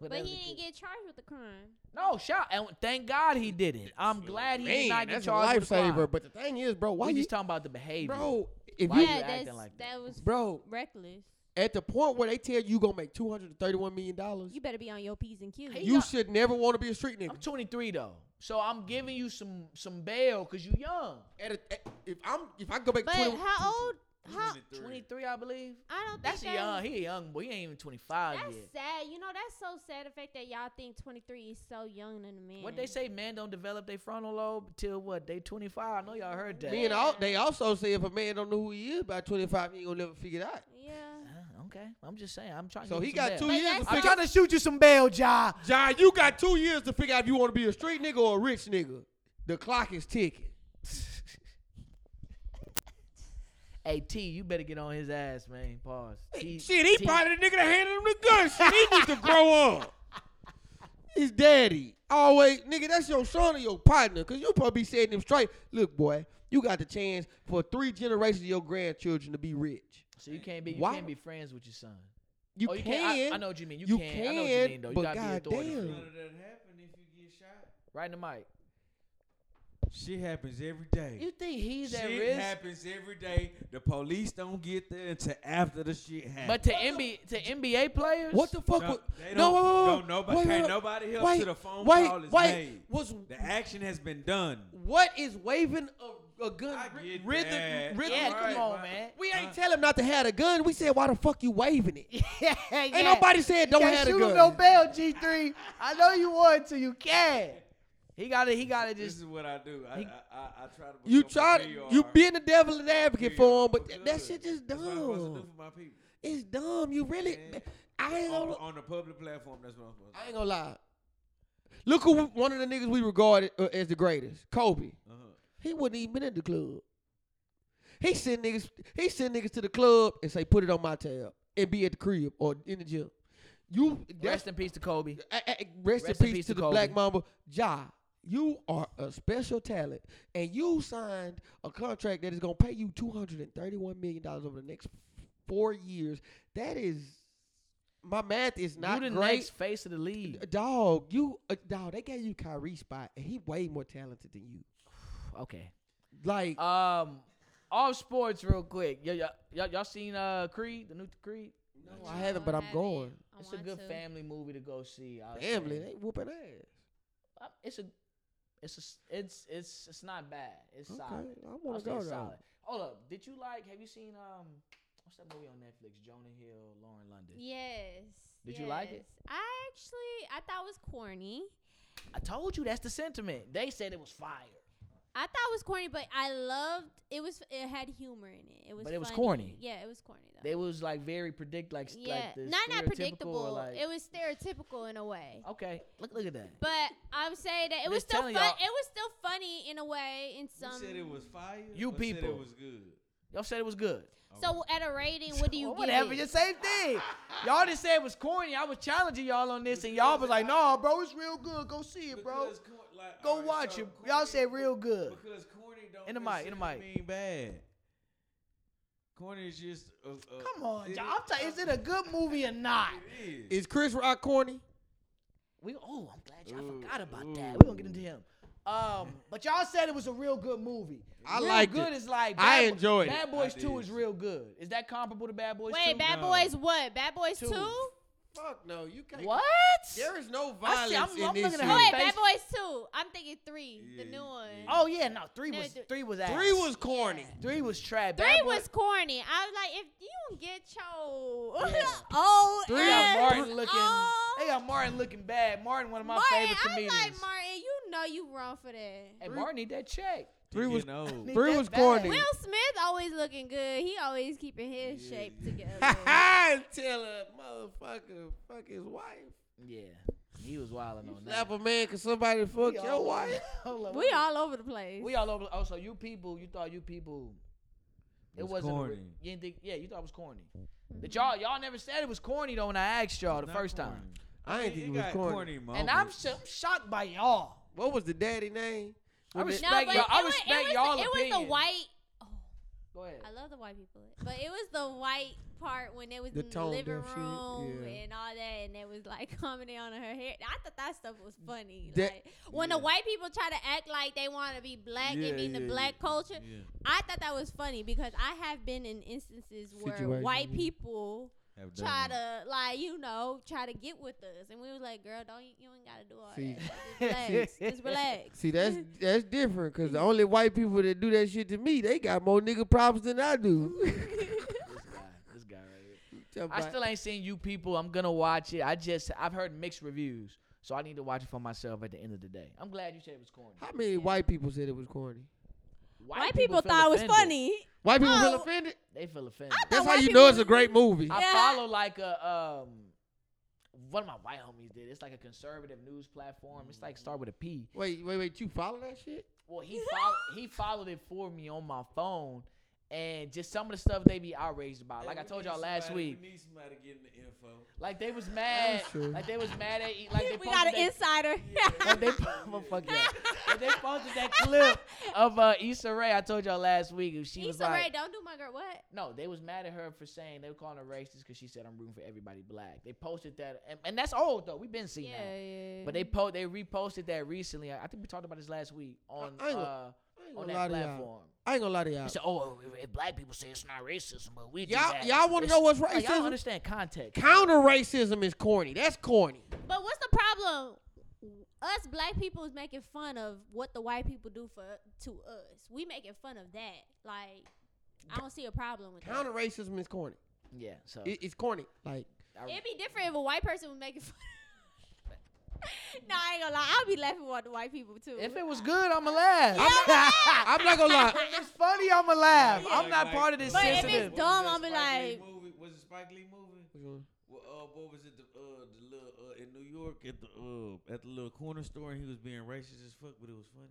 Speaker 4: but he didn't get charged with the crime.
Speaker 1: no shout and thank God he didn't. I'm glad he did not get
Speaker 2: that's a
Speaker 1: charged with a crime.
Speaker 2: lifesaver. But the thing is, bro, why
Speaker 1: we
Speaker 2: you,
Speaker 1: just talking about the behavior,
Speaker 2: bro? If
Speaker 1: Why
Speaker 2: you,
Speaker 1: you
Speaker 4: yeah,
Speaker 1: acting
Speaker 4: that's,
Speaker 1: like that?
Speaker 4: that? was
Speaker 2: bro,
Speaker 4: reckless.
Speaker 2: at the point where they tell you you gonna make two hundred thirty-one million dollars,
Speaker 4: You better be on your p's and q's.
Speaker 1: Hey,
Speaker 2: you
Speaker 1: yeah.
Speaker 2: should never want to be a street
Speaker 1: I'm
Speaker 2: nigga.
Speaker 1: 23 though, so I'm giving you some some bail because you young.
Speaker 2: At a, at- if I'm, if I go back,
Speaker 4: but
Speaker 2: 20
Speaker 4: how old? How
Speaker 1: 23, I believe.
Speaker 4: I don't
Speaker 1: That's
Speaker 4: think that
Speaker 1: young.
Speaker 4: was-
Speaker 1: He a young boy. He ain't even 25
Speaker 4: That's
Speaker 1: yet.
Speaker 4: sad. You know, that's so sad. The fact that y'all think 23 is so young in a man.
Speaker 1: What they say, men don't develop their frontal lobe till what? They 25. I know y'all heard that.
Speaker 2: Me and all, they also say if a man don't know who he is by twenty-five, he ain't gonna never figure it out.
Speaker 4: Yeah.
Speaker 1: Uh, okay, I'm just saying. I'm trying. to
Speaker 2: So
Speaker 1: give
Speaker 2: he
Speaker 1: you some
Speaker 2: got
Speaker 1: bail.
Speaker 2: two years to
Speaker 4: that's
Speaker 1: I'm
Speaker 2: figure.
Speaker 1: trying to shoot you some bail, Ja.
Speaker 2: John, you got two years to figure out if you want to be a street nigga or a rich nigga. The clock is ticking.
Speaker 1: Hey T, you better get on his ass, man. Pause. T,
Speaker 2: Shit, he
Speaker 1: T-
Speaker 2: probably the nigga that handed him the gun. Shit, he needs to *laughs* grow up. His daddy always, nigga, that's your son or your partner, cause you probably be setting him straight. Look, boy, you got the chance for three generations of your grandchildren to be rich.
Speaker 1: So you can't be you
Speaker 2: Why-
Speaker 1: can't be friends with your son.
Speaker 2: You
Speaker 1: oh, you
Speaker 2: can.
Speaker 1: I, I know what you mean. You,
Speaker 2: You
Speaker 1: can. I know what you
Speaker 2: can,
Speaker 1: mean, though. You
Speaker 2: but
Speaker 1: gotta be authority.
Speaker 2: goddamn.
Speaker 1: for
Speaker 3: None
Speaker 1: it.
Speaker 3: of that happen if you get shot.
Speaker 1: Right in the mic.
Speaker 3: Shit happens every day.
Speaker 1: You think he's
Speaker 3: shit
Speaker 1: at risk?
Speaker 3: happens every day. The police don't get there until after the shit happens.
Speaker 1: But to NBA to NBA players,
Speaker 2: What the fuck?
Speaker 3: No,
Speaker 2: wa-
Speaker 3: they
Speaker 2: no,
Speaker 3: don't-
Speaker 2: whoa, whoa, whoa.
Speaker 3: don't nobody- can't nobody help till the phone
Speaker 2: wait,
Speaker 3: call is
Speaker 2: wait.
Speaker 3: made.
Speaker 2: Was
Speaker 3: the action has been done.
Speaker 2: what is waving a, a gun?
Speaker 3: I
Speaker 2: ri-
Speaker 3: get
Speaker 2: rhythm,
Speaker 3: that.
Speaker 2: rhythm.
Speaker 1: Yeah,
Speaker 3: Alright,
Speaker 1: come on,
Speaker 3: but-
Speaker 1: man.
Speaker 2: We ain't tell him not to have a gun. We said, why the fuck you waving it?
Speaker 1: *laughs* yeah, ain't
Speaker 2: Ain't nobody said don't
Speaker 1: can't
Speaker 2: have a
Speaker 1: shoot
Speaker 2: gun.
Speaker 1: him no bail, G three. I know you want to. You can. He got to He got to
Speaker 3: This
Speaker 1: just.
Speaker 3: is what I do. I, I, I, I try to.
Speaker 2: you
Speaker 3: become
Speaker 2: try
Speaker 3: who
Speaker 2: to,
Speaker 3: they
Speaker 2: you
Speaker 3: are.
Speaker 2: being the devil and advocate
Speaker 3: Yeah,
Speaker 2: for him, but
Speaker 3: I'm
Speaker 2: that,
Speaker 3: good.
Speaker 2: that shit just
Speaker 3: That's what I'm supposed to do
Speaker 2: dumb.
Speaker 3: for my people.
Speaker 2: It's dumb. You really, I ain't
Speaker 3: On,
Speaker 2: gonna,
Speaker 3: on the public platform, that's what I'm supposed to
Speaker 2: I ain't gonna lie. Look who one of the niggas we regarded uh, as the greatest, Kobe.
Speaker 3: do. Uh-huh.
Speaker 2: He wouldn't even been at the club. He send niggas, he send niggas to the club and say, put it on my tab and be at the crib or in the gym. You that's
Speaker 1: Rest in peace to Kobe.
Speaker 2: I- I- rest, in peace to the
Speaker 1: Kobe.
Speaker 2: Black Mamba. Ja, you are a special talent, and you signed a contract that is gonna pay you two hundred and thirty-one million dollars over the next four years. That is, my math is not
Speaker 1: you the
Speaker 2: great.
Speaker 1: next face of the league.
Speaker 2: Dog, you uh, dog. They gave you Kyrie spot, and he way more talented than you.
Speaker 1: Okay.
Speaker 2: Like,
Speaker 1: Um, off sports real quick. Y'all, y'all, y'all, y'all seen uh Creed, the new Creed?
Speaker 2: no, I haven't, but I'm going.
Speaker 4: I
Speaker 1: It's a
Speaker 4: want
Speaker 1: good
Speaker 4: to.
Speaker 1: family movie to go see. I would say.
Speaker 2: Family, they whooping ass.
Speaker 1: Uh, It's a, it's a, s- it's it's it's not bad. It's
Speaker 2: Okay,
Speaker 1: solid.
Speaker 2: I
Speaker 1: I'll
Speaker 2: want to
Speaker 1: say
Speaker 2: go
Speaker 1: it's
Speaker 2: though.
Speaker 1: solid. Hold up. Did you like? Have you seen um? What's that movie on Netflix? Jonah Hill, Lauren London.
Speaker 4: Yes.
Speaker 1: Did you like it?
Speaker 4: yes. I actually, I thought it was corny.
Speaker 1: I told you that's the sentiment. They said it was fire,
Speaker 4: I thought it was corny, but I loved it. Was it had humor in it? It was.
Speaker 1: But it was
Speaker 4: funny.
Speaker 1: corny.
Speaker 4: Yeah, it was corny though.
Speaker 1: they was like very predict like s-
Speaker 4: yeah,
Speaker 1: like the
Speaker 4: not not
Speaker 1: stereotypical or,
Speaker 4: predictable.
Speaker 1: Like,
Speaker 4: it was stereotypical in a way.
Speaker 1: okay, look look at that.
Speaker 4: But I would say that it
Speaker 1: I'm
Speaker 4: was
Speaker 1: just
Speaker 4: still fun.
Speaker 1: telling
Speaker 4: It
Speaker 1: y'all-
Speaker 4: was still funny in a way. In
Speaker 3: Who
Speaker 4: some.
Speaker 3: said it was fire?
Speaker 1: You
Speaker 3: or said
Speaker 1: people.
Speaker 3: it was good.
Speaker 1: Y'all said it was good.
Speaker 4: So at a rating, what do you
Speaker 1: Well,
Speaker 4: give?
Speaker 1: Whatever,
Speaker 4: it?
Speaker 1: the same thing. Y'all just said it was corny. I was challenging y'all on this, and y'all was like, "No, bro, it's real good. Go see it, bro.
Speaker 3: Because cor- like,
Speaker 1: Go
Speaker 3: alright,
Speaker 1: watch
Speaker 3: so
Speaker 1: it." Y'all
Speaker 3: corny-
Speaker 1: said real good.
Speaker 3: Because corny don't
Speaker 1: In the mic, in the
Speaker 3: necessarily
Speaker 1: mic.
Speaker 3: mean bad. Corny is just. A, a,
Speaker 1: Come on,
Speaker 3: it
Speaker 1: y'all. I'm t- is it a good movie or not?
Speaker 3: It is.
Speaker 2: Is Chris Rock corny?
Speaker 1: We oh, I'm glad y'all
Speaker 3: Ooh,
Speaker 1: forgot about that.
Speaker 3: ooh.
Speaker 1: We're gonna get into him. Um, but y'all said it was a real good movie.
Speaker 2: I
Speaker 1: real
Speaker 2: liked
Speaker 1: good
Speaker 2: it.
Speaker 1: is like Bad
Speaker 2: I
Speaker 1: Bo-
Speaker 2: enjoyed it.
Speaker 1: Bad Boys
Speaker 3: I
Speaker 1: Two
Speaker 3: did.
Speaker 1: is real good. Is that comparable to Bad Boys
Speaker 4: Wait,
Speaker 1: Two?
Speaker 4: Bad
Speaker 3: No.
Speaker 4: Boys what? Bad Boys
Speaker 1: Two.
Speaker 4: Two.
Speaker 2: Fuck no, you can't.
Speaker 1: What?
Speaker 2: There is no
Speaker 1: I
Speaker 2: violence
Speaker 1: see- I'm-
Speaker 2: in
Speaker 1: I'm
Speaker 2: this
Speaker 1: looking
Speaker 2: shit.
Speaker 1: at
Speaker 4: Oh wait,
Speaker 1: Face-
Speaker 4: Bad Boys Two. I'm thinking three,
Speaker 3: Yeah,
Speaker 4: the new one.
Speaker 3: yeah.
Speaker 1: Oh yeah, no. Three
Speaker 4: No,
Speaker 1: was
Speaker 4: th-
Speaker 1: three was ass.
Speaker 2: Three was corny.
Speaker 1: three was trash. Bad
Speaker 4: Three
Speaker 1: Boy-
Speaker 4: was corny. I was like, if you don't get *laughs* your
Speaker 1: Yeah.
Speaker 4: old
Speaker 1: They got
Speaker 4: ass
Speaker 1: Martin looking.
Speaker 4: on-
Speaker 1: They got Martin looking bad. Martin, one of my
Speaker 4: Martin,
Speaker 1: favorite comedians.
Speaker 4: I was like, Martin, you know you wrong for that.
Speaker 1: and Martin need that check.
Speaker 2: Three was- *laughs*
Speaker 3: Getting old.
Speaker 1: Need
Speaker 2: Three
Speaker 1: that
Speaker 2: was
Speaker 1: bag.
Speaker 2: corny. *laughs*
Speaker 4: Will Smith always looking good. He always keeping his
Speaker 3: Yeah.
Speaker 4: shape together.
Speaker 2: Tell a motherfucker fuck his wife.
Speaker 1: Yeah, he was wilding on that.
Speaker 2: Slap a man cause somebody fuck
Speaker 1: We
Speaker 2: your
Speaker 1: all-
Speaker 2: wife.
Speaker 1: *laughs* Hold on,
Speaker 4: we all over the place.
Speaker 1: We all over. Oh, so you people, you thought you people, it
Speaker 3: It was
Speaker 1: wasn't. a re-
Speaker 3: corny.
Speaker 1: you didn't think, yeah, you thought it was corny. But y'all, y'all never said it was corny though when I asked y'all the
Speaker 3: Not
Speaker 1: first
Speaker 3: corny.
Speaker 1: time,
Speaker 2: I ain't think it was
Speaker 3: got
Speaker 2: corny.
Speaker 1: and I'm,
Speaker 3: moments.
Speaker 1: so, I'm shocked by y'all.
Speaker 2: What was the daddy name?
Speaker 1: I
Speaker 2: When they-
Speaker 1: respect
Speaker 4: no, but
Speaker 1: y'all. I
Speaker 4: it was,
Speaker 1: respect
Speaker 4: it was,
Speaker 1: y'all
Speaker 4: the, it was the
Speaker 1: opinion.
Speaker 4: white. Oh,
Speaker 1: Go ahead.
Speaker 4: I love the white people, but it was the white part when it was
Speaker 2: The
Speaker 4: in the
Speaker 2: tone
Speaker 4: living
Speaker 2: deaf shit,
Speaker 4: room
Speaker 2: yeah.
Speaker 4: and all that, and it was like *laughs* commenting on her hair. I thought that stuff was funny.
Speaker 2: That-
Speaker 4: like when the
Speaker 3: Yeah.
Speaker 4: white people try to act like they want to be black
Speaker 3: Yeah,
Speaker 4: and be in the
Speaker 3: yeah,
Speaker 4: black
Speaker 1: *laughs*
Speaker 3: yeah.
Speaker 4: culture,
Speaker 3: Yeah.
Speaker 4: I thought that was funny because I have been in instances where
Speaker 2: Situation,
Speaker 4: white
Speaker 2: yeah.
Speaker 4: people
Speaker 3: Have done
Speaker 4: try
Speaker 3: that.
Speaker 4: to like you know try to get with us, and we was like, "Girl, don't you, you ain't gotta do all
Speaker 2: See. *laughs*
Speaker 4: that. Just relax.
Speaker 1: *laughs*
Speaker 4: Just relax."
Speaker 2: See, that's that's different because the only white people that do that shit to me, they got more nigga problems than I do.
Speaker 1: This guy, this guy right here.
Speaker 2: *laughs* Talking
Speaker 1: I
Speaker 2: about-
Speaker 1: still ain't seen you people. I'm gonna watch it. I just I've heard mixed reviews, so I need to watch it for myself at the end of the day. I'm glad you said it was corny.
Speaker 2: How many white people said it was corny?
Speaker 4: White, people, thought it was
Speaker 1: offended.
Speaker 4: funny.
Speaker 2: White people feel
Speaker 4: Oh,
Speaker 2: offended.
Speaker 1: They feel offended.
Speaker 4: thought-
Speaker 2: That's how
Speaker 4: white
Speaker 2: you know
Speaker 4: people-
Speaker 2: it's a great movie.
Speaker 1: I
Speaker 4: Yeah.
Speaker 1: follow like a um one of my white homies did. It's like a conservative news platform. It's like start with a P.
Speaker 2: Wait, wait, wait! You follow that shit?
Speaker 1: Well, he follow, he followed it for me on my phone, and just some of the stuff they be outraged about. Like I
Speaker 3: We
Speaker 1: told
Speaker 3: need
Speaker 1: y'all last
Speaker 3: somebody-
Speaker 1: week,
Speaker 3: We need somebody getting the info.
Speaker 1: like they was mad,
Speaker 2: That's true.
Speaker 1: like they was mad at, E- like they
Speaker 4: *laughs* we got
Speaker 1: posted
Speaker 4: an
Speaker 1: that-
Speaker 4: insider.
Speaker 1: *laughs* when they, well, fuck y'all. When they posted that clip of uh, Issa Rae, I told y'all last week, and she was
Speaker 4: Issa
Speaker 1: like,
Speaker 4: Rae, don't do my girl. What?
Speaker 1: No, they was mad at her for saying they were calling her racist because she said I'm rooting for everybody black. They posted that, and, and that's old though. We've been seeing that.
Speaker 4: yeah.
Speaker 1: But they po- they reposted that recently. I I think we talked about this last week on
Speaker 2: I ain't gonna-
Speaker 1: uh,
Speaker 2: I ain't
Speaker 1: on
Speaker 2: gonna lie
Speaker 1: that
Speaker 2: to y'all.
Speaker 1: platform.
Speaker 2: I ain't gonna lie to
Speaker 1: They
Speaker 2: y'all.
Speaker 1: said, "Oh, if- if black people say it's not racism, but we do
Speaker 2: Y'all,
Speaker 1: that."
Speaker 2: y'all want to
Speaker 1: It's-
Speaker 2: know what's
Speaker 1: like, y'all
Speaker 2: racism?
Speaker 1: understand context.
Speaker 2: Counter racism is corny. That's corny.
Speaker 4: But what's the problem? Us black people is making fun of what the white people do for to us. We making fun of that. Like, I don't see a problem with
Speaker 2: Counter racism is corny.
Speaker 1: yeah, so
Speaker 2: It, it's corny. Like
Speaker 1: I-
Speaker 4: that. It'd be different if a white person was making fun. *laughs* nah, I ain't gonna lie. I'll be laughing at the white people too.
Speaker 1: if it was good, I'ma laugh.
Speaker 4: Yeah.
Speaker 2: I'm not gonna lie.
Speaker 1: If it's funny, I'ma laugh.
Speaker 4: Yeah.
Speaker 1: I'm not part of this
Speaker 4: But if it's
Speaker 1: sensitive.
Speaker 4: dumb, I'ma be like-
Speaker 3: Movie? Was it Spike Lee movie? Well, uh, what was it? The, uh, the little uh, in New York at the uh, at the little corner store, and he was being racist as fuck, but it was funny.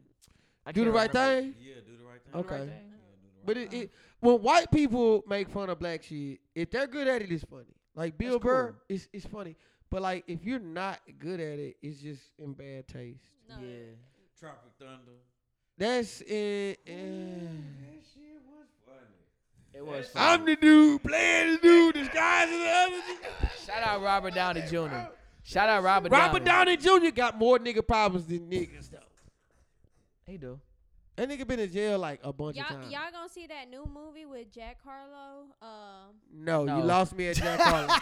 Speaker 1: I
Speaker 2: Do the
Speaker 1: can't
Speaker 2: right
Speaker 1: remember.
Speaker 2: thing.
Speaker 3: Yeah, do the right thing.
Speaker 1: Do the right
Speaker 2: Okay.
Speaker 1: thing?
Speaker 3: Yeah, do the right
Speaker 2: But it, it, when white people make fun of black shit, if they're good at it, it's funny. Like Bill
Speaker 1: That's
Speaker 2: Burr,
Speaker 1: cool.
Speaker 2: it's it's funny. But like if you're not good at it, it's just in bad taste.
Speaker 4: No.
Speaker 1: Yeah.
Speaker 3: Tropic Thunder.
Speaker 2: That's it. Eh.
Speaker 3: That shit was funny.
Speaker 1: It was.
Speaker 2: I'm
Speaker 1: funny.
Speaker 2: the dude playing the dude disguised as the other. dude.
Speaker 1: Shout out Robert Downey Jr. Shout out Robert.
Speaker 2: Robert Downey Jr. got more nigga problems than niggas though.
Speaker 1: He do.
Speaker 2: That nigga been in jail like a bunch of
Speaker 4: Y'all,
Speaker 2: times.
Speaker 4: y'all gonna see that new movie with Jack Harlow? Um,
Speaker 2: no,
Speaker 1: No.
Speaker 2: you lost me
Speaker 1: *laughs*
Speaker 2: at Jack Harlow.
Speaker 4: with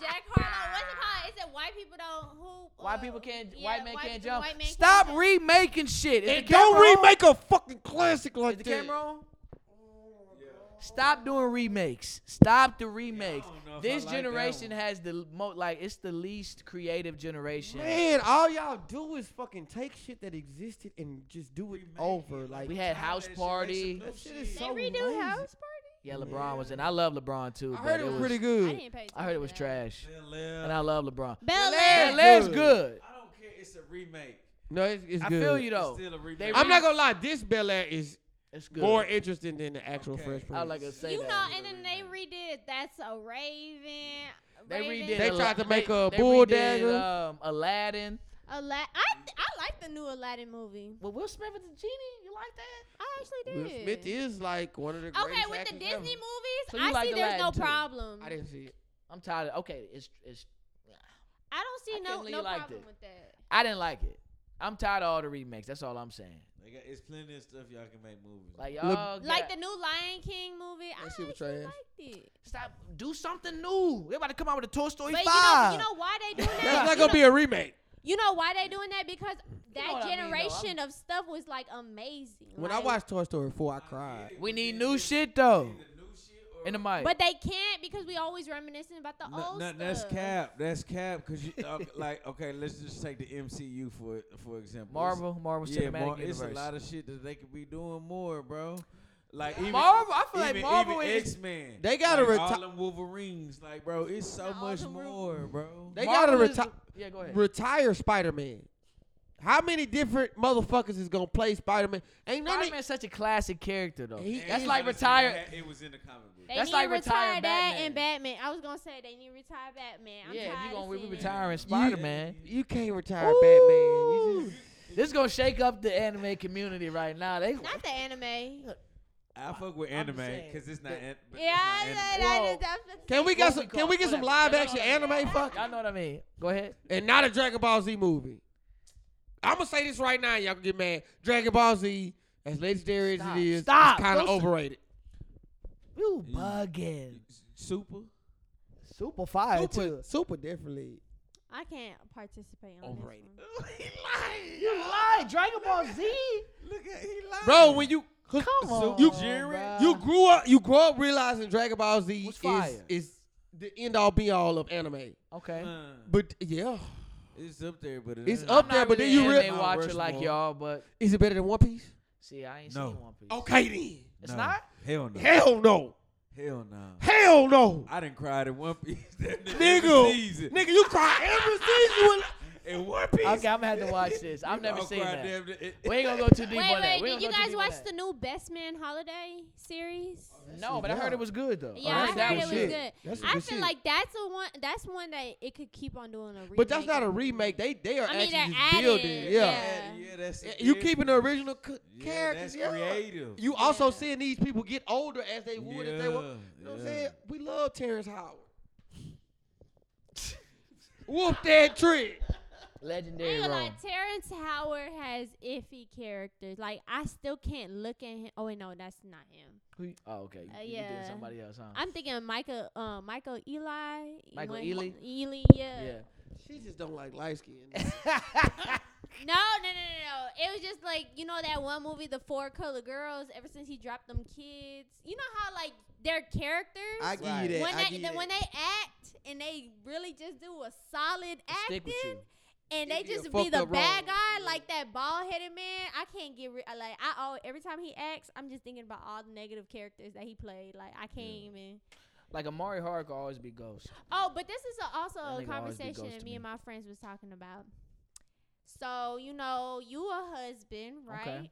Speaker 4: Jack Harlow. What's it called? Is it white people don't who?
Speaker 1: White
Speaker 4: uh,
Speaker 1: people can't.
Speaker 4: yeah,
Speaker 1: white man
Speaker 4: white
Speaker 1: can't
Speaker 4: people-
Speaker 1: jump.
Speaker 4: white man can't
Speaker 1: Stop
Speaker 4: jump.
Speaker 1: remaking shit. Is
Speaker 2: and
Speaker 1: the camera
Speaker 2: don't
Speaker 1: on?
Speaker 2: remake a fucking classic
Speaker 1: Is
Speaker 2: like
Speaker 1: the
Speaker 2: that.
Speaker 1: camera on? Stop doing remakes. Stop the remakes.
Speaker 3: don't know if I
Speaker 1: this
Speaker 3: like that
Speaker 1: generation
Speaker 3: one.
Speaker 1: has the mo like it's the least creative generation.
Speaker 2: Man, all y'all do is fucking take shit that existed and just do it
Speaker 3: Remake it,
Speaker 2: over.
Speaker 3: like-
Speaker 2: Like
Speaker 1: We had House
Speaker 3: That shit- that's some
Speaker 1: Party.
Speaker 3: new
Speaker 2: That shit is
Speaker 3: shit.
Speaker 4: They
Speaker 2: so
Speaker 4: redo
Speaker 2: lazy.
Speaker 4: House Party.
Speaker 1: Yeah, LeBron was in. I love LeBron too.
Speaker 2: I
Speaker 1: but
Speaker 2: heard it was pretty
Speaker 4: I
Speaker 2: good.
Speaker 4: didn't pay.
Speaker 1: I heard it was
Speaker 4: attention to that.
Speaker 1: trash,
Speaker 3: Bel Air.
Speaker 1: and I love LeBron.
Speaker 4: Bel
Speaker 2: Air.
Speaker 4: Air.
Speaker 1: Bel Air's
Speaker 2: good.
Speaker 1: good.
Speaker 3: I don't care. It's a remake.
Speaker 2: No, it's, it's
Speaker 1: I
Speaker 2: good.
Speaker 1: feel you
Speaker 3: It's
Speaker 1: though.
Speaker 3: still a remake.
Speaker 1: They
Speaker 2: I'm not gonna lie, this Bel Air is
Speaker 1: It's good.
Speaker 2: more interesting than the actual
Speaker 3: Okay.
Speaker 2: Fresh Prince.
Speaker 1: I like to say
Speaker 4: You
Speaker 1: that.
Speaker 4: know, and then they redid That's a Raven.
Speaker 1: They
Speaker 4: Raven.
Speaker 1: redid.
Speaker 2: They
Speaker 1: Ala-
Speaker 2: tried to make
Speaker 1: they-
Speaker 2: a
Speaker 1: they
Speaker 2: bull
Speaker 1: redid,
Speaker 2: dagger.
Speaker 1: Um, Aladdin.
Speaker 4: Ala- I I like the new Aladdin movie.
Speaker 1: Well, Will Smith is the genie. You like that?
Speaker 4: I actually
Speaker 2: Will
Speaker 4: did.
Speaker 2: Smith is like one of the greatest
Speaker 4: okay, with the
Speaker 2: actors
Speaker 4: Disney
Speaker 2: ever.
Speaker 4: movies,
Speaker 1: So you
Speaker 4: I
Speaker 1: like
Speaker 4: see there's no
Speaker 1: Aladdin, too.
Speaker 4: problem.
Speaker 2: I didn't see it.
Speaker 1: I'm tired. Of, okay, it's it's.
Speaker 4: I don't see
Speaker 1: I
Speaker 4: no
Speaker 1: can't believe
Speaker 4: no
Speaker 1: you liked
Speaker 4: problem
Speaker 1: it.
Speaker 4: with that.
Speaker 1: I didn't like it. I'm tired of all the remakes. That's all I'm saying.
Speaker 3: They got, it's plenty of stuff y'all can make movies.
Speaker 1: Like
Speaker 2: Le-
Speaker 1: y'all got-
Speaker 4: Like the new Lion King movie, I
Speaker 2: That shit was
Speaker 4: actually
Speaker 2: trash.
Speaker 4: liked it.
Speaker 1: stop. Do something new. They about to come out with a Toy Story
Speaker 4: But you know,
Speaker 1: five.
Speaker 4: you know why they doing
Speaker 2: That's
Speaker 4: that?
Speaker 2: not
Speaker 4: you,
Speaker 2: gonna
Speaker 4: know,
Speaker 2: be a remake.
Speaker 4: you know why they doing that because
Speaker 1: know
Speaker 4: that
Speaker 1: what I mean, though.
Speaker 4: generation of stuff was like amazing.
Speaker 2: When I
Speaker 4: like-
Speaker 2: watched Toy Story 4, I cried.
Speaker 1: we need new
Speaker 3: Either
Speaker 1: shit though.
Speaker 3: new shit or
Speaker 1: In the mic.
Speaker 4: But they can't because we always reminiscing about the
Speaker 3: No,
Speaker 4: old
Speaker 3: no,
Speaker 4: stuff.
Speaker 3: that's cap. That's cap. Cause you uh, like okay, let's just take the MCU for for example.
Speaker 1: Marvel, Marvel
Speaker 3: It's, yeah,
Speaker 1: Cinematic
Speaker 3: Mar-
Speaker 1: Universe.
Speaker 3: it's a lot of shit that they could be doing more, bro. Like even,
Speaker 1: Marvel- I feel like
Speaker 3: even,
Speaker 1: Marvel
Speaker 3: even
Speaker 1: is-
Speaker 3: X Men.
Speaker 2: They gotta
Speaker 3: like,
Speaker 2: reti-
Speaker 3: all them Wolverines. Like, bro, it's so
Speaker 4: All
Speaker 3: much
Speaker 4: them Wolver-
Speaker 3: more, bro.
Speaker 2: They gotta
Speaker 1: Marvel is-
Speaker 2: retire.
Speaker 1: Yeah, go ahead.
Speaker 2: retire Spider Man. How many different motherfuckers is gonna play Spider Man? Ain't none
Speaker 1: Spider
Speaker 2: of
Speaker 1: Man's such a classic character though.
Speaker 2: He-
Speaker 3: And
Speaker 1: That's
Speaker 3: it
Speaker 1: like
Speaker 3: was-
Speaker 1: retire.
Speaker 3: It was in the comic book.
Speaker 4: They
Speaker 1: That's
Speaker 4: need
Speaker 1: like
Speaker 4: to retire
Speaker 1: retiring
Speaker 4: that and Batman. I was gonna say they need to retire Batman. I'm
Speaker 1: Yeah,
Speaker 4: tired
Speaker 1: if you
Speaker 4: of
Speaker 1: gonna we be
Speaker 4: seeing it.
Speaker 1: retiring Spider Man.
Speaker 2: you can't retire Batman. You
Speaker 1: Ooh.
Speaker 2: just,
Speaker 1: This is gonna shake up the anime community right now. They
Speaker 4: Not the anime.
Speaker 3: I fuck with
Speaker 1: I'm
Speaker 3: anime
Speaker 1: saying.
Speaker 3: because it's not. An- but
Speaker 4: Yeah,
Speaker 3: it's
Speaker 4: I,
Speaker 3: not anime.
Speaker 4: I,
Speaker 1: Whoa.
Speaker 4: I, that's-
Speaker 2: can we
Speaker 1: What
Speaker 2: get
Speaker 1: we
Speaker 2: some?
Speaker 1: call-
Speaker 2: Can we get some
Speaker 1: whatever.
Speaker 2: live action anime? Fuck,
Speaker 1: Y'all know what I mean. Go ahead.
Speaker 2: and not a Dragon Ball Z movie. I'm gonna say this right now. Y'all can get mad. Dragon Ball Z, as legendary
Speaker 1: Stop.
Speaker 2: as it is,
Speaker 1: Stop.
Speaker 2: it's kind
Speaker 1: Don't
Speaker 2: of
Speaker 1: say-
Speaker 2: overrated.
Speaker 1: You
Speaker 3: Mm.
Speaker 1: bugging.
Speaker 3: Super.
Speaker 1: Super fire
Speaker 2: *laughs* Super, super definitely.
Speaker 4: I can't participate on
Speaker 2: Overrated.
Speaker 4: this
Speaker 1: You lie. Dragon Ball Z.
Speaker 3: Look at he lied.
Speaker 2: Bro, when you
Speaker 1: Come on.
Speaker 2: you-
Speaker 1: Jerry.
Speaker 2: you grew up, you grew up realizing Dragon Ball Z
Speaker 1: Was
Speaker 2: is,
Speaker 1: fire.
Speaker 2: is the end all be all of anime.
Speaker 1: okay.
Speaker 3: Uh,
Speaker 2: But yeah,
Speaker 3: it's up there, but it
Speaker 2: It's
Speaker 3: ain't.
Speaker 2: up
Speaker 1: I'm
Speaker 2: there,
Speaker 1: not
Speaker 2: but
Speaker 1: really
Speaker 2: then you
Speaker 1: an
Speaker 2: real-
Speaker 1: anime
Speaker 3: Mount
Speaker 1: watcher like
Speaker 3: Rushmore.
Speaker 1: y'all, but
Speaker 2: is it better than One Piece?
Speaker 1: see, I ain't
Speaker 3: No.
Speaker 1: seen One Piece.
Speaker 2: Okay then.
Speaker 1: It's
Speaker 3: No.
Speaker 1: not.
Speaker 3: Hell no.
Speaker 2: Hell no.
Speaker 3: Hell no.
Speaker 2: Hell no.
Speaker 3: I didn't cry at One Piece. *laughs* That nigga.
Speaker 2: Nigga. Nigga, you cry every season when
Speaker 3: in one piece.
Speaker 1: Okay, I'm gonna have
Speaker 2: *laughs*
Speaker 1: to watch this. I've
Speaker 3: You
Speaker 1: never
Speaker 3: gonna
Speaker 1: seen
Speaker 3: cry
Speaker 1: that.
Speaker 3: damn near- it-
Speaker 1: We ain't gonna go too deep
Speaker 4: Wait,
Speaker 1: on that.
Speaker 4: wait,
Speaker 1: We
Speaker 4: did
Speaker 1: ain't
Speaker 4: you
Speaker 1: gonna go
Speaker 4: guys
Speaker 1: too deep on
Speaker 4: watch
Speaker 1: that.
Speaker 4: the new Best Man Holiday series?
Speaker 1: No, but I heard it was good though.
Speaker 4: Yeah,
Speaker 2: Oh, that's
Speaker 4: I heard it
Speaker 2: good
Speaker 4: was
Speaker 2: shit.
Speaker 4: good.
Speaker 2: That's
Speaker 4: I
Speaker 2: good
Speaker 4: feel
Speaker 2: shit.
Speaker 4: like that's the one. That's one that it could keep on doing a remake.
Speaker 2: But that's not a remake. They they are
Speaker 4: I mean, they're
Speaker 2: actually just
Speaker 4: adding,
Speaker 2: building. Yeah.
Speaker 4: yeah.
Speaker 3: Yeah, that's
Speaker 2: You
Speaker 3: yeah,
Speaker 2: keeping the original c-
Speaker 3: yeah,
Speaker 2: characters.
Speaker 3: That's
Speaker 2: Yeah.
Speaker 3: creative.
Speaker 2: You also
Speaker 4: Yeah.
Speaker 2: seeing these people get older as they would if they were. You know what I'm
Speaker 3: yeah.
Speaker 2: saying? We love Terrence Howard. *laughs* Whoop that trick.
Speaker 4: I ain't
Speaker 1: Legendary
Speaker 4: gonna
Speaker 1: role.
Speaker 4: lie, Terrence Howard has iffy characters. Like I still can't look at him. Oh wait, no, that's not him.
Speaker 1: Who you- Oh, okay. You,
Speaker 4: Uh,
Speaker 1: you thinking
Speaker 4: yeah.
Speaker 1: somebody else, huh?
Speaker 4: I'm thinking of Michael, uh, Michael Eli.
Speaker 1: Michael
Speaker 4: One-
Speaker 1: Ealy?
Speaker 4: Ealy, yeah. *laughs*
Speaker 1: yeah. *laughs*
Speaker 2: She just don't like light *laughs* skin.
Speaker 4: No, no, no, no, no. It was just like you know that one movie, The Four Color Girls. Ever since he dropped them kids, you know how like their characters.
Speaker 2: I give
Speaker 1: Right.
Speaker 2: you that.
Speaker 4: when
Speaker 2: I
Speaker 4: they,
Speaker 2: give
Speaker 4: the-
Speaker 2: you
Speaker 4: when
Speaker 2: that.
Speaker 4: they act and they really just do a solid
Speaker 1: Stick with you.
Speaker 4: acting and they
Speaker 2: It be a
Speaker 4: just be
Speaker 2: fucked
Speaker 4: the
Speaker 2: up
Speaker 4: bad
Speaker 2: role.
Speaker 4: guy like that bald headed man I can't get rid like I all every time he acts I'm just thinking about all the negative characters that he played like I can't even
Speaker 1: Like Amari Hard could always be Ghost.
Speaker 4: oh but this is a, also
Speaker 1: That
Speaker 4: a
Speaker 1: nigga always be
Speaker 4: conversation
Speaker 1: ghost
Speaker 4: that
Speaker 1: to
Speaker 4: me and
Speaker 1: me.
Speaker 4: my friends was talking about so you know you a husband right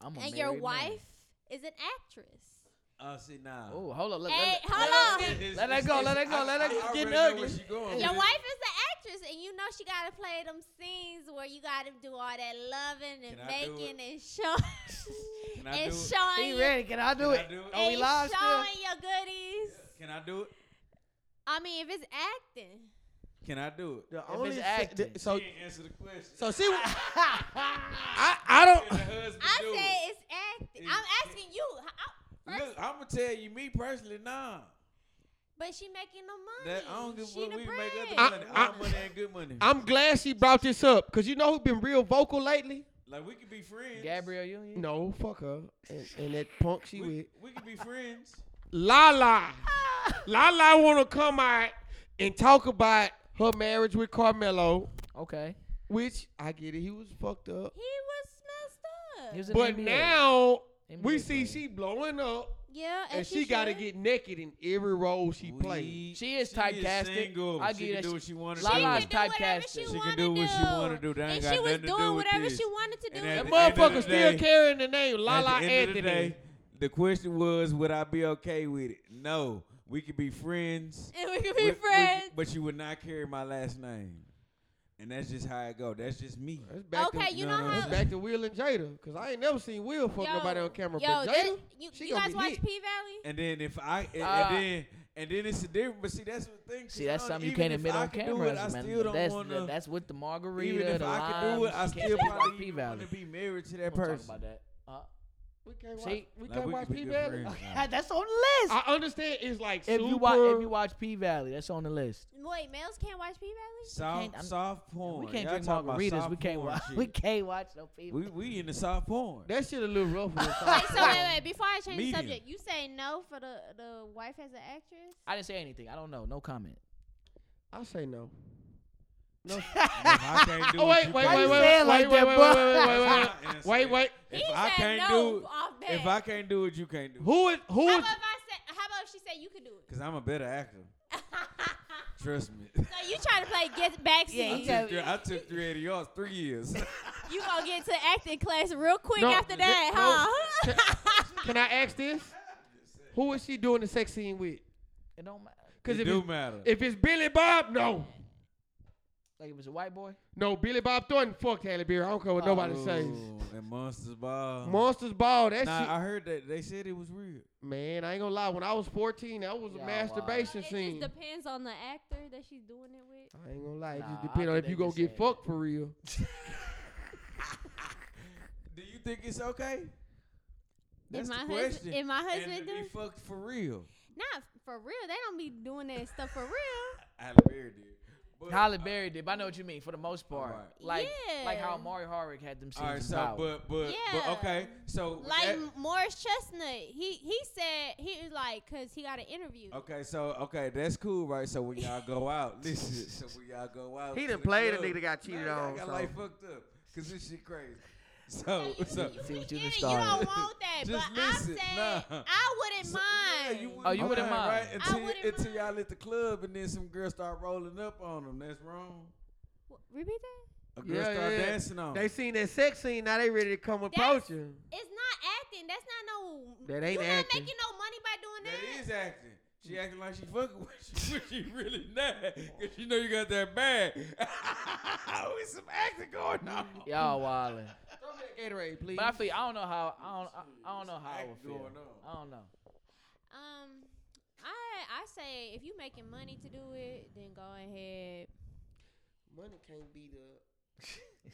Speaker 1: I'm a
Speaker 4: and your
Speaker 1: married man.
Speaker 4: wife is an actress
Speaker 3: Oh, see, nah.
Speaker 1: Oh, hold up. Let,
Speaker 4: Hey,
Speaker 1: let,
Speaker 4: hold on.
Speaker 3: It's-
Speaker 1: Let
Speaker 3: it's-
Speaker 1: that go,
Speaker 3: it's-
Speaker 1: let that go,
Speaker 3: I-
Speaker 1: let that
Speaker 3: I-
Speaker 1: go.
Speaker 3: I
Speaker 1: Getting
Speaker 3: already know
Speaker 1: ugly.
Speaker 3: where she going with
Speaker 4: Your
Speaker 3: it.
Speaker 4: wife is the actress, and you know she gotta play them scenes where you gotta do all that loving and
Speaker 3: Can I do
Speaker 4: making and *laughs* showing
Speaker 3: Can I
Speaker 4: and
Speaker 3: do it?
Speaker 4: showing
Speaker 1: He
Speaker 4: your,
Speaker 1: ready. Can I do
Speaker 3: Can I
Speaker 1: it?
Speaker 3: do it?
Speaker 1: Oh, we
Speaker 4: and
Speaker 1: live still?
Speaker 4: showing your goodies.
Speaker 3: Can I do it?
Speaker 4: I mean, if it's acting,
Speaker 3: Can I do it?
Speaker 2: The
Speaker 1: it's
Speaker 2: only se-
Speaker 1: acting.
Speaker 2: the- so
Speaker 3: She didn't answer the question.
Speaker 2: so
Speaker 3: *laughs*
Speaker 2: she. I I
Speaker 3: Can the
Speaker 2: don't.
Speaker 3: husband
Speaker 4: I
Speaker 3: do
Speaker 4: say
Speaker 3: it?
Speaker 4: it's acting.
Speaker 3: Is-
Speaker 4: I'm asking you, I, I-
Speaker 3: Look,
Speaker 4: first,
Speaker 3: I'm gonna tell you, me personally, nah.
Speaker 4: but she making the money.
Speaker 3: That, I don't give
Speaker 4: she
Speaker 3: what
Speaker 4: the
Speaker 3: we
Speaker 4: bread.
Speaker 3: make other
Speaker 2: I-
Speaker 3: money.
Speaker 2: I-
Speaker 3: Our money ain't good money.
Speaker 2: I'm glad she brought this up because you know who been real vocal lately.
Speaker 3: like we could be
Speaker 1: *laughs*
Speaker 3: friends.
Speaker 1: Gabrielle Union.
Speaker 2: No, fuck her and, and that punk she
Speaker 3: we,
Speaker 2: with.
Speaker 3: we could be friends.
Speaker 2: Lala. Lala wanna come out and talk about her marriage with Carmelo,
Speaker 1: Okay.
Speaker 2: which I get it, he was fucked up.
Speaker 4: *laughs* he was messed up.
Speaker 1: He was in the
Speaker 2: But
Speaker 1: NBA.
Speaker 2: now we
Speaker 1: NBA
Speaker 2: see
Speaker 1: player.
Speaker 2: she blowing up
Speaker 4: yeah,
Speaker 2: and she gotta
Speaker 4: should.
Speaker 2: get naked in every role she plays.
Speaker 3: We-
Speaker 1: She is
Speaker 3: she
Speaker 1: typecasted.
Speaker 3: Is single.
Speaker 1: I
Speaker 3: she
Speaker 1: give
Speaker 3: can
Speaker 1: that
Speaker 3: do
Speaker 1: sh-
Speaker 3: what she wanted
Speaker 4: She
Speaker 1: Lala
Speaker 3: to
Speaker 1: Lala's
Speaker 4: can
Speaker 3: do.
Speaker 4: do whatever
Speaker 1: typecasted.
Speaker 4: she,
Speaker 1: She
Speaker 3: can
Speaker 4: wanna
Speaker 3: do what she wanna
Speaker 4: do.
Speaker 3: do. That ain't
Speaker 4: and
Speaker 3: got
Speaker 4: she was
Speaker 3: nothing to do
Speaker 4: doing
Speaker 3: with
Speaker 4: whatever
Speaker 3: this.
Speaker 4: she wanted to do.
Speaker 3: And
Speaker 4: with
Speaker 3: at
Speaker 2: That
Speaker 3: the
Speaker 4: it.
Speaker 3: end of
Speaker 2: motherfucker
Speaker 3: the
Speaker 2: still
Speaker 3: day-
Speaker 2: carrying the name Lala
Speaker 3: At the end of
Speaker 2: Anthony.
Speaker 3: the day, the question was, would I be okay with it? No, we could be friends.
Speaker 4: *laughs* and we could
Speaker 3: We-
Speaker 4: be
Speaker 3: we-
Speaker 4: friends.
Speaker 3: but you would not carry my last name, and that's just how it go. That's just me.
Speaker 2: That's back
Speaker 4: okay,
Speaker 2: to,
Speaker 4: you
Speaker 3: no,
Speaker 4: know
Speaker 3: no,
Speaker 4: how
Speaker 2: that's back to Will and Jada. Cause I ain't never seen Will fuck
Speaker 4: Yo,
Speaker 2: nobody on camera.
Speaker 4: Yo,
Speaker 2: but
Speaker 4: that-
Speaker 2: Jada,
Speaker 4: you,
Speaker 2: she
Speaker 4: you
Speaker 2: gonna
Speaker 4: guys
Speaker 2: be
Speaker 4: watch
Speaker 2: hit.
Speaker 4: P Valley?
Speaker 3: And then if I and, and
Speaker 1: Uh,
Speaker 3: then and then it's a different. But see, that's the thing. 'cause
Speaker 1: See, that's
Speaker 3: now,
Speaker 1: something you
Speaker 3: even
Speaker 1: can't
Speaker 3: if
Speaker 1: admit
Speaker 3: I
Speaker 1: on
Speaker 3: could do
Speaker 1: camera.
Speaker 3: it, I
Speaker 1: man.
Speaker 3: still don't
Speaker 1: that's,
Speaker 3: wanna-
Speaker 1: that's with the margarita,
Speaker 3: Even if
Speaker 1: the
Speaker 3: I could do it, I
Speaker 1: limes. You
Speaker 3: still
Speaker 1: can't watch
Speaker 3: probably
Speaker 1: P-Valley.
Speaker 3: want to be married to that
Speaker 1: We'll talk
Speaker 3: person.
Speaker 1: about that. Uh,
Speaker 2: We can't
Speaker 1: See?
Speaker 2: watch, we
Speaker 3: Like,
Speaker 2: can't
Speaker 3: we
Speaker 2: watch
Speaker 3: could be
Speaker 2: P
Speaker 3: good
Speaker 2: Valley.
Speaker 1: *laughs*
Speaker 3: friends.
Speaker 1: that's on the
Speaker 2: *laughs* I understand it's like
Speaker 1: If
Speaker 2: super.
Speaker 1: you watch, if you watch P Valley, that's on the list.
Speaker 4: Wait, males can't watch P Valley?
Speaker 1: can't-
Speaker 3: Soft,
Speaker 1: I'm-
Speaker 3: soft porn.
Speaker 1: we can't
Speaker 3: Y'all
Speaker 1: drink
Speaker 3: talking about
Speaker 1: margaritas.
Speaker 3: soft
Speaker 1: We can't
Speaker 3: porn
Speaker 1: watch. *laughs*
Speaker 3: shit.
Speaker 1: We can't watch no P
Speaker 3: *laughs* We we in the soft *laughs* porn.
Speaker 2: that shit a little rough. when it's
Speaker 4: *laughs* Wait,
Speaker 2: all-
Speaker 3: *laughs*
Speaker 4: so wait, wait. Before I change
Speaker 3: Medium.
Speaker 4: the subject, you say no for the the wife as an actress?
Speaker 1: I didn't say anything. I don't know. No comment.
Speaker 3: *laughs*
Speaker 2: I say no.
Speaker 3: If I can't do
Speaker 2: Oh
Speaker 3: it,
Speaker 2: wait,
Speaker 3: you
Speaker 2: wait,
Speaker 3: can't
Speaker 1: you
Speaker 2: wait, wait,
Speaker 3: do
Speaker 1: say it
Speaker 2: wait,
Speaker 1: like
Speaker 2: wait,
Speaker 1: that,
Speaker 2: wait,
Speaker 1: boy?
Speaker 2: wait,
Speaker 3: That's
Speaker 2: wait,
Speaker 3: my
Speaker 2: wait, wait,
Speaker 3: answer.
Speaker 2: wait, wait.
Speaker 4: He
Speaker 3: If
Speaker 4: said
Speaker 3: I can't
Speaker 4: no
Speaker 3: do
Speaker 4: off
Speaker 3: it, if
Speaker 4: bat.
Speaker 3: I can't do it, you can't do it.
Speaker 2: Who is who
Speaker 4: How
Speaker 2: is?
Speaker 4: *laughs* about if I say, how about if she said you could do it?
Speaker 3: Cause I'm a
Speaker 2: *laughs*
Speaker 3: better actor. Trust me.
Speaker 4: so you trying to play get back
Speaker 1: Yeah,
Speaker 3: *laughs* I
Speaker 1: you
Speaker 4: seat.
Speaker 1: got-
Speaker 3: took, three, I took three eighty yards,
Speaker 2: *laughs*
Speaker 3: three years.
Speaker 4: you gonna get to acting class real quick
Speaker 2: No,
Speaker 4: after that,
Speaker 2: no.
Speaker 4: huh?
Speaker 2: Can I ask this? Who is she doing the sex scene with?
Speaker 1: It don't matter.
Speaker 2: Because
Speaker 3: it
Speaker 2: if
Speaker 3: do
Speaker 2: it's,
Speaker 3: matter.
Speaker 2: if it's Billy Bob, no,
Speaker 1: Like it was a white boy.
Speaker 2: no Billy Bob Thornton, fuck Halle Berry. I don't care what nobody says.
Speaker 3: Ooh, And Monsters Ball.
Speaker 2: Monsters Ball, that
Speaker 3: Oh. nah,
Speaker 2: shit.
Speaker 3: I heard that they said it was real.
Speaker 2: Man, I ain't gonna lie. When I was 14, that was a
Speaker 1: Yeah, wow.
Speaker 2: masturbation
Speaker 4: it
Speaker 2: scene.
Speaker 4: just depends on the actor that she's doing it with.
Speaker 2: I ain't gonna lie. It
Speaker 1: Nah, I
Speaker 2: just depends on
Speaker 1: think
Speaker 2: if you
Speaker 1: they
Speaker 2: gonna
Speaker 1: just
Speaker 2: get
Speaker 1: saying.
Speaker 2: fucked for real.
Speaker 3: Do you think it's okay? That's
Speaker 4: if my
Speaker 3: the question.
Speaker 4: husband, if my husband
Speaker 3: and to
Speaker 4: do,
Speaker 3: be fucked for real.
Speaker 4: not for real. They don't be doing that stuff for real.
Speaker 3: Halle Berry did. But, uh,
Speaker 1: Holly Berry did. But I know what you mean for the most part.
Speaker 3: Alright.
Speaker 1: Like like how
Speaker 4: Yeah.
Speaker 1: Mari Harwick had them scenes.
Speaker 3: All right,
Speaker 1: in
Speaker 3: so
Speaker 1: Power.
Speaker 3: but but
Speaker 4: Yeah.
Speaker 3: but okay, so
Speaker 4: like
Speaker 3: that-
Speaker 4: M- Morris Chestnut. He he said he was like because he got an interview.
Speaker 3: Okay, so okay, that's cool, right? So when y'all
Speaker 2: *laughs*
Speaker 3: go out, listen. So when y'all go out,
Speaker 2: He
Speaker 3: to
Speaker 2: done
Speaker 3: the
Speaker 2: played a
Speaker 3: club,
Speaker 2: nigga got cheated
Speaker 3: now y'all
Speaker 2: on,
Speaker 3: Got
Speaker 2: so.
Speaker 3: life fucked up because this shit crazy. *laughs* So so.
Speaker 1: See what you
Speaker 4: You,
Speaker 1: done
Speaker 4: you don't
Speaker 1: started.
Speaker 4: want
Speaker 3: *laughs*
Speaker 4: that, but
Speaker 3: Just
Speaker 4: I'm
Speaker 3: listen,
Speaker 4: saying
Speaker 3: nah.
Speaker 4: I wouldn't
Speaker 3: so- yeah,
Speaker 4: mind.
Speaker 1: Oh, you wouldn't mind.
Speaker 3: right? Until,
Speaker 4: wouldn't
Speaker 3: until
Speaker 4: mind.
Speaker 3: y'all at the club and then some girls start rolling up on them. That's wrong.
Speaker 4: Wha- Repeat that.
Speaker 3: A girl
Speaker 2: Yeah,
Speaker 3: start
Speaker 2: yeah.
Speaker 3: dancing on.
Speaker 2: They seen that sex scene, now they ready to come approach
Speaker 4: That's-
Speaker 2: you.
Speaker 4: It's not acting. That's not no.
Speaker 2: That ain't
Speaker 4: you
Speaker 2: acting.
Speaker 4: not making no money by doing that.
Speaker 3: that is acting. She acting like she fucking with you, *laughs* but she really not. Cause she know you got that bag. *laughs* With some acting going on.
Speaker 1: Y'all wildin'.
Speaker 2: Throw me that Gatorade, please.
Speaker 1: But I feel I don't know how I don't I, I don't know how I would
Speaker 3: Acting
Speaker 1: feel.
Speaker 3: going on.
Speaker 1: I don't know.
Speaker 4: Um, I I say if you making money to do it, then go ahead.
Speaker 2: Money can't be *laughs* the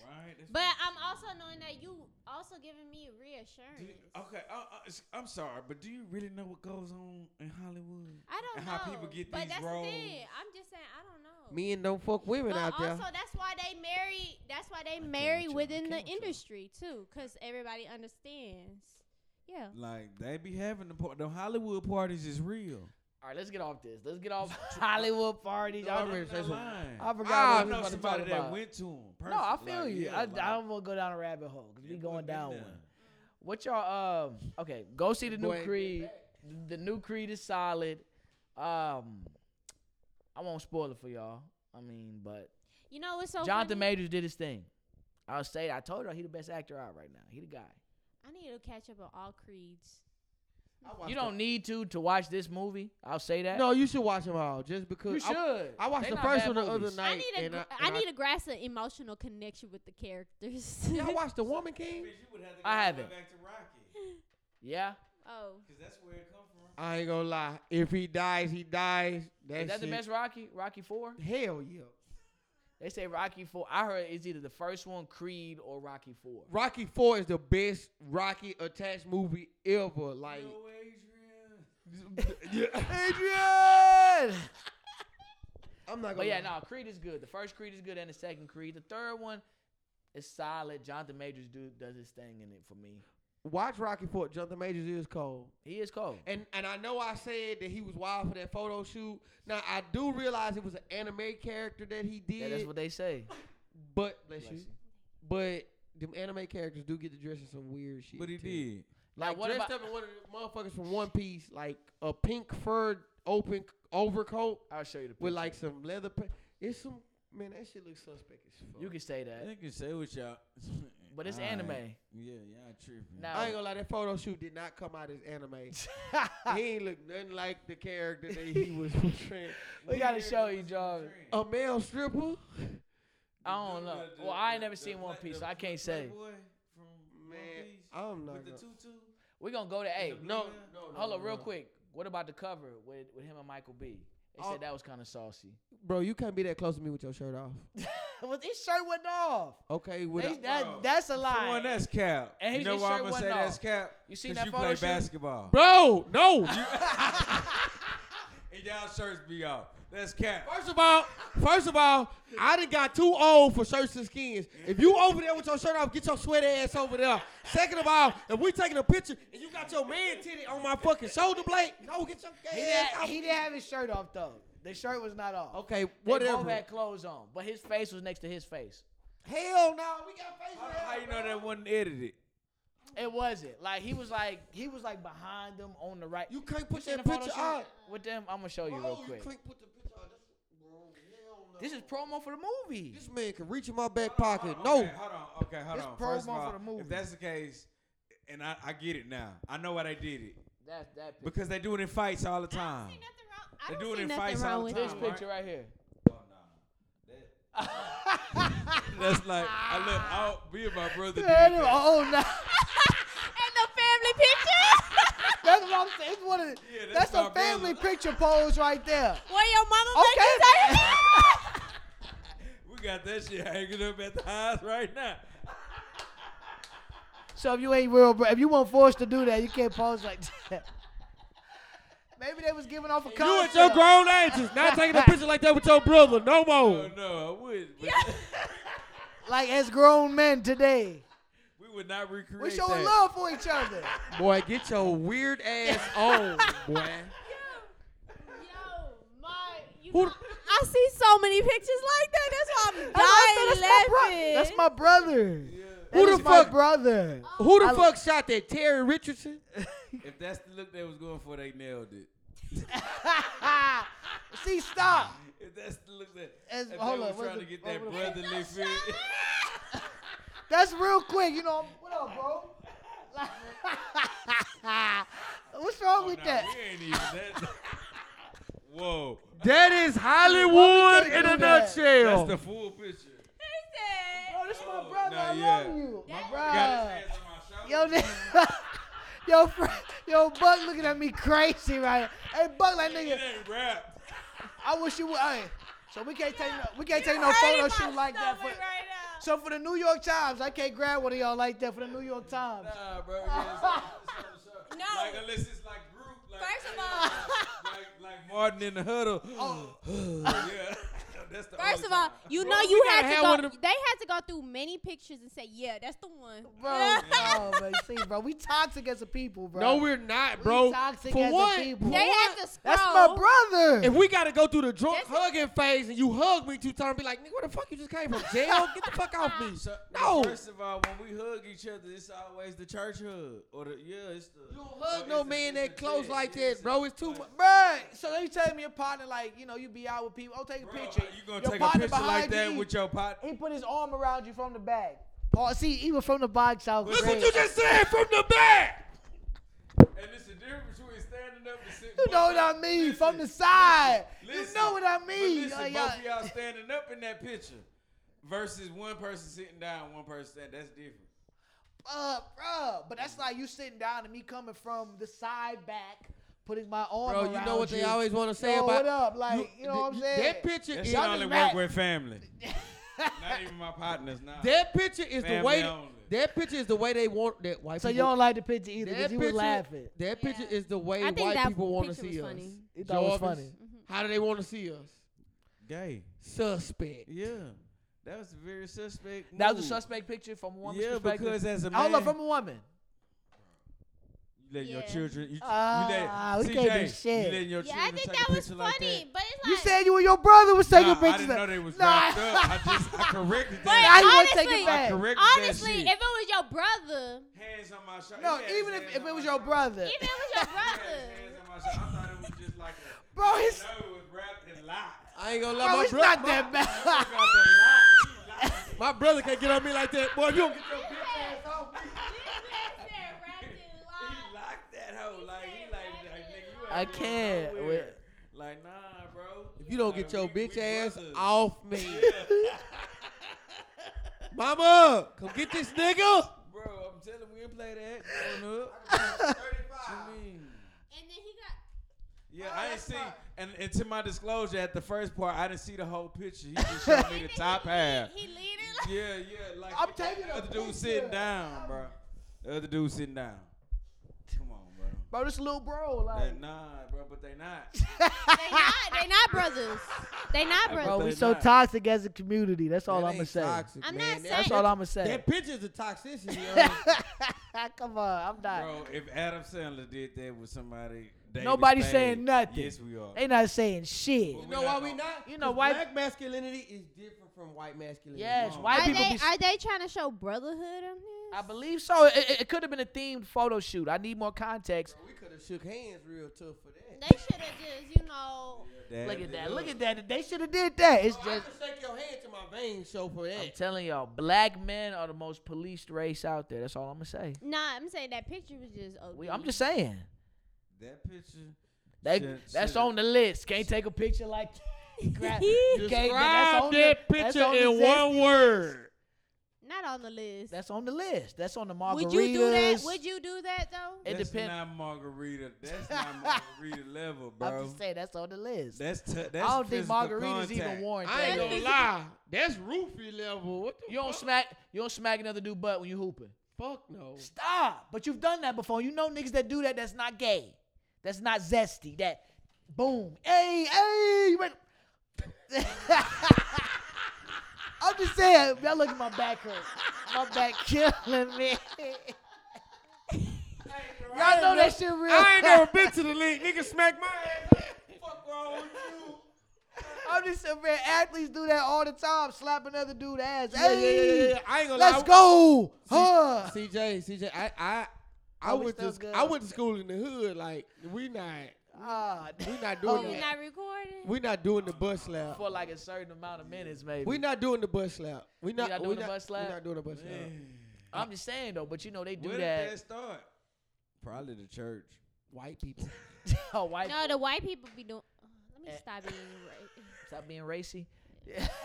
Speaker 3: Right. that's
Speaker 4: But
Speaker 3: what-
Speaker 4: I'm also knowing that you also giving me reassurance.
Speaker 3: Do you- okay, uh, uh, s- I'm sorry, but do you really know what goes on in Hollywood?
Speaker 4: I don't
Speaker 3: And
Speaker 4: know.
Speaker 3: how people get
Speaker 4: but
Speaker 3: these
Speaker 4: that's
Speaker 3: roles.
Speaker 4: the thing. I'm just saying I don't know.
Speaker 2: Men don't fuck women
Speaker 4: but
Speaker 2: out
Speaker 4: also
Speaker 2: there.
Speaker 4: that's why they marry. That's why they
Speaker 1: can't
Speaker 4: marry
Speaker 1: with y'all. I
Speaker 4: within the
Speaker 1: can't with y'all.
Speaker 4: industry too, because everybody understands. Yeah.
Speaker 3: Like they be having the par- the Hollywood parties is real.
Speaker 1: All right, let's get off this.
Speaker 3: *laughs*
Speaker 1: Let's get off *laughs* Hollywood parties. Y'all
Speaker 2: Already
Speaker 1: just-
Speaker 2: said something.
Speaker 3: lying.
Speaker 1: I
Speaker 3: I,
Speaker 1: forgot. what we
Speaker 3: know
Speaker 1: was about to
Speaker 3: somebody
Speaker 1: talk
Speaker 3: that
Speaker 1: about.
Speaker 3: went to them.
Speaker 1: No, I feel you. I, I don't want to go down a rabbit hole because we going down one. What y'all? Um, okay, go see the new
Speaker 2: Boy,
Speaker 1: Creed. The new Creed is solid. Um, I won't spoil it for y'all. I mean, but
Speaker 4: You know what's so
Speaker 1: Jonathan
Speaker 4: funny?
Speaker 1: Majors did his thing. I'll say that. I told her he the best actor out right now. He the guy.
Speaker 4: I need to catch up on all creeds.
Speaker 1: You don't need to to watch this movie. I'll say that.
Speaker 2: No, you should watch them all, just because.
Speaker 1: you should.
Speaker 2: I, I watched
Speaker 1: They
Speaker 2: the
Speaker 1: not
Speaker 2: first
Speaker 1: bad
Speaker 2: one the other
Speaker 1: movies.
Speaker 2: night.
Speaker 4: I need
Speaker 2: and
Speaker 4: a gr-
Speaker 2: and
Speaker 4: I need to grasp an emotional connection with
Speaker 1: *laughs*
Speaker 4: the characters.
Speaker 2: Y'all watched the Woman King?
Speaker 1: I haven't.
Speaker 3: Back to Rocky,
Speaker 1: Yeah.
Speaker 4: *laughs* oh,
Speaker 3: because that's where it come from.
Speaker 2: I ain't gonna lie. If he dies, he dies. That's
Speaker 1: Is that the best Rocky? Rocky Four?
Speaker 2: Hell yeah.
Speaker 1: They say Rocky Four. I heard it's either the first one, Creed, or Rocky Four.
Speaker 2: Rocky Four is the best Rocky attached movie ever. Like,
Speaker 1: *laughs*
Speaker 3: Yo, Adrian.
Speaker 1: Adrian.
Speaker 2: I'm not gonna.
Speaker 1: But yeah,
Speaker 2: lie.
Speaker 1: no, Creed is good. The first Creed is good, and the second Creed. The third one is solid. Jonathan Majors do does his thing in it for me.
Speaker 2: Watch Rocky Four. Jonathan Majors is cold.
Speaker 1: He is cold.
Speaker 2: And and I know I said that he was wild for that photo shoot. Now I do realize it was an anime character that he did.
Speaker 1: Yeah, that's what they say.
Speaker 2: but bless
Speaker 1: Bless
Speaker 2: you.
Speaker 1: you.
Speaker 2: But them anime characters do get to dress in some weird shit.
Speaker 3: But he
Speaker 2: too.
Speaker 3: did.
Speaker 1: Now,
Speaker 2: Like
Speaker 1: what
Speaker 2: dressed
Speaker 1: about-
Speaker 2: up in one of the motherfuckers from One Piece, like a pink fur open c- overcoat
Speaker 1: I'll show you the picture.
Speaker 2: with like some leather. Pa- it's some man. That shit looks suspect as fuck.
Speaker 1: you can say
Speaker 3: I
Speaker 1: that,
Speaker 3: think you say what y'all. *laughs*
Speaker 1: but it's
Speaker 3: All right.
Speaker 1: anime.
Speaker 3: Yeah, y'all tripping.
Speaker 1: Now-
Speaker 2: I ain't gonna lie, that photo shoot did not come out as
Speaker 1: *laughs*
Speaker 2: anime. he ain't look nothing like the character
Speaker 1: *laughs*
Speaker 2: that he was portraying.
Speaker 1: we gotta show you, John.
Speaker 3: Oh.
Speaker 2: A male stripper?
Speaker 1: I don't know. Well, I ain't never seen One Piece, so I can't say.
Speaker 2: Man, I'm not.
Speaker 3: With the
Speaker 2: Gonna,
Speaker 3: tutu.
Speaker 1: We're gonna go to A.
Speaker 3: blue-
Speaker 2: no,
Speaker 3: Yeah.
Speaker 2: no, no,
Speaker 1: Hold
Speaker 2: no,
Speaker 1: up, real
Speaker 2: no.
Speaker 1: quick. What about the cover with with him and Michael B? They
Speaker 2: Oh.
Speaker 1: said that was kind of *laughs* saucy.
Speaker 2: bro. You can't be that close to me with your shirt off.
Speaker 1: well, his shirt went off.
Speaker 2: Okay, with
Speaker 1: They-
Speaker 2: a-
Speaker 1: that,
Speaker 3: Bro.
Speaker 1: that's a
Speaker 3: Come on,
Speaker 1: lie.
Speaker 3: that's cap.
Speaker 1: And
Speaker 3: And
Speaker 1: his-
Speaker 3: you know
Speaker 1: his
Speaker 3: why
Speaker 1: shirt
Speaker 3: I'm gonna
Speaker 1: wasn't
Speaker 3: say
Speaker 1: off.
Speaker 3: that's cap?
Speaker 1: You seen
Speaker 3: 'Cause
Speaker 1: that
Speaker 3: you
Speaker 1: photo
Speaker 3: play
Speaker 1: shoot?
Speaker 3: basketball.
Speaker 2: bro, no.
Speaker 3: And y'all shirts be off. That's cap.
Speaker 2: First of all, first of all, I done got too old for shirts and skins. If you over there with your shirt off, get your sweaty ass over there. Second of all, if we taking a picture and you got your man titty on my fucking shoulder blade, no, get your
Speaker 1: He
Speaker 2: gay
Speaker 1: didn't,
Speaker 2: ass out.
Speaker 1: he didn't have his shirt off though. The shirt was not off.
Speaker 2: Okay,
Speaker 1: They
Speaker 2: whatever.
Speaker 1: both had clothes on, but his face was next to his face.
Speaker 2: Hell no, we got face
Speaker 3: How,
Speaker 2: mask,
Speaker 3: how you
Speaker 2: bro.
Speaker 3: know that wasn't edited?
Speaker 1: It wasn't like he was like he was like behind them on the right.
Speaker 2: You can't
Speaker 1: You
Speaker 2: put
Speaker 1: seen
Speaker 2: that
Speaker 1: the photo
Speaker 2: picture
Speaker 1: shoot
Speaker 2: out.
Speaker 1: with them. I'm gonna show you
Speaker 2: Bro,
Speaker 1: real
Speaker 2: you
Speaker 1: quick.
Speaker 2: can't put the picture out. That's- bro, hell no.
Speaker 1: This is promo for the movie.
Speaker 2: This man can reach in my back
Speaker 3: Hold
Speaker 2: pocket.
Speaker 3: on,
Speaker 2: No.
Speaker 3: Okay, hold on. Okay, hold
Speaker 1: It's
Speaker 3: on. First of
Speaker 1: promo
Speaker 3: all,
Speaker 1: for the movie.
Speaker 3: if that's the case, and I, I get it now. I know why they did it
Speaker 1: That that picture.
Speaker 3: because they do it in fights all the
Speaker 4: I
Speaker 3: time.
Speaker 4: don't see nothing wrong. I
Speaker 3: They
Speaker 4: don't
Speaker 3: do it
Speaker 4: see
Speaker 3: in
Speaker 4: nothing
Speaker 3: fights all
Speaker 4: wrong
Speaker 3: the
Speaker 4: with
Speaker 1: this
Speaker 4: that.
Speaker 3: time, right?
Speaker 1: picture right here.
Speaker 3: Oh, nah. That- Oh, *laughs* That's like I look. I'll be my brother. Did
Speaker 1: Yeah,
Speaker 3: that.
Speaker 1: oh no,
Speaker 4: *laughs* and the family picture
Speaker 1: *laughs*
Speaker 4: *laughs*
Speaker 1: that's what I'm saying. It's one of the,
Speaker 3: Yeah,
Speaker 1: that's
Speaker 3: that's
Speaker 1: a
Speaker 3: my
Speaker 1: family
Speaker 3: brother.
Speaker 1: picture pose right there.
Speaker 4: where your mama make you
Speaker 1: Okay. *laughs*
Speaker 4: say that?
Speaker 3: We got that shit hanging up at the house right now.
Speaker 1: So if you ain't real, bro, if you weren't forced to do that, you can't pose like that. Maybe they was giving off a
Speaker 2: You
Speaker 1: concept.
Speaker 2: and your grown ages not taking a picture like that with your brother. No
Speaker 3: Oh
Speaker 2: more.
Speaker 3: no, I would. But
Speaker 1: like as grown men today.
Speaker 3: *laughs* we would not recreate
Speaker 1: We showing
Speaker 3: that.
Speaker 1: love for each other.
Speaker 2: Boy, get your weird *laughs* ass on, boy.
Speaker 4: Yo, my, you
Speaker 2: Who-
Speaker 4: know, I see so many pictures like that. That's why I'm dying
Speaker 1: That's my, bro-
Speaker 4: laughing.
Speaker 1: that's my brother. That
Speaker 2: Who the
Speaker 1: is my
Speaker 2: fuck-
Speaker 1: brother? *laughs*
Speaker 2: Who the
Speaker 1: I-
Speaker 2: fuck shot that Terry Richardson?
Speaker 3: If that's the look they was going for, they nailed it.
Speaker 1: See, stop.
Speaker 3: If that's the look that,
Speaker 1: As-
Speaker 3: if they
Speaker 1: hold
Speaker 3: was
Speaker 1: on, what's
Speaker 3: trying
Speaker 1: the-
Speaker 3: to get
Speaker 1: what- what-
Speaker 3: that brotherly feel.
Speaker 1: That's real quick. You know, what up, bro? *laughs* What's wrong with
Speaker 3: Nah,
Speaker 1: that?
Speaker 3: we ain't even that. *laughs* Whoa,
Speaker 2: That is Hollywood
Speaker 1: can't
Speaker 2: in a
Speaker 1: do that.
Speaker 2: nutshell.
Speaker 3: that's the full picture.
Speaker 4: said,
Speaker 1: Bro, this is my
Speaker 3: Oh,
Speaker 1: brother.
Speaker 3: nah,
Speaker 1: I
Speaker 3: yeah.
Speaker 1: love you. My
Speaker 4: That-
Speaker 3: Got his hands on my
Speaker 1: bro.
Speaker 3: shoulder.
Speaker 1: Yo, *laughs* this, yo, Fre- yo, Buck looking at me crazy right Hey, Buck, like, nigga,
Speaker 3: It ain't rap.
Speaker 1: I wish you would. Hey, so we can't take no, we can't
Speaker 4: you
Speaker 1: take no
Speaker 4: hurting
Speaker 1: photo
Speaker 4: my
Speaker 1: shoot like that. For,
Speaker 4: stomach right now.
Speaker 1: so for the New York Times, I can't grab one of y'all like that for the New York Times.
Speaker 3: Nah, bro. *laughs* yeah, it's- it's- it's-
Speaker 4: No.
Speaker 3: Like unless it's like group. Like,
Speaker 4: First
Speaker 1: *laughs*
Speaker 4: of all- *laughs*
Speaker 3: like like Martin in the huddle.
Speaker 1: Oh.
Speaker 3: *sighs* yeah. *laughs* That's the
Speaker 4: First
Speaker 3: only
Speaker 4: of all,
Speaker 3: time.
Speaker 4: you
Speaker 3: Bro,
Speaker 4: know
Speaker 3: we
Speaker 4: you
Speaker 3: gotta
Speaker 4: had
Speaker 3: have one
Speaker 4: to
Speaker 3: of
Speaker 4: go.
Speaker 3: them-
Speaker 4: They had to go through many pictures and say, "Yeah, that's the one." *laughs*
Speaker 1: Bro, no, man, see, bro, we toxic as a people, bro.
Speaker 2: No, we're not,
Speaker 1: We
Speaker 2: bro.
Speaker 1: toxic
Speaker 2: For
Speaker 1: as a
Speaker 2: what?
Speaker 1: people.
Speaker 4: They had to scroll.
Speaker 1: That's my brother.
Speaker 2: If we gotta go through the drunk
Speaker 4: That's-
Speaker 2: hugging phase and you hug me two times, be like, nigga, where the fuck you just came from? Jail? Get the fuck off
Speaker 1: *laughs*
Speaker 2: me.
Speaker 3: So,
Speaker 2: No.
Speaker 3: First of all, when we hug each other, it's always the church hug or the yeah. It's the
Speaker 2: You don't
Speaker 3: or
Speaker 2: hug
Speaker 3: it's
Speaker 2: no
Speaker 3: the-
Speaker 2: man
Speaker 3: it's
Speaker 2: that
Speaker 3: the
Speaker 2: close
Speaker 3: tag.
Speaker 2: like
Speaker 3: Yeah,
Speaker 2: that,
Speaker 3: it's
Speaker 2: bro.
Speaker 3: a-
Speaker 2: It's too much.
Speaker 1: Bruh, so you tell me your partner, like, you know, you be out with people. Oh, take a
Speaker 3: Bro,
Speaker 1: picture.
Speaker 3: You gonna
Speaker 1: Your
Speaker 3: take a
Speaker 1: partner
Speaker 3: picture like
Speaker 1: behind
Speaker 3: that
Speaker 1: you,
Speaker 3: with your pot?
Speaker 1: He put his arm around you from the back. Oh, see, even from the box out.
Speaker 3: Look
Speaker 1: great.
Speaker 3: what you
Speaker 2: just said from the back.
Speaker 3: And it's the difference between standing up and sitting.
Speaker 1: You know what I mean? From the side. you
Speaker 3: Listen,
Speaker 1: know what I
Speaker 3: but
Speaker 1: mean.
Speaker 3: Listen,
Speaker 1: Uh,
Speaker 3: both of
Speaker 1: y'all-
Speaker 3: y'all standing up in that picture versus one person sitting down, one person standing. That's different.
Speaker 1: uh, bruh, But that's like you sitting down and me coming from the side back, putting my arm
Speaker 2: Bro,
Speaker 1: around
Speaker 2: you know what they always want to say
Speaker 1: Yo,
Speaker 2: about
Speaker 1: what up? Like, you know what I'm saying?
Speaker 2: That picture
Speaker 3: That
Speaker 2: is
Speaker 3: shit
Speaker 1: y'all
Speaker 3: only
Speaker 1: just
Speaker 3: work
Speaker 1: rap. *laughs*
Speaker 3: with family. Not even my partners now.
Speaker 2: that picture is the
Speaker 3: Family
Speaker 2: way
Speaker 3: only.
Speaker 2: that picture is the way they want that white
Speaker 1: so you
Speaker 2: people.
Speaker 1: don't like the picture either
Speaker 2: that
Speaker 1: because you was
Speaker 2: picture-
Speaker 1: laughing.
Speaker 2: That
Speaker 4: Yeah.
Speaker 2: picture is the way
Speaker 4: I think
Speaker 2: white
Speaker 4: that
Speaker 2: people want to
Speaker 4: picture was
Speaker 2: see us.
Speaker 4: funny. Mm-hmm.
Speaker 1: It thought it was
Speaker 2: Jarvis,
Speaker 1: funny.
Speaker 2: How do they want to see us?
Speaker 3: Gay.
Speaker 2: Suspect.
Speaker 3: Yeah. That was a very suspect.
Speaker 1: That was
Speaker 3: move.
Speaker 1: a suspect picture from a woman's
Speaker 3: Yeah,
Speaker 1: perspective.
Speaker 3: because as a man,
Speaker 1: Hold up, from a woman.
Speaker 3: you letting your
Speaker 4: Yeah.
Speaker 3: children. You,
Speaker 1: Ah,
Speaker 3: you
Speaker 1: we
Speaker 3: let,
Speaker 1: can't do
Speaker 3: CJ,
Speaker 1: shit.
Speaker 3: You letting your
Speaker 4: Yeah, I
Speaker 3: children
Speaker 4: think
Speaker 3: take
Speaker 4: that
Speaker 3: a
Speaker 4: was
Speaker 3: picture
Speaker 4: funny,
Speaker 3: like that.
Speaker 4: but it's like
Speaker 1: You said you and your brother was taking
Speaker 3: Nah, I
Speaker 1: pictures.
Speaker 3: didn't know they was
Speaker 1: Nah.
Speaker 3: wrapped up. I just I corrected
Speaker 4: *laughs* But
Speaker 1: Now
Speaker 3: that.
Speaker 1: you wanna take
Speaker 4: honestly-
Speaker 1: it
Speaker 3: I
Speaker 1: back.
Speaker 3: corrected
Speaker 4: honestly, if
Speaker 3: that
Speaker 4: it was your brother,
Speaker 3: shit. hands on my shoulder.
Speaker 1: No,
Speaker 3: He had his
Speaker 1: even if, if
Speaker 3: hands on
Speaker 1: it
Speaker 3: my
Speaker 1: was your
Speaker 3: shoulder.
Speaker 1: brother.
Speaker 4: even if it was your
Speaker 3: He had his
Speaker 4: brother, *laughs*
Speaker 3: *laughs* hands on my shoulder. I thought it was just like
Speaker 1: *laughs*
Speaker 3: a.
Speaker 1: Bro,
Speaker 3: I
Speaker 1: Oh, it's,
Speaker 3: know it was wrapped and
Speaker 1: *laughs*
Speaker 3: locked.
Speaker 2: I ain't gonna lie,
Speaker 1: bro,
Speaker 2: my,
Speaker 1: it's
Speaker 2: bro-
Speaker 1: not that
Speaker 3: I
Speaker 1: *laughs* bad.
Speaker 3: got the lock. He locked it.
Speaker 2: my brother can't get on me like that, boy. If you don't get
Speaker 3: Your
Speaker 4: *laughs*
Speaker 3: bitch ass off me.
Speaker 4: This man said wrapped in
Speaker 3: He
Speaker 4: lies.
Speaker 3: locked that hoe. Like, he like, like nigga, you ain't
Speaker 1: I
Speaker 3: going
Speaker 1: can't.
Speaker 3: nowhere.
Speaker 1: Wait.
Speaker 3: Like, nah, bro.
Speaker 2: If you don't
Speaker 3: Like,
Speaker 2: get your
Speaker 3: we-
Speaker 2: bitch
Speaker 3: we
Speaker 2: ass
Speaker 3: brothers.
Speaker 2: off me,
Speaker 3: *laughs*
Speaker 4: *laughs*
Speaker 3: Yeah.
Speaker 2: mama, come get this nigga.
Speaker 3: Bro, I'm telling we didn't play that.
Speaker 1: *laughs*
Speaker 3: Growing up. What you mean?
Speaker 4: And then he got.
Speaker 3: Yeah, I didn't see. And, and to my disclosure, at the first part, I didn't see the whole picture. He just
Speaker 1: *laughs*
Speaker 3: showed me the top half.
Speaker 4: He leading like.
Speaker 3: *laughs* Yeah, yeah. Like
Speaker 1: I'm taking
Speaker 3: the
Speaker 1: a
Speaker 3: other dude
Speaker 1: picture.
Speaker 3: sitting down, bro. The other dude sitting down. Come on, bro.
Speaker 1: Bro, this little bro,
Speaker 3: They
Speaker 1: like.
Speaker 3: not, bro, but they
Speaker 1: *laughs*
Speaker 3: not.
Speaker 4: *laughs* They not. They not brothers. They not
Speaker 3: Bro,
Speaker 1: Bro,
Speaker 4: brothers.
Speaker 1: we
Speaker 3: they
Speaker 1: so
Speaker 3: not.
Speaker 1: toxic as a community. That's all
Speaker 2: That
Speaker 1: I'm gonna
Speaker 2: ain't
Speaker 1: say.
Speaker 2: toxic,
Speaker 4: I'm
Speaker 2: man.
Speaker 4: not
Speaker 2: That-
Speaker 1: That's
Speaker 4: saying-
Speaker 1: all I'm gonna say.
Speaker 2: That picture's a
Speaker 4: *laughs*
Speaker 2: toxicity.
Speaker 1: *laughs*
Speaker 2: Ernest.
Speaker 1: Come on, I'm dying.
Speaker 3: Bro, if Adam Sandler did that with somebody, David
Speaker 1: Nobody
Speaker 3: Spade,
Speaker 1: saying nothing.
Speaker 3: Yes, we are.
Speaker 1: They not saying shit.
Speaker 2: you
Speaker 3: We
Speaker 2: know
Speaker 3: not
Speaker 2: why we
Speaker 3: gonna-
Speaker 2: not?
Speaker 1: You know
Speaker 2: 'Cause
Speaker 1: why-
Speaker 2: Black masculinity is different from white masculinity.
Speaker 1: Yes,
Speaker 3: Come on.
Speaker 1: white
Speaker 4: are
Speaker 1: people
Speaker 4: they
Speaker 1: be.
Speaker 4: are they trying to show brotherhood on this?
Speaker 1: I believe so. It, it, it could have been a themed photo shoot. I need more context.
Speaker 2: Bro, we could have shook hands real tough for that.
Speaker 4: They should have just, you know,
Speaker 3: Dab
Speaker 1: Look at
Speaker 3: it
Speaker 1: that.
Speaker 3: up.
Speaker 1: Look at that. They should have did that. It's
Speaker 2: Bro, I
Speaker 1: just.
Speaker 2: could shake your hand to my veins show for
Speaker 1: I'm
Speaker 2: that.
Speaker 1: telling y'all, black men are the most policed race out there. That's all I'm gonna say.
Speaker 4: nah. I'm saying that picture was just. Ugly.
Speaker 1: We, I'm just saying.
Speaker 3: that picture.
Speaker 1: They,
Speaker 3: Shit,
Speaker 1: that's
Speaker 3: shit.
Speaker 1: on the list. Can't take a picture like that. *laughs*
Speaker 4: *laughs*
Speaker 1: Crap. You can't- that's on the- that's on the zesty list.
Speaker 4: not on the list.
Speaker 1: That's on the list. That's on the margaritas.
Speaker 4: Would you do that? Would you do that though?
Speaker 1: It
Speaker 3: That's
Speaker 1: depend-
Speaker 3: not margarita. That's
Speaker 1: *laughs*
Speaker 3: not margarita level, bro.
Speaker 1: I'm just saying that's on the list.
Speaker 3: That's t- that's
Speaker 1: I don't think
Speaker 3: physical
Speaker 1: margaritas even
Speaker 3: contact.
Speaker 1: warrant
Speaker 2: I ain't
Speaker 1: that.
Speaker 2: gonna lie. That's roofie level. What the
Speaker 1: You don't
Speaker 2: fuck?
Speaker 1: smack. You don't smack another dude butt when you hooping.
Speaker 2: Fuck no.
Speaker 1: Stop. But you've done that before. You know niggas that do that. That's not gay. That's not zesty. That boom. Hey, hey. You make- *laughs* I'm just saying. Y'all look at my back hurt. My back killing me. Y'all know that shit real. *laughs*
Speaker 2: I ain't never been to the league. Nigga smack my ass.
Speaker 3: Fuck wrong with you?
Speaker 1: I'm just saying, man, athletes do that all the time, slap another dude ass.
Speaker 2: Yeah, yeah,
Speaker 1: Hey,
Speaker 2: yeah, yeah, yeah. I ain't gonna
Speaker 1: let's
Speaker 2: lie.
Speaker 1: go,
Speaker 2: See-
Speaker 1: huh?
Speaker 2: CJ, CJ, I, I, I
Speaker 1: Oh, we
Speaker 2: went to,
Speaker 1: still
Speaker 2: sc-
Speaker 1: good.
Speaker 2: I went to school in the hood. Like we not.
Speaker 1: Ah,
Speaker 2: We're not
Speaker 1: Oh,
Speaker 2: doing
Speaker 4: You
Speaker 1: yeah.
Speaker 2: that.
Speaker 4: not recording?
Speaker 2: We're not doing the bus slap.
Speaker 1: for like a certain amount of minutes, maybe.
Speaker 2: We're not doing the bus slap. We're not,
Speaker 1: not doing
Speaker 2: we
Speaker 1: the
Speaker 2: not,
Speaker 1: bus
Speaker 2: we
Speaker 1: slap?
Speaker 2: not doing the bus slap.
Speaker 1: I'm just saying though, but you know they do
Speaker 3: Where did that
Speaker 1: that.
Speaker 3: start? Probably the church.
Speaker 2: White
Speaker 1: *laughs*
Speaker 2: people.
Speaker 1: oh, white
Speaker 4: No, the white people be doing. Oh, let me
Speaker 1: Eh.
Speaker 4: stop being
Speaker 1: *laughs*
Speaker 4: racist.
Speaker 1: stop being racy.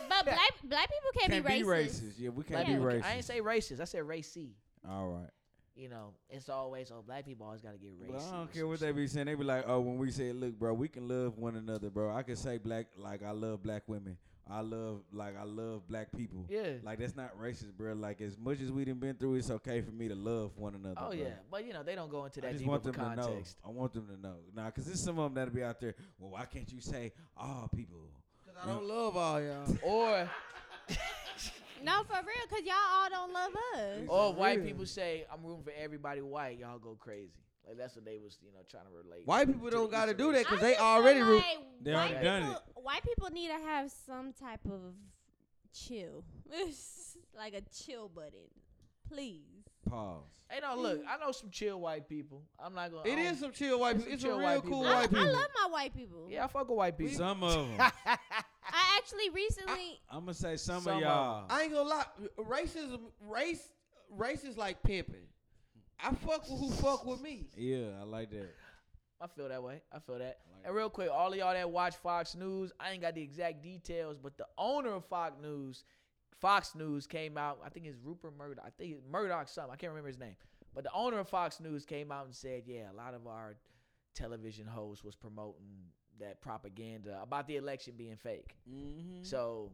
Speaker 4: But black black people can't,
Speaker 3: Can't
Speaker 4: be racist.
Speaker 3: Yeah, we
Speaker 1: Black
Speaker 3: can't be
Speaker 1: people
Speaker 3: racist.
Speaker 1: can't- I ain't say racist. I said racy.
Speaker 3: All right.
Speaker 1: You know, it's always oh black people always gotta get racist.
Speaker 3: Well, I don't care what they be saying. They be like, oh, when we say, look, bro, we can love one another, bro. I can say black, like I love black women. I love, like I love black people.
Speaker 1: Yeah.
Speaker 3: Like that's not racist, bro. Like as much as we done been through, it's okay for me to love one another.
Speaker 1: Oh
Speaker 3: bro.
Speaker 1: yeah, but you know they don't go into that
Speaker 3: I just
Speaker 1: deep of a
Speaker 3: want them to know.
Speaker 1: context.
Speaker 3: I want them to know. Nah, cause there's some of them that'll be out there. Well, why can't you say all people?
Speaker 2: I don't love all y'all.
Speaker 1: Or
Speaker 4: No, for real, cause y'all all don't love us.
Speaker 1: or white
Speaker 2: real.
Speaker 1: people say I'm rooting for everybody white. Y'all go crazy. Like that's what they was you know trying to relate.
Speaker 2: White people
Speaker 1: to
Speaker 2: don't
Speaker 1: the
Speaker 2: got to
Speaker 1: Easter
Speaker 2: do
Speaker 1: egg.
Speaker 2: that because
Speaker 4: I
Speaker 2: they
Speaker 4: just feel
Speaker 2: already. Re-
Speaker 4: like
Speaker 3: They
Speaker 4: white
Speaker 3: already done
Speaker 4: people- White people need to have some type of chill, *laughs* like a chill button, please.
Speaker 3: Pause.
Speaker 1: Hey, no, look, I know some chill white people. I'm not gonna. um, I
Speaker 2: it
Speaker 1: don't-
Speaker 2: is some chill white
Speaker 1: It's Oh. some
Speaker 2: people. It's some
Speaker 1: chill
Speaker 2: real
Speaker 1: white
Speaker 2: cool
Speaker 1: people.
Speaker 4: I,
Speaker 2: white people.
Speaker 4: I love my white people.
Speaker 1: Yeah, I fuck with white people.
Speaker 3: Some of
Speaker 1: *laughs*
Speaker 3: them.
Speaker 4: I actually recently.
Speaker 3: I'm gonna say some,
Speaker 1: Some of
Speaker 3: of
Speaker 1: 'em.
Speaker 3: y'all.
Speaker 2: I ain't gonna lie. Racism, race, race is like pimping. I fuck with who fuck with me.
Speaker 3: yeah, I like that.
Speaker 1: I feel that way. I feel that.
Speaker 3: I like
Speaker 1: And real quick, all of y'all that watch Fox News, I ain't got the exact details, but the owner of Fox News, Fox News came out. I think it's Rupert Murdoch. I think it's Murdoch something. I can't remember his name. But the owner of Fox News came out and said, yeah, a lot of our television hosts was promoting that propaganda about the election being fake.
Speaker 3: Mm-hmm.
Speaker 1: So,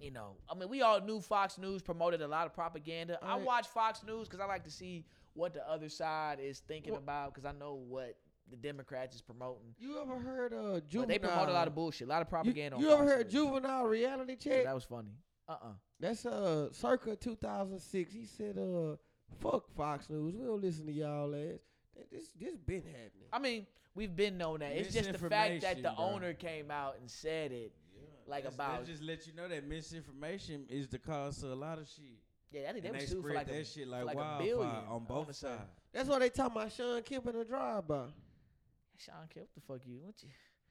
Speaker 1: you know, I mean, we all knew Fox News promoted a lot of propaganda. I
Speaker 3: Mm-hmm.
Speaker 2: Right.
Speaker 1: watch Fox News because I like to see what the other side is thinking
Speaker 2: Well-
Speaker 1: about because I know what the Democrats is promoting.
Speaker 2: You ever heard of juvenile?
Speaker 1: But they promote a
Speaker 3: uh,
Speaker 1: lot of bullshit, a lot of propaganda.
Speaker 2: You, you
Speaker 1: on
Speaker 2: ever
Speaker 1: Fox
Speaker 2: heard
Speaker 1: News.
Speaker 2: juvenile reality
Speaker 1: So
Speaker 2: check?
Speaker 1: that was funny. Uh uh
Speaker 2: That's uh circa 2006. He said, "Uh, fuck Fox News. We don't listen to y'all ass. Th- This this been happening.
Speaker 1: I mean, we've been known that. It's just the fact that the
Speaker 3: Misinformation, bro.
Speaker 1: owner came out and said it. Like
Speaker 3: That's-
Speaker 1: about-
Speaker 3: that just let you know that misinformation is the cause of a lot of shit.
Speaker 1: Yeah, I think they
Speaker 3: and
Speaker 1: was
Speaker 3: they
Speaker 1: sued
Speaker 3: spread
Speaker 1: for like
Speaker 3: that
Speaker 1: a,
Speaker 3: shit
Speaker 1: for
Speaker 3: like,
Speaker 1: like a
Speaker 3: wildfire
Speaker 1: billion
Speaker 3: on
Speaker 1: I wanna
Speaker 3: both
Speaker 1: say.
Speaker 3: sides.
Speaker 2: That's why they talking about Sean Kemp in the drive-by.
Speaker 1: Sean Kemp, what the fuck you? What you?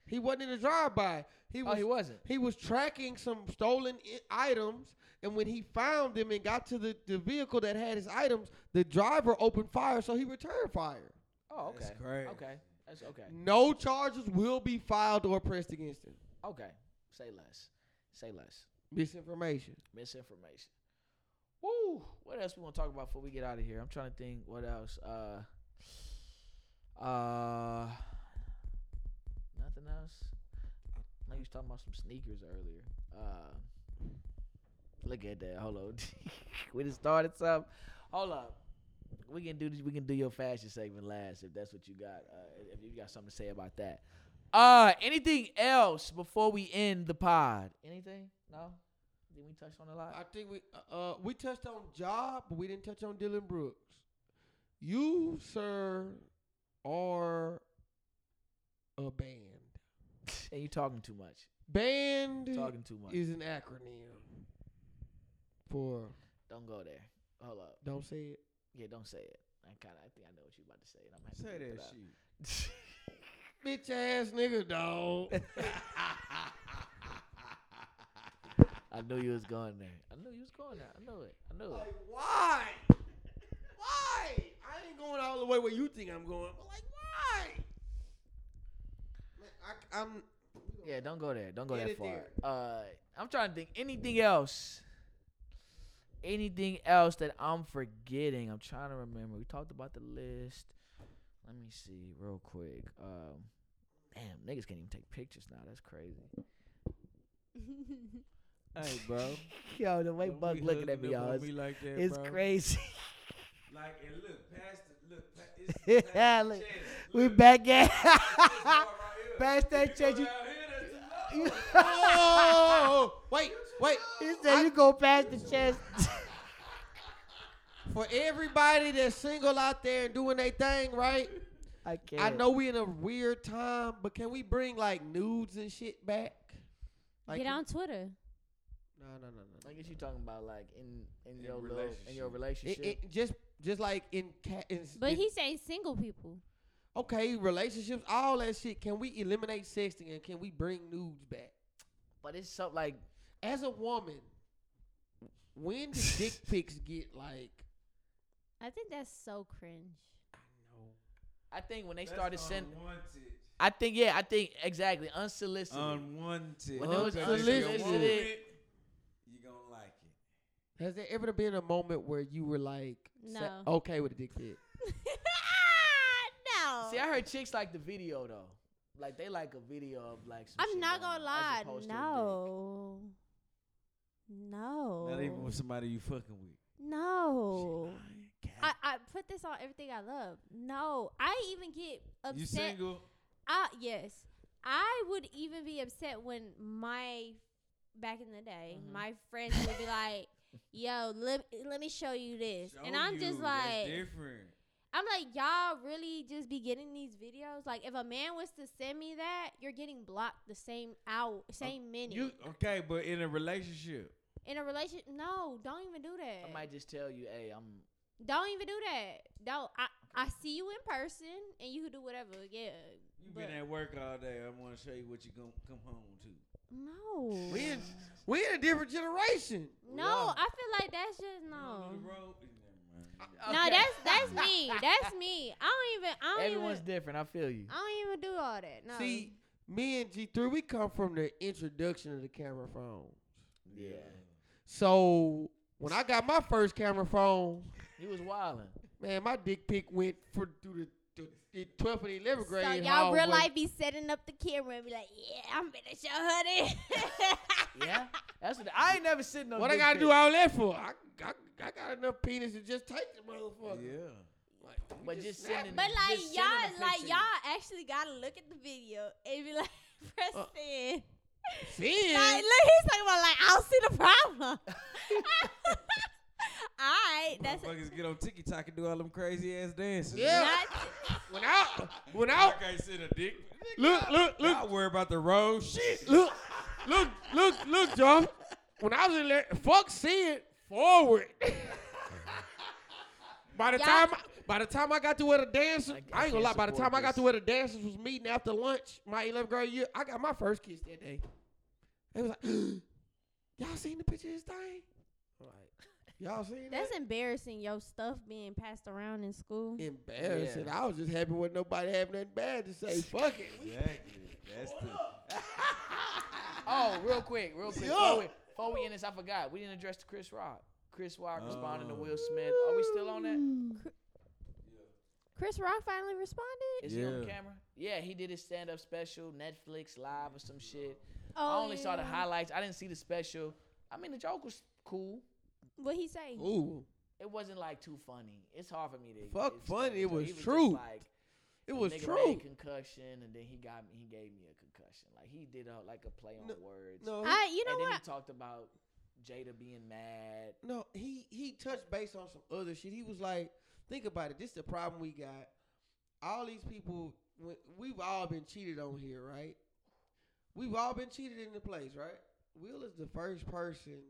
Speaker 2: He wasn't in the drive-by. He was
Speaker 1: oh, he wasn't.
Speaker 2: He was tracking some stolen I- items, and when he found them and got to the, the vehicle that had his items, the driver opened fire, so he returned fire.
Speaker 1: Oh, okay.
Speaker 3: That's crazy.
Speaker 1: Okay, that's okay.
Speaker 2: No charges will be filed or pressed against him.
Speaker 1: Okay, say less. Say less.
Speaker 2: Misinformation.
Speaker 1: misinformation. Woo! What else we want to talk about before we get out of here? I'm trying to think. What else? Uh, uh, nothing else. I know you was talking about some sneakers earlier. Uh, look at that. Hold on. *laughs* we just started some. Hold up. We can do this. We can do your fashion segment last if that's what you got. Uh, if you got something to say about that. Uh, anything else before we end the pod? Anything? No. Did we touch on a lot?
Speaker 2: I think we uh we touched on Job, but we didn't touch on Dylan Brooks. You, sir, are a band.
Speaker 1: and you talking too much.
Speaker 2: Band
Speaker 1: Talking too much.
Speaker 2: is an acronym for
Speaker 1: Don't go there. Hold up.
Speaker 2: don't say it.
Speaker 1: Yeah, don't say it. I kind of, I think I know what you about to say, and I'm gonna have to
Speaker 3: Say
Speaker 1: bleep
Speaker 3: that
Speaker 1: it out.
Speaker 2: Bitch ass
Speaker 3: shit.
Speaker 2: nigga *laughs* dog.
Speaker 1: *laughs* I knew you was going there. I knew you was going there. I knew it. I knew it.
Speaker 2: Like, why? Why? I ain't going all the way where you think I'm going. But like, why? Man, I, I'm.
Speaker 1: Yeah, don't go there. Don't go
Speaker 2: Get
Speaker 1: that
Speaker 2: it
Speaker 1: far.
Speaker 2: there.
Speaker 1: Uh, I'm trying to think. Anything else? Anything else that I'm forgetting? I'm trying to remember. We talked about the list. Let me see real quick. Um, damn, niggas can't even take pictures now. That's crazy. *laughs*
Speaker 3: Hey, bro.
Speaker 1: Yo, the way
Speaker 3: don't
Speaker 1: Buck
Speaker 3: be
Speaker 1: looking at
Speaker 3: hugging
Speaker 1: me,
Speaker 3: up
Speaker 1: y'all,
Speaker 3: on
Speaker 1: it's,
Speaker 3: me like that,
Speaker 1: it's
Speaker 3: bro.
Speaker 1: crazy.
Speaker 3: Like, and look, past the, look, past,
Speaker 1: *laughs*
Speaker 3: it's
Speaker 1: yeah,
Speaker 3: past the
Speaker 1: look,
Speaker 3: chest.
Speaker 1: we
Speaker 3: Look,
Speaker 1: back at *laughs*
Speaker 3: this part right here.
Speaker 1: past that
Speaker 3: If
Speaker 1: chest. You,
Speaker 3: you go down here, that's
Speaker 1: *laughs* you,
Speaker 3: the low.
Speaker 2: *laughs* Oh, wait, wait.
Speaker 1: he said you go past the chest. *laughs*
Speaker 2: For everybody that's single out there and doing their thing, right?
Speaker 1: I can't.
Speaker 2: I know we in a weird time, but can we bring like nudes and shit back?
Speaker 4: *laughs*
Speaker 2: Like,
Speaker 4: Get on Twitter.
Speaker 2: No, no, no, no.
Speaker 1: I guess you talking about like in in,
Speaker 3: In
Speaker 1: your love in your
Speaker 3: relationship.
Speaker 1: relationship.
Speaker 2: It, it just, just like in cat. In,
Speaker 4: But
Speaker 2: in-
Speaker 4: he say single people.
Speaker 2: okay, relationships, all that shit. Can we eliminate sexting and can we bring nudes back?
Speaker 1: But it's so like
Speaker 2: As a woman, when do dick pics get like?
Speaker 4: I think that's so cringe.
Speaker 2: I know.
Speaker 1: I think when they started sending, I think yeah, I think exactly unsolicited.
Speaker 3: Um, Unwanted.
Speaker 1: When it was
Speaker 3: Because if you want
Speaker 1: unsolicited-
Speaker 3: it, you gonna like it.
Speaker 2: Has there ever been a moment where you were like, sa-
Speaker 4: No.
Speaker 2: okay with a dick pic?
Speaker 4: no.
Speaker 1: See, I heard chicks like the video though. Like they like a video of like. Some
Speaker 4: I'm
Speaker 1: shit
Speaker 4: not
Speaker 1: going
Speaker 4: gonna
Speaker 1: on as
Speaker 4: lie.
Speaker 1: opposed to a dick.
Speaker 4: No. No.
Speaker 3: Not
Speaker 2: Oh.
Speaker 3: even with somebody you fucking with. *laughs*
Speaker 4: No.
Speaker 3: Shit, I
Speaker 4: I,
Speaker 3: ain't
Speaker 4: I put this on everything I love. No. I even get
Speaker 3: got-
Speaker 4: upset.
Speaker 3: You single?
Speaker 4: I, yes. I would even be upset when my back in the day,
Speaker 3: Mm-hmm.
Speaker 1: Mhm.
Speaker 4: my friends would be
Speaker 3: *laughs*
Speaker 4: like, "Yo, let, let me show you this," and
Speaker 3: Show
Speaker 4: I'm just
Speaker 3: you, that's
Speaker 4: like,
Speaker 3: different.
Speaker 4: I'm like, y'all really just be getting these videos. Like, if a man was to send me that, you're getting blocked the same hour, same minute.
Speaker 3: You okay? But in a relationship,
Speaker 4: in a relationship, no, don't even do that.
Speaker 1: I might just tell you, hey, I'm.
Speaker 4: don't even do that. Don't. I, I see you in person, and you can do whatever. Yeah.
Speaker 3: you
Speaker 4: but
Speaker 3: been at work all day. I want to show you what you gonna come home to.
Speaker 4: no.
Speaker 2: We in, we in a different generation.
Speaker 4: No,
Speaker 1: Yeah.
Speaker 4: I feel like that's just
Speaker 3: You
Speaker 4: no. Uh,
Speaker 3: on the road? Never mind.
Speaker 4: No,
Speaker 1: Okay.
Speaker 4: that's that's me. That's me. I don't even. I don't
Speaker 1: Everyone's
Speaker 4: even.
Speaker 1: different. I feel you.
Speaker 4: I don't even do all that. No.
Speaker 2: See, me and G three, we come from the introduction of the camera phone.
Speaker 1: Yeah.
Speaker 2: So when I got my first camera phone,
Speaker 1: He was wilding.
Speaker 2: man, my dick pic went for through the, the, the 12th and 11th grade.
Speaker 4: so y'all
Speaker 2: hallway.
Speaker 4: real life be setting up the camera and be like, yeah, I'm gonna show her this. *laughs*
Speaker 1: Yeah, that's what I ain't never sitting on.
Speaker 2: What I
Speaker 1: dick
Speaker 2: gotta
Speaker 1: pic.
Speaker 2: do all that for? I, I, I got enough penis to just take the motherfucker.
Speaker 3: Yeah.
Speaker 2: Like, we
Speaker 1: But just
Speaker 2: snap
Speaker 1: sending-
Speaker 2: it.
Speaker 4: but like
Speaker 1: Just send her the
Speaker 4: y'all, like
Speaker 1: picture.
Speaker 4: y'all actually gotta look at the video and be like, *laughs* press
Speaker 2: Uh,
Speaker 4: send.
Speaker 2: Send.
Speaker 4: Like, look, he's talking about like, I don't see the
Speaker 1: *laughs*
Speaker 4: problem. *laughs* all right, that's
Speaker 3: Motherfuckers
Speaker 4: *laughs*
Speaker 3: get on TikTok and do all them crazy ass dances.
Speaker 2: Yeah.
Speaker 4: not-
Speaker 2: when I, when I,
Speaker 3: I can't sit a dick.
Speaker 2: look, look, look,
Speaker 3: Y'all worry about the road. Shit.
Speaker 2: look, look, look, look, John. When I was in there, fuck sin forward. *laughs* by the
Speaker 4: Y'all-
Speaker 2: time, I, by the time I got to where the dancers,
Speaker 1: I- I
Speaker 2: I, ain't gonna lie.
Speaker 1: can't
Speaker 2: By the
Speaker 1: support
Speaker 2: time I got
Speaker 1: this.
Speaker 2: to where the dancers was meeting after lunch, my 11th grade year, I got my first kiss that day. It was like, *gasps* y'all seen the picture of this thing? I'm Like, y'all seen that?
Speaker 4: that's embarrassing. Your stuff being passed around in school.
Speaker 2: Embarrassing.
Speaker 1: Yeah.
Speaker 2: I was just happy when nobody had nothing bad
Speaker 1: *laughs*
Speaker 2: to say. Fuck it. We-
Speaker 3: Exactly. That's the.
Speaker 1: Oh, real quick, real quick.
Speaker 2: Yeah.
Speaker 1: Before we, before we end this, I forgot. We didn't address the Chris Rock. Chris Rock responding to
Speaker 3: Oh.
Speaker 1: Will Smith. Are we still on that?
Speaker 4: Chris Rock finally responded.
Speaker 1: Is he on
Speaker 3: Yeah.
Speaker 1: camera? Yeah, he did his stand up special, Netflix live or some shit.
Speaker 4: Oh,
Speaker 1: I only saw the
Speaker 4: yeah.
Speaker 1: highlights. I didn't see the special. I mean, the joke was cool.
Speaker 4: What he say?
Speaker 2: Ooh,
Speaker 1: It wasn't like too funny. It's hard for me to.
Speaker 2: Fuck
Speaker 1: it's
Speaker 2: funny, it
Speaker 1: so
Speaker 2: was
Speaker 1: he just
Speaker 2: true.
Speaker 1: like,
Speaker 2: it
Speaker 1: the
Speaker 2: was
Speaker 1: nigga
Speaker 2: true.
Speaker 1: Made concussion, and then he got me. He gave me a concussion. Like he did a like a play on
Speaker 2: No,
Speaker 1: words.
Speaker 2: No, he-
Speaker 4: I, you know
Speaker 1: and then
Speaker 4: what?
Speaker 1: he talked about Jada being mad.
Speaker 2: No, he he touched base on some other shit. He was like, think about it. This the problem we got. All these people, we- we've all been cheated on here, right? We've all been cheated in the place, right? Will is the first person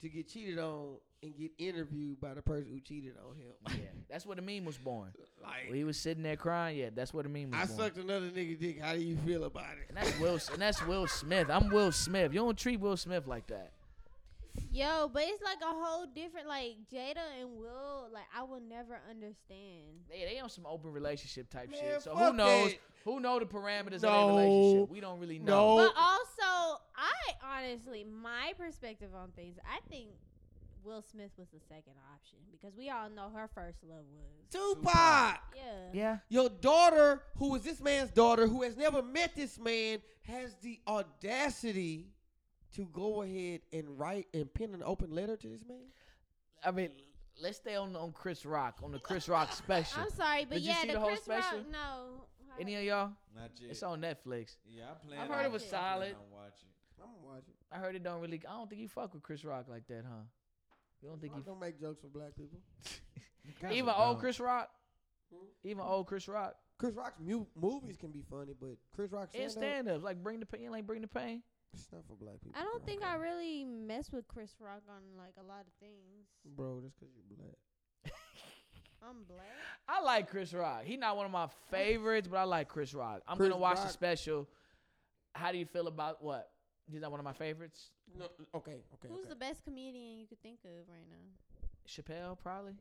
Speaker 2: to get cheated on and get interviewed by the person who cheated on
Speaker 1: Yeah,
Speaker 2: him.
Speaker 1: that's where the meme was born.
Speaker 2: like,
Speaker 1: He was sitting there crying. Yeah, that's where the meme was
Speaker 2: I
Speaker 1: born.
Speaker 2: sucked another nigga dick. How do you feel about it?
Speaker 1: And that's Will. and that's Will Smith. I'm Will Smith. You don't treat Will Smith like that.
Speaker 4: Yo, but it's like a whole different like Jada and Will. Like I will never understand.
Speaker 1: They they on some open relationship type
Speaker 2: Man,
Speaker 1: shit. So
Speaker 2: fuck
Speaker 1: who knows?
Speaker 2: that.
Speaker 1: Who know the parameters
Speaker 2: No.
Speaker 1: of their relationship? We don't really know.
Speaker 2: No.
Speaker 4: But also, I honestly, my perspective on things, I think Will Smith was the second option because we all know her first love was.
Speaker 2: *laughs*
Speaker 1: *laughs*
Speaker 2: Tupac.
Speaker 4: Yeah.
Speaker 1: Yeah.
Speaker 2: Your daughter, who is this man's daughter, who has never met this man, has the audacity to go ahead and write and pen an open letter to this man?
Speaker 1: I mean, let's stay on on Chris Rock on the Chris Rock special.
Speaker 4: I'm sorry, but
Speaker 1: Did you
Speaker 4: yeah,
Speaker 1: see
Speaker 4: the,
Speaker 1: the whole
Speaker 4: Chris Rock.
Speaker 1: special?
Speaker 4: No. I-
Speaker 1: Any of y'all?
Speaker 3: Not yet.
Speaker 1: It's on Netflix.
Speaker 3: yeah, I plan.
Speaker 1: I've
Speaker 4: heard it was
Speaker 3: on-
Speaker 1: solid.
Speaker 3: I plan on watching.
Speaker 2: I'm gonna watch it.
Speaker 1: I heard it don't really. I don't think you fuck with Chris Rock like that, huh? You don't think you
Speaker 2: don't make jokes for black people.
Speaker 1: f- even old Chris Rock?
Speaker 2: Hmm?
Speaker 1: Even old Chris Rock
Speaker 2: Chris Rock's mu- movies can be funny, but Chris Rock's
Speaker 1: and stand ups like bring the pain, like bring the pain.
Speaker 2: it's not for black people.
Speaker 4: I don't
Speaker 2: bro.
Speaker 4: think I really mess with Chris Rock on like a lot of things.
Speaker 2: Bro, that's because you're black.
Speaker 4: I'm black.
Speaker 1: I I like Chris Rock. He's not one of my favorites, but I like Chris Rock. I'm
Speaker 2: Chris
Speaker 1: gonna watch the
Speaker 2: Rock.
Speaker 1: special. How do you feel about what? He's not one of my favorites.
Speaker 2: No, okay, okay.
Speaker 4: Who's
Speaker 2: okay.
Speaker 4: the best comedian you could think of right now?
Speaker 1: Chappelle, probably.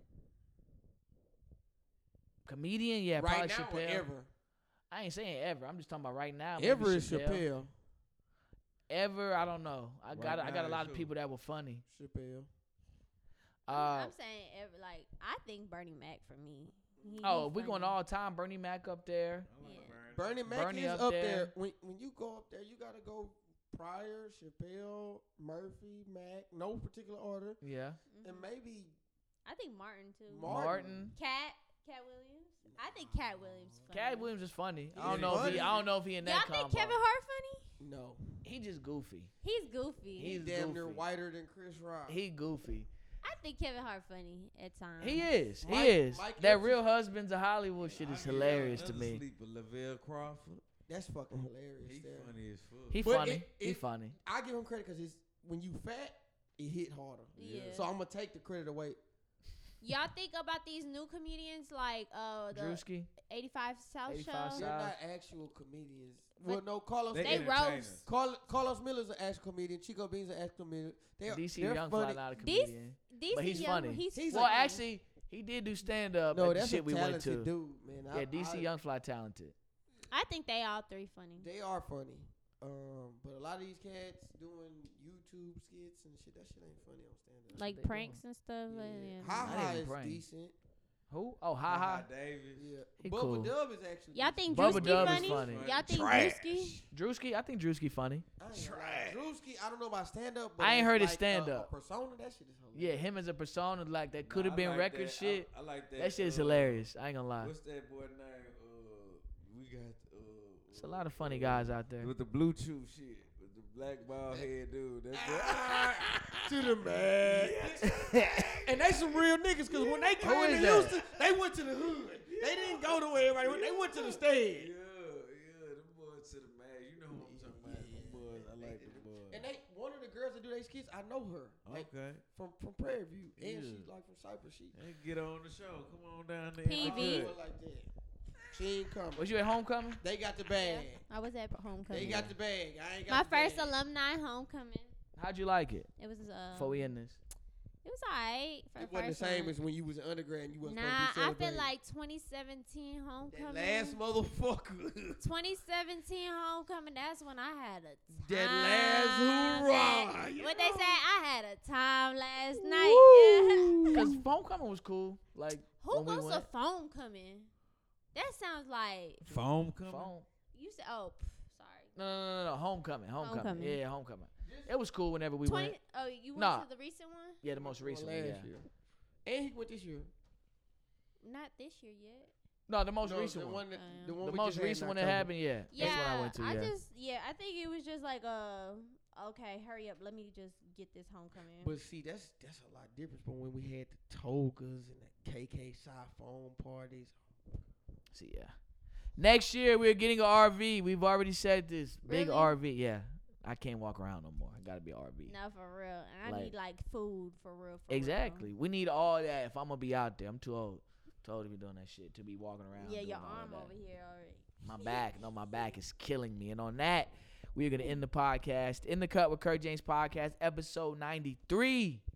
Speaker 1: Comedian, yeah,
Speaker 2: right
Speaker 1: probably
Speaker 2: now or
Speaker 1: Chappelle.
Speaker 2: ever?
Speaker 1: I ain't saying ever. I'm just talking about right now. maybe
Speaker 2: Ever is Chappelle.
Speaker 1: Ever, I don't know. I
Speaker 3: Right
Speaker 1: got I got
Speaker 3: now
Speaker 1: a
Speaker 3: is
Speaker 1: lot of
Speaker 3: who?
Speaker 1: people that were funny.
Speaker 2: Chappelle.
Speaker 1: Uh,
Speaker 4: I'm saying every, like I think Bernie Mac for me. He-
Speaker 1: oh,
Speaker 4: he
Speaker 1: we going
Speaker 4: funny.
Speaker 1: all time. Bernie Mac up there.
Speaker 2: Bernie Mac
Speaker 1: Bernie
Speaker 2: is
Speaker 1: up
Speaker 2: up,
Speaker 1: there.
Speaker 2: there. When when you go up there, you gotta go Pryor, Chappelle, Murphy, Mac, no particular order,
Speaker 1: Yeah,
Speaker 4: Mhm.
Speaker 2: and maybe
Speaker 4: I think Martin too.
Speaker 2: Mar- Martin.
Speaker 1: Martin.
Speaker 4: Cat Cat Williams. I think Cat Williams. Funny.
Speaker 1: Cat Williams is funny. I
Speaker 2: He's
Speaker 1: don't know. If he,
Speaker 2: funny.
Speaker 1: I don't know if he in
Speaker 4: Y'all
Speaker 1: that
Speaker 4: think
Speaker 1: combo.
Speaker 4: Kevin Hart funny?
Speaker 2: no.
Speaker 1: he just goofy.
Speaker 4: He's goofy.
Speaker 1: He's
Speaker 2: He's damn near
Speaker 1: goofy.
Speaker 2: whiter than Chris Rock.
Speaker 1: He goofy.
Speaker 4: I think Kevin Hart funny at times.
Speaker 1: He is. He
Speaker 2: Mike-
Speaker 1: is.
Speaker 2: Mike
Speaker 1: that
Speaker 2: Epps
Speaker 1: real husbands of Hollywood shit is hilarious to me.
Speaker 3: Sleeper, Lavelle Crawford.
Speaker 2: That's fucking hilarious.
Speaker 3: He
Speaker 2: there.
Speaker 3: funny as fuck.
Speaker 1: He
Speaker 2: But
Speaker 1: funny.
Speaker 2: it-
Speaker 1: he
Speaker 2: it-
Speaker 1: funny.
Speaker 2: I give him credit because it's when you fat, it hit harder.
Speaker 4: Yeah.
Speaker 2: So I'm gonna take the credit away.
Speaker 4: Y'all think about these new comedians like uh the
Speaker 1: Drewski.
Speaker 4: 85 South
Speaker 1: 85
Speaker 4: Show?
Speaker 1: South.
Speaker 2: They're not actual comedians. Well, no, Carlos.
Speaker 4: They
Speaker 2: Miller-
Speaker 4: roast.
Speaker 3: entertainers.
Speaker 2: Carl, Carlos Miller's an actual comedian. Chico Bean's an actual comedian. They,
Speaker 1: DC
Speaker 2: they're
Speaker 1: Young
Speaker 2: funny.
Speaker 1: fly out of
Speaker 4: These-
Speaker 1: comedian.
Speaker 4: These
Speaker 1: But he's
Speaker 4: young-
Speaker 1: funny.
Speaker 4: He's,
Speaker 2: He's
Speaker 1: well,
Speaker 2: like-
Speaker 1: actually, he did do stand up.
Speaker 2: No,
Speaker 1: at the
Speaker 2: that's
Speaker 1: shit
Speaker 2: a
Speaker 1: we went
Speaker 2: talented
Speaker 1: to.
Speaker 2: dude, man. I-
Speaker 1: yeah, DC
Speaker 2: I-
Speaker 1: Young fly talented.
Speaker 4: I think they all three funny.
Speaker 2: They are funny. Um, but a lot of these cats doing YouTube skits and shit. That shit ain't funny on stand up.
Speaker 1: they
Speaker 4: like
Speaker 1: doing.
Speaker 4: pranks and stuff.
Speaker 2: yeah.
Speaker 4: and-
Speaker 2: Ha ha
Speaker 1: Not even
Speaker 2: is
Speaker 1: prank.
Speaker 2: decent.
Speaker 1: Who? Oh, ha ha.
Speaker 3: Ha Davis.
Speaker 2: Yeah,
Speaker 1: He
Speaker 2: Bubba
Speaker 1: cool.
Speaker 2: Dub is actually.
Speaker 4: Y'all
Speaker 2: decent.
Speaker 4: think
Speaker 1: Bubba
Speaker 4: Drewski
Speaker 1: Dub is
Speaker 4: funny?
Speaker 1: funny.
Speaker 4: Y'all think
Speaker 3: Trash.
Speaker 4: Drewski?
Speaker 1: Drewski, I think Drewski funny.
Speaker 2: I ain't gonna lie. Drewski, I don't know about stand up.
Speaker 1: I ain't heard his
Speaker 2: like uh,
Speaker 1: stand-up.
Speaker 2: A, a persona, that shit is
Speaker 1: Yeah,
Speaker 2: hilarious.
Speaker 1: him as a persona, like that
Speaker 3: Nah,
Speaker 1: could have
Speaker 3: I
Speaker 1: been
Speaker 3: like
Speaker 1: record
Speaker 3: that.
Speaker 1: shit.
Speaker 3: I, I like that.
Speaker 1: that shit is
Speaker 3: uh,
Speaker 1: hilarious. I ain't gonna lie.
Speaker 3: What's that boy name? Uh, we got. Uh,
Speaker 1: It's a lot of funny
Speaker 3: uh,
Speaker 1: guys out there.
Speaker 3: With the blue chew shit, with the black bald head dude. That's
Speaker 2: *laughs*
Speaker 1: *laughs*
Speaker 3: what. *laughs*
Speaker 2: to the man. *laughs* and they some real niggas because when they came
Speaker 1: is
Speaker 2: to
Speaker 1: that?
Speaker 2: Houston, they went to the hood. They didn't go to where everybody. went. They went to the
Speaker 3: Yeah,
Speaker 2: stage.
Speaker 3: yeah, them boys to the man. You know who I'm talking about. Them boys, I like them boys.
Speaker 2: And they, one of the girls that do they skits, I know her. Like,
Speaker 3: okay,
Speaker 2: from from Prairie View, and
Speaker 3: Yeah.
Speaker 2: she's like from Cypress. She
Speaker 3: they get on the show. Come on down there.
Speaker 4: PV.
Speaker 2: I
Speaker 3: Good.
Speaker 2: feel like that. She ain't coming.
Speaker 1: Was you at homecoming?
Speaker 2: They got the bag.
Speaker 4: I was at
Speaker 2: They
Speaker 4: homecoming.
Speaker 2: got the bag. I ain't
Speaker 4: My
Speaker 2: got. the
Speaker 4: first
Speaker 2: bag.
Speaker 4: alumni homecoming.
Speaker 1: How'd you like it?
Speaker 4: It was uh.
Speaker 1: Before we end this,
Speaker 4: It was alright. for
Speaker 2: It wasn't the
Speaker 4: first
Speaker 2: same
Speaker 4: one.
Speaker 2: as when you was an undergrad. And you wasn't
Speaker 4: Nah, I
Speaker 2: supposed to be
Speaker 4: feel
Speaker 2: celebrating.
Speaker 4: like 2017 homecoming.
Speaker 2: that
Speaker 1: *laughs*
Speaker 2: last motherfucker.
Speaker 4: 2017 homecoming. That's when I had a
Speaker 2: That
Speaker 4: time.
Speaker 2: last hurrah,
Speaker 4: that-
Speaker 2: you
Speaker 4: What they
Speaker 2: know?
Speaker 4: say? I had a time last *laughs* night.
Speaker 1: because homecoming was cool. Like
Speaker 4: Who
Speaker 1: when we
Speaker 4: goes
Speaker 1: went,
Speaker 4: to phone coming? That sounds like
Speaker 3: Foam coming.
Speaker 1: phone?
Speaker 4: you said. Oh, pff, sorry.
Speaker 1: No, no, no, no, no, homecoming, homecoming,
Speaker 4: Homecoming.
Speaker 1: yeah, homecoming. It was cool whenever we went.
Speaker 4: Twenty. Oh, you went
Speaker 1: Nah.
Speaker 4: to the recent one?
Speaker 1: Yeah, the most
Speaker 2: Well,
Speaker 1: recent, one,
Speaker 2: last
Speaker 1: yeah.
Speaker 2: year. And he went this year.
Speaker 4: Not this year yet.
Speaker 1: No, the most
Speaker 2: No,
Speaker 1: recent
Speaker 2: the
Speaker 1: one.
Speaker 2: one. that-
Speaker 4: Um,
Speaker 2: the one
Speaker 1: The
Speaker 2: we
Speaker 1: most
Speaker 2: just had in
Speaker 1: recent one that
Speaker 2: October.
Speaker 1: happened, yeah.
Speaker 4: Yeah,
Speaker 1: That's when I went to. yeah.
Speaker 4: just yeah. I think it was just like uh. Okay, hurry up. Let me just get this homecoming.
Speaker 2: But see, that's that's a lot different from when we had the togas and the KK Psy phone parties.
Speaker 1: So yeah. Next year we're getting an RV. We've already said this. Big
Speaker 4: Really?
Speaker 1: RV. Yeah. I can't walk around no more. I gotta be RV.
Speaker 4: No, for real. And I
Speaker 1: Like-
Speaker 4: need like food for real. For real.
Speaker 1: Exactly. We need all that if I'm gonna be out there. I'm too old. Too old to be doing that shit. To be walking around.
Speaker 4: Yeah,
Speaker 1: doing
Speaker 4: your
Speaker 1: all of
Speaker 4: arm
Speaker 1: that.
Speaker 4: over here already.
Speaker 1: My back. No, my back is killing me. And on that, we're gonna end the podcast. In the cut with Kurt James podcast, episode ninety three.